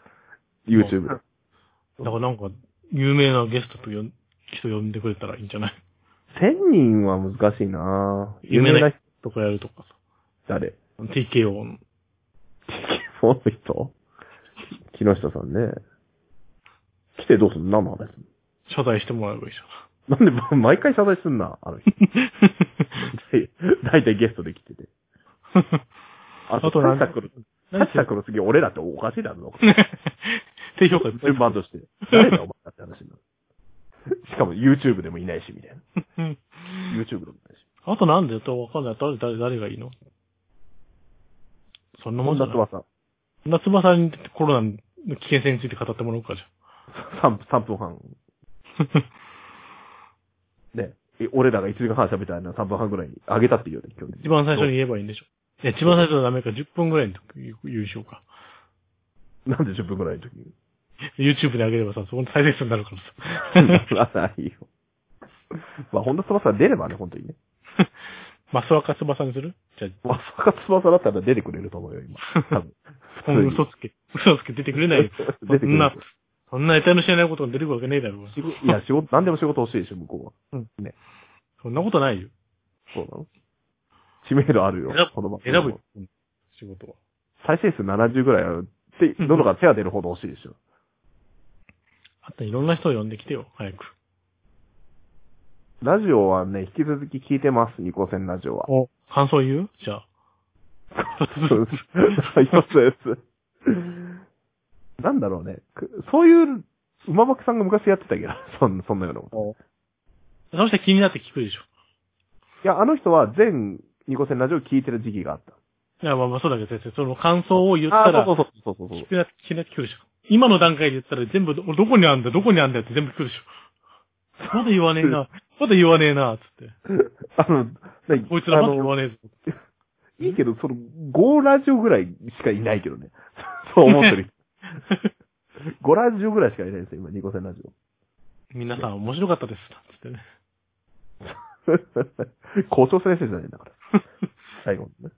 S1: YouTube で。
S2: だからなんか、有名なゲストとよん人呼んでくれたらいいんじゃない
S1: 1000人は難しいなぁ。
S2: 有名
S1: 人
S2: な人とかやるとかさ。
S1: 誰
S2: TKO の。
S1: その人木下さんね。来てどうすんの何の話すん
S2: 謝罪してもらえばいい じゃ
S1: のなんで、毎回謝罪すんな、あの人。
S2: ん。
S1: だいたいゲストで来てて。あ
S2: あとなんか
S1: サッカー来る
S2: 何
S1: サッカー来る次、俺らっておかしいだろ。
S2: 低評価いっぱい
S1: 順番と して。誰だお前だって 話になる。しかも YouTube でもいないし、みたいな。
S2: うん。
S1: YouTube でもいないし。
S2: あとなんでとわかんない。誰、誰、誰がいいのそんなもんじゃ
S1: 本田
S2: ない。
S1: 翼。
S2: 夏場さんにコロナの危険性について語ってもらおうかじゃ
S1: 3, 3分 半。ね。え俺らが1時間半喋ったら3分半ぐらいに上げたっていうよね、今日
S2: ん。一番最初に言えばいいんでしょ。いや、一番最初のダメか、10分ぐらいの時言う言うしようか。
S1: なんで10分ぐらいの時に。
S2: YouTube で上げればさ、そこの再生数になるからさ。
S1: ならないよ。まあ、本田翼出ればね、本当にね。
S2: マスワカ翼にするじゃ
S1: まさか翼だったら出てくれると思うよ、今。多分
S2: あ、今後嘘つけ。嘘つけ出てくれないよ。
S1: 出て
S2: そ
S1: く
S2: ん
S1: る
S2: な、そんな得体の知らないことが出てくるわけねえだろうが。
S1: 仕事いや、仕事、何でも仕事欲しいでしょ、向こうは。うん。ね。
S2: そんなことないよ。
S1: そうなの知名度あるよ
S2: 選ぶ、
S1: この番
S2: 選ぶよ。うん仕事は。
S1: 再生数70ぐらいあるって、どのか手が出るほど欲しいでしょ。
S2: あといろんな人を呼んできてよ、早く。
S1: ラジオはね、引き続き聞いてます、ニコ戦ラジオは。
S2: お、感想言うじゃあ。
S1: そうです。そうです。なんだろうね。くそういう、馬幕さんが昔やってたけど、 そんそんなようなこと。
S2: そして気になって聞くでしょ。
S1: いや、あの人は全ニコセンラジオを聞いてる時期があった。
S2: いや、まあまあそうだけど先生、その感想を言ったら、
S1: あーそうそうそうそう そう
S2: 聞。くな、聞くな、聞くでしょ。今の段階で言ったら全部ど、どこにあんだよ、どこにあんだよって全部聞くでしょ。まだ言わねえな、まだ言わねえな、つって。
S1: あの、何
S2: こいつら
S1: あ
S2: まだ言
S1: の、
S2: わねえぞ。
S1: いいけど、その、5ラジオぐらいしかいないけどね。 そう思ってる。5ラジオぐらいしかいないですよ、今、ニコセンラジ オ。
S2: 皆さん面白かったです、つってね。
S1: 校長先生じゃないんだから。最後のね。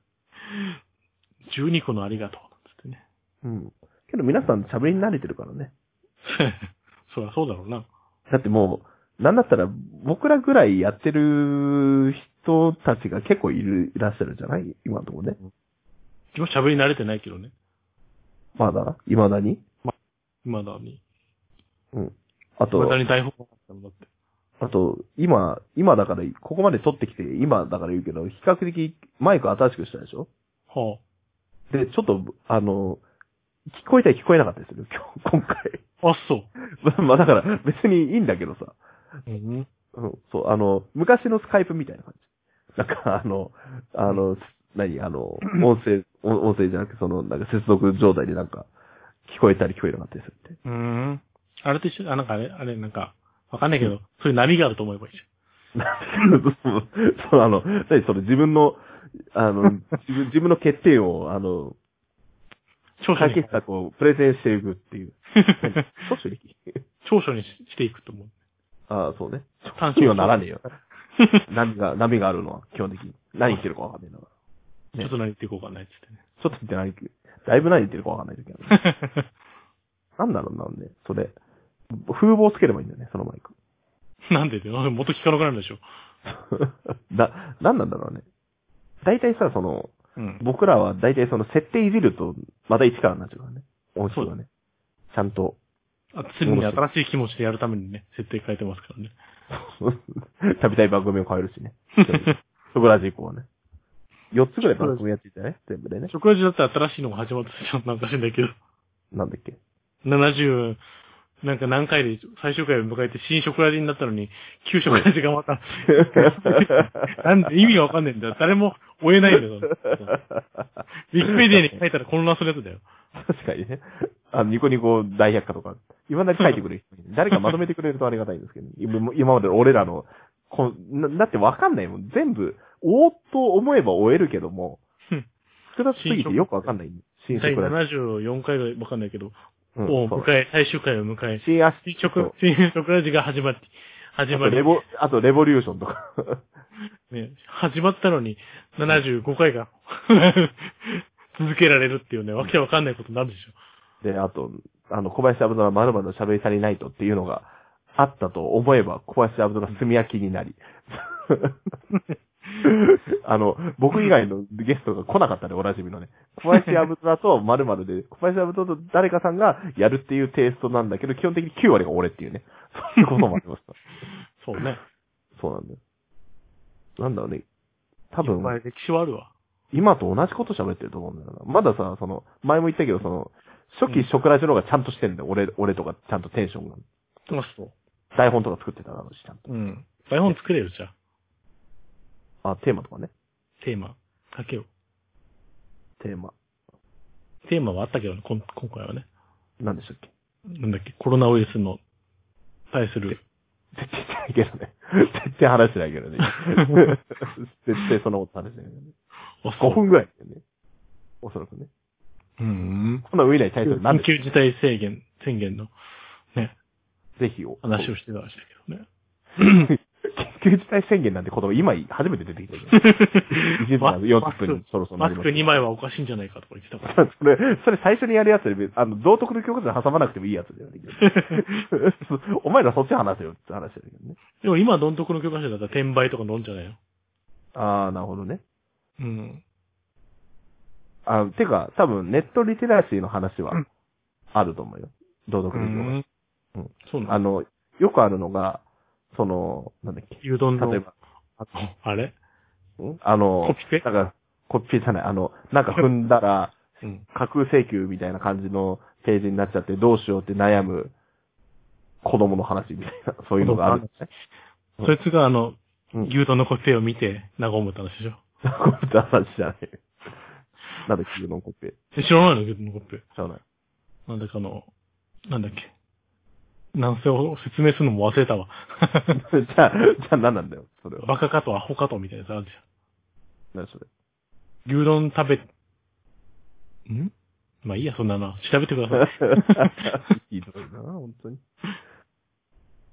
S2: 12個のありがとう、つってね。
S1: うん。けど皆さん喋り慣れてるからね。
S2: そりゃそうだろうな。
S1: だってもう、なんだったら、僕らぐらいやってる人たちが結構いる、いらっしゃるじゃない今のところね。
S2: 自分喋り慣れてないけどね。
S1: まだ未だに
S2: 今だに。
S1: うん。あと
S2: ま、たに台本があったもんだって。
S1: あと、今、今だから、ここまで撮ってきて、今だから言うけど、比較的マイク新しくしたでしょ
S2: は
S1: で、ちょっと、あの、聞こえたり聞こえなかったりする今日、今
S2: あ。あ、そう。
S1: 回。 まあだから、別にいいんだけどさ。
S2: うん。
S1: うん、そう、あの、昔のスカイプみたいな感じ。なんか、あの、あの、何、あの、音声、音音声じゃなくて、その、なんか接続状態でなんか、聞こえたり聞こえなかったりするって。
S2: うん。あれと一緒あ、なんかあれ、あれ、なんか、わかんないけど、そういう波があると思えばいいじ
S1: なんかそう そう、あの、何、それ自分の、あの、自分、自分の欠点を、あの、
S2: ゃん。長所
S1: 解
S2: に
S1: 決。策をプレゼンしていくっていう。 長所に
S2: 長所にししていくと思う。
S1: ああ、そうね。
S2: 短
S1: に
S2: 所
S1: はならねえよ。波が、波があるのは、基本的に。何言ってるかわかんないんだから。
S2: ちょっと何言っていこうかな、つってね。
S1: ちょっと言ってないけど、だいぶ何言ってるかわかんない時ある。なんだろうなんで、それ。風貌つければいいんだよね、そのマイク。
S2: なんでって、元聞かなくなるでしょ。
S1: な、なんなんだろうね。大体さ、その、
S2: うん。
S1: 僕らは大体その設定いじると、また一からになっちゃうからね。音質がね。ちゃんと。
S2: あ常に新しい気持ちでやるためにね、設定変えてますからね。
S1: 食べたい番組を変えるしね。そこらじ以降はね。4つぐらい番組やっていたね、全部でね。
S2: 食事だって新しいのが始まってたじゃん、なんかしんだけど。
S1: なんだっけ。
S2: 70、なんか何回で、最終回を迎えて新食ラジになったのに、旧食ラジがまた、 なんで意味がわかんないんだよ。誰も追えないんだよ。ウィキペディアに書いたら混乱するやつだよ。
S1: 確かにね。あの、ニコニコ大百科とか、今だけ書いてくれる人 いる。誰かまとめてくれるとありがたいんですけど、今今までの俺らの、こんなだってわかんないもん。全部、おーっと思えば終えるけども
S2: うん、
S1: 複雑すぎてよくわかんない。新
S2: 第
S1: 色だし。
S2: 74回がわかんないけど、
S1: う
S2: を
S1: ん、そう
S2: 迎え、最終回を迎え、
S1: 新足
S2: 新
S1: そう
S2: 食、新食ラジが始まって、
S1: あ
S2: 始ま
S1: と
S2: り
S1: レ、ボ、あとレボリューションとか。
S2: ね、始まったのに、75回が、 続けられるっていうね、わけわかんないことになるでしょ。
S1: で、あと、あの、小林アブドラ〇〇の喋り足りないとっていうのがあったと思えば、小林アブドラ炭焼きになり。 あの、僕以外のゲストが来なかったね、おなじみのね。小林アブドラと〇〇で、小林アブドラと誰かさんがやるっていうテイストなんだけど、基本的に9割が俺っていうね。そういうこともありました。
S2: そうね。
S1: そうなんだよ。なんだろうね。多
S2: いっ
S1: 分
S2: ぱ、い歴史はあるわ。
S1: 今と同じこと喋ってると思うんだよな。まださ、その、前も言ったけど、その、初期初クラジの方がちゃんとしてんだよ。俺、俺とかちゃんとテンションが。
S2: そうそ
S1: 台本とか作ってただろうし、ちゃんと。
S2: う。うん。台本作れるじゃん。
S1: あ、テーマとかね。
S2: テーマ。かけよう。
S1: テーマ。
S2: テーマはあったけどね、こん今回はね。
S1: なんでしたっけ
S2: なんだっけ、コロナウイルスの、対する。
S1: 絶対ないけどね。 絶対話してないけどね。 絶対そんなこと話してないけどね。
S2: あ
S1: 5分ぐらいだよね。おそらくね。
S2: うん。
S1: こんな上ないタイトルなん
S2: 緊
S1: で、
S2: 急事態制限、宣言の、ね、
S1: ぜひを。
S2: 話をしてたらしいけどね。
S1: 緊急事態宣言なんて言葉今初めて出てきた けど。1時間40分そろそろな
S2: マ
S1: り
S2: ス
S1: ま
S2: ク
S1: す。
S2: 2枚はおかしいんじゃないかとか言ってたから。
S1: それ、それ最初にやるやつで、あの、道徳の教科書に挟まなくてもいいやつだよね。 お前らそっち話せよって話だけどね。
S2: でも今、どんとこの教科書だったら転売とか飲んじゃないよ。
S1: ああ、なるほどね。
S2: うん。
S1: あてか、多分、ネットリテラシーの話は
S2: うん、
S1: あると思うよ。道徳の教科うん
S2: そう
S1: 書。あ
S2: なの
S1: の、よくあるのが、その、なんだっけ。
S2: 牛丼の。
S1: 例えば、
S2: あれ
S1: んあの、
S2: コピペ
S1: だから、コピペじゃない、あの、なんか踏んだら、
S2: うん。
S1: 架空請求みたいな感じのページになっちゃって、どうしようって悩む子供の話みたいな、そういうのがあるんですね。
S2: そいつがあ
S1: う
S2: の、
S1: ん
S2: 牛丼の個性を見て、和むって話でしょ。
S1: コンピューター話じゃない。なんで急のコッペ。
S2: え知らないのけど、コッペ。
S1: 知らない。
S2: なんだかあの、なんだっけ。なんせを説明するのも忘れ たわ。
S1: じゃあ、じゃあ何なんだよ、それは。
S2: バカかとアホかとみたいなやつあるじ
S1: 何それ。
S2: ゃん。牛丼食べ、んまあいいや、そんなな。調べてください。
S1: ひどいな、本当に。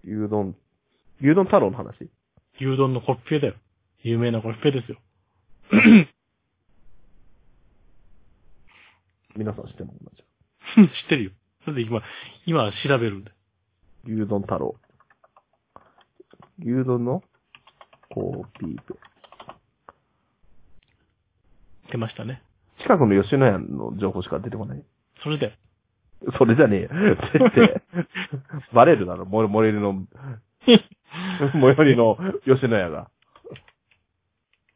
S1: 牛丼、牛丼太郎の話
S2: 牛丼のコッペだよ。有名なコッペですよ。
S1: 皆さん知っても同じ。
S2: 知ってるよ。だって今、今調べるんだよ。
S1: 牛丼太郎。牛丼のコーピーペ。
S2: 出ましたね。
S1: 近くの吉野家の情報しか出てこない。
S2: それだ よ。
S1: それじゃねえよ。絶対。バレるだろ、も最寄りの、 最寄りの吉野家が。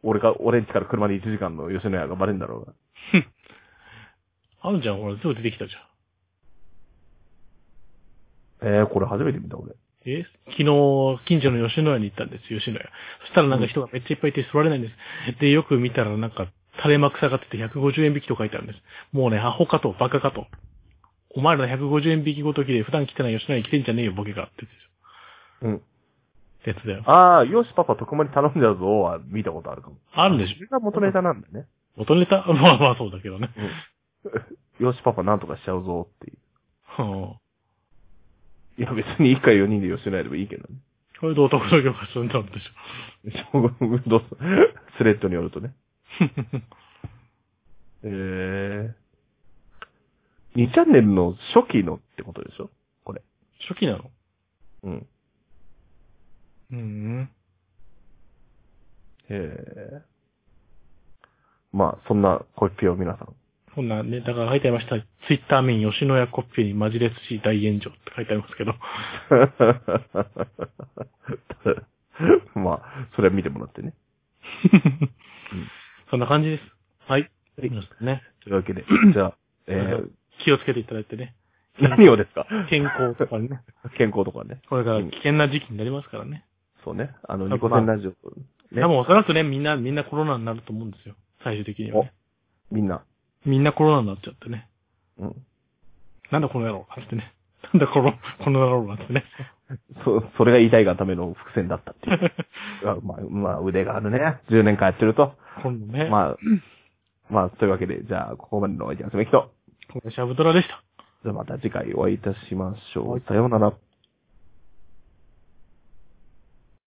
S1: 俺が、俺ん家から車で1時間の吉野家がバレるんだろうが。
S2: あるじゃん、ほら、すぐ出てきたじゃん。
S1: えー、これ初めて見た、俺。
S2: え昨日、近所の吉野家に行ったんです、吉野家。そしたらなんか人がめっちゃいっぱいいて座れないんです。で、よく見たらなんか、垂れ幕下がってて150円引きと書いてあるんです。もうね、アホかと、バカかと。お前ら150円引きごときで普段来てない吉野家に来てんじゃねえよ、ボケが。って
S1: うん。
S2: やつだよ。
S1: ああ、よしパパ特まに頼んじゃうぞは見たことあるかも。
S2: あるんでし
S1: それが元ネタなんだね。
S2: ょ元ネタ まあまあそうだけどね。
S1: よしパパなんとかしちゃうぞっていう。
S2: うん。
S1: いや別に一回4人で吉野家でもいいけどね。
S2: これで男の業がするんだろうでし
S1: 小学運動スレッドによるとね。
S2: ょ。
S1: えー。2チャンネルの初期のってことでしょ
S2: 初期なの
S1: うん。
S2: うん。
S1: えー。まあ、そんなコピーを皆さん。
S2: こんなネタが書いてありました。ツイッター民吉野家コッペにマジレスし大炎上って書いてありますけど。
S1: まあ、それは見てもらってね。
S2: そんな感じです。はい。
S1: はい
S2: 皆さんね。
S1: というわけで、じ ゃあ、えー、
S2: 気をつけていただいてね。
S1: 何をですか
S2: 健康と かね。
S1: 健康とかね。
S2: これから危険な時期になりますからね。
S1: そうね。あの、
S2: まあ
S1: ニコセンラジオ、ね
S2: 多分おそらくね、みんな、みんなコロナになると思うんですよ。最終的には、ね。
S1: みんな。
S2: みんなコロナになっちゃってね。
S1: うん。
S2: なんだこの野郎なんてね。なんだこの、この野郎なん てね。
S1: そ、それが言いたいがための伏線だった っていう。あまあ、まあ、腕があるね。10年間やってると。
S2: 今度ね。
S1: ま
S2: まあ、
S1: あ、まあ、というわけで、じゃあ、ここまでのお相手はすめきと。
S2: これシャブドラでした。
S1: じゃあまた次回お会いいたしましょう。
S2: はい
S1: さようなら。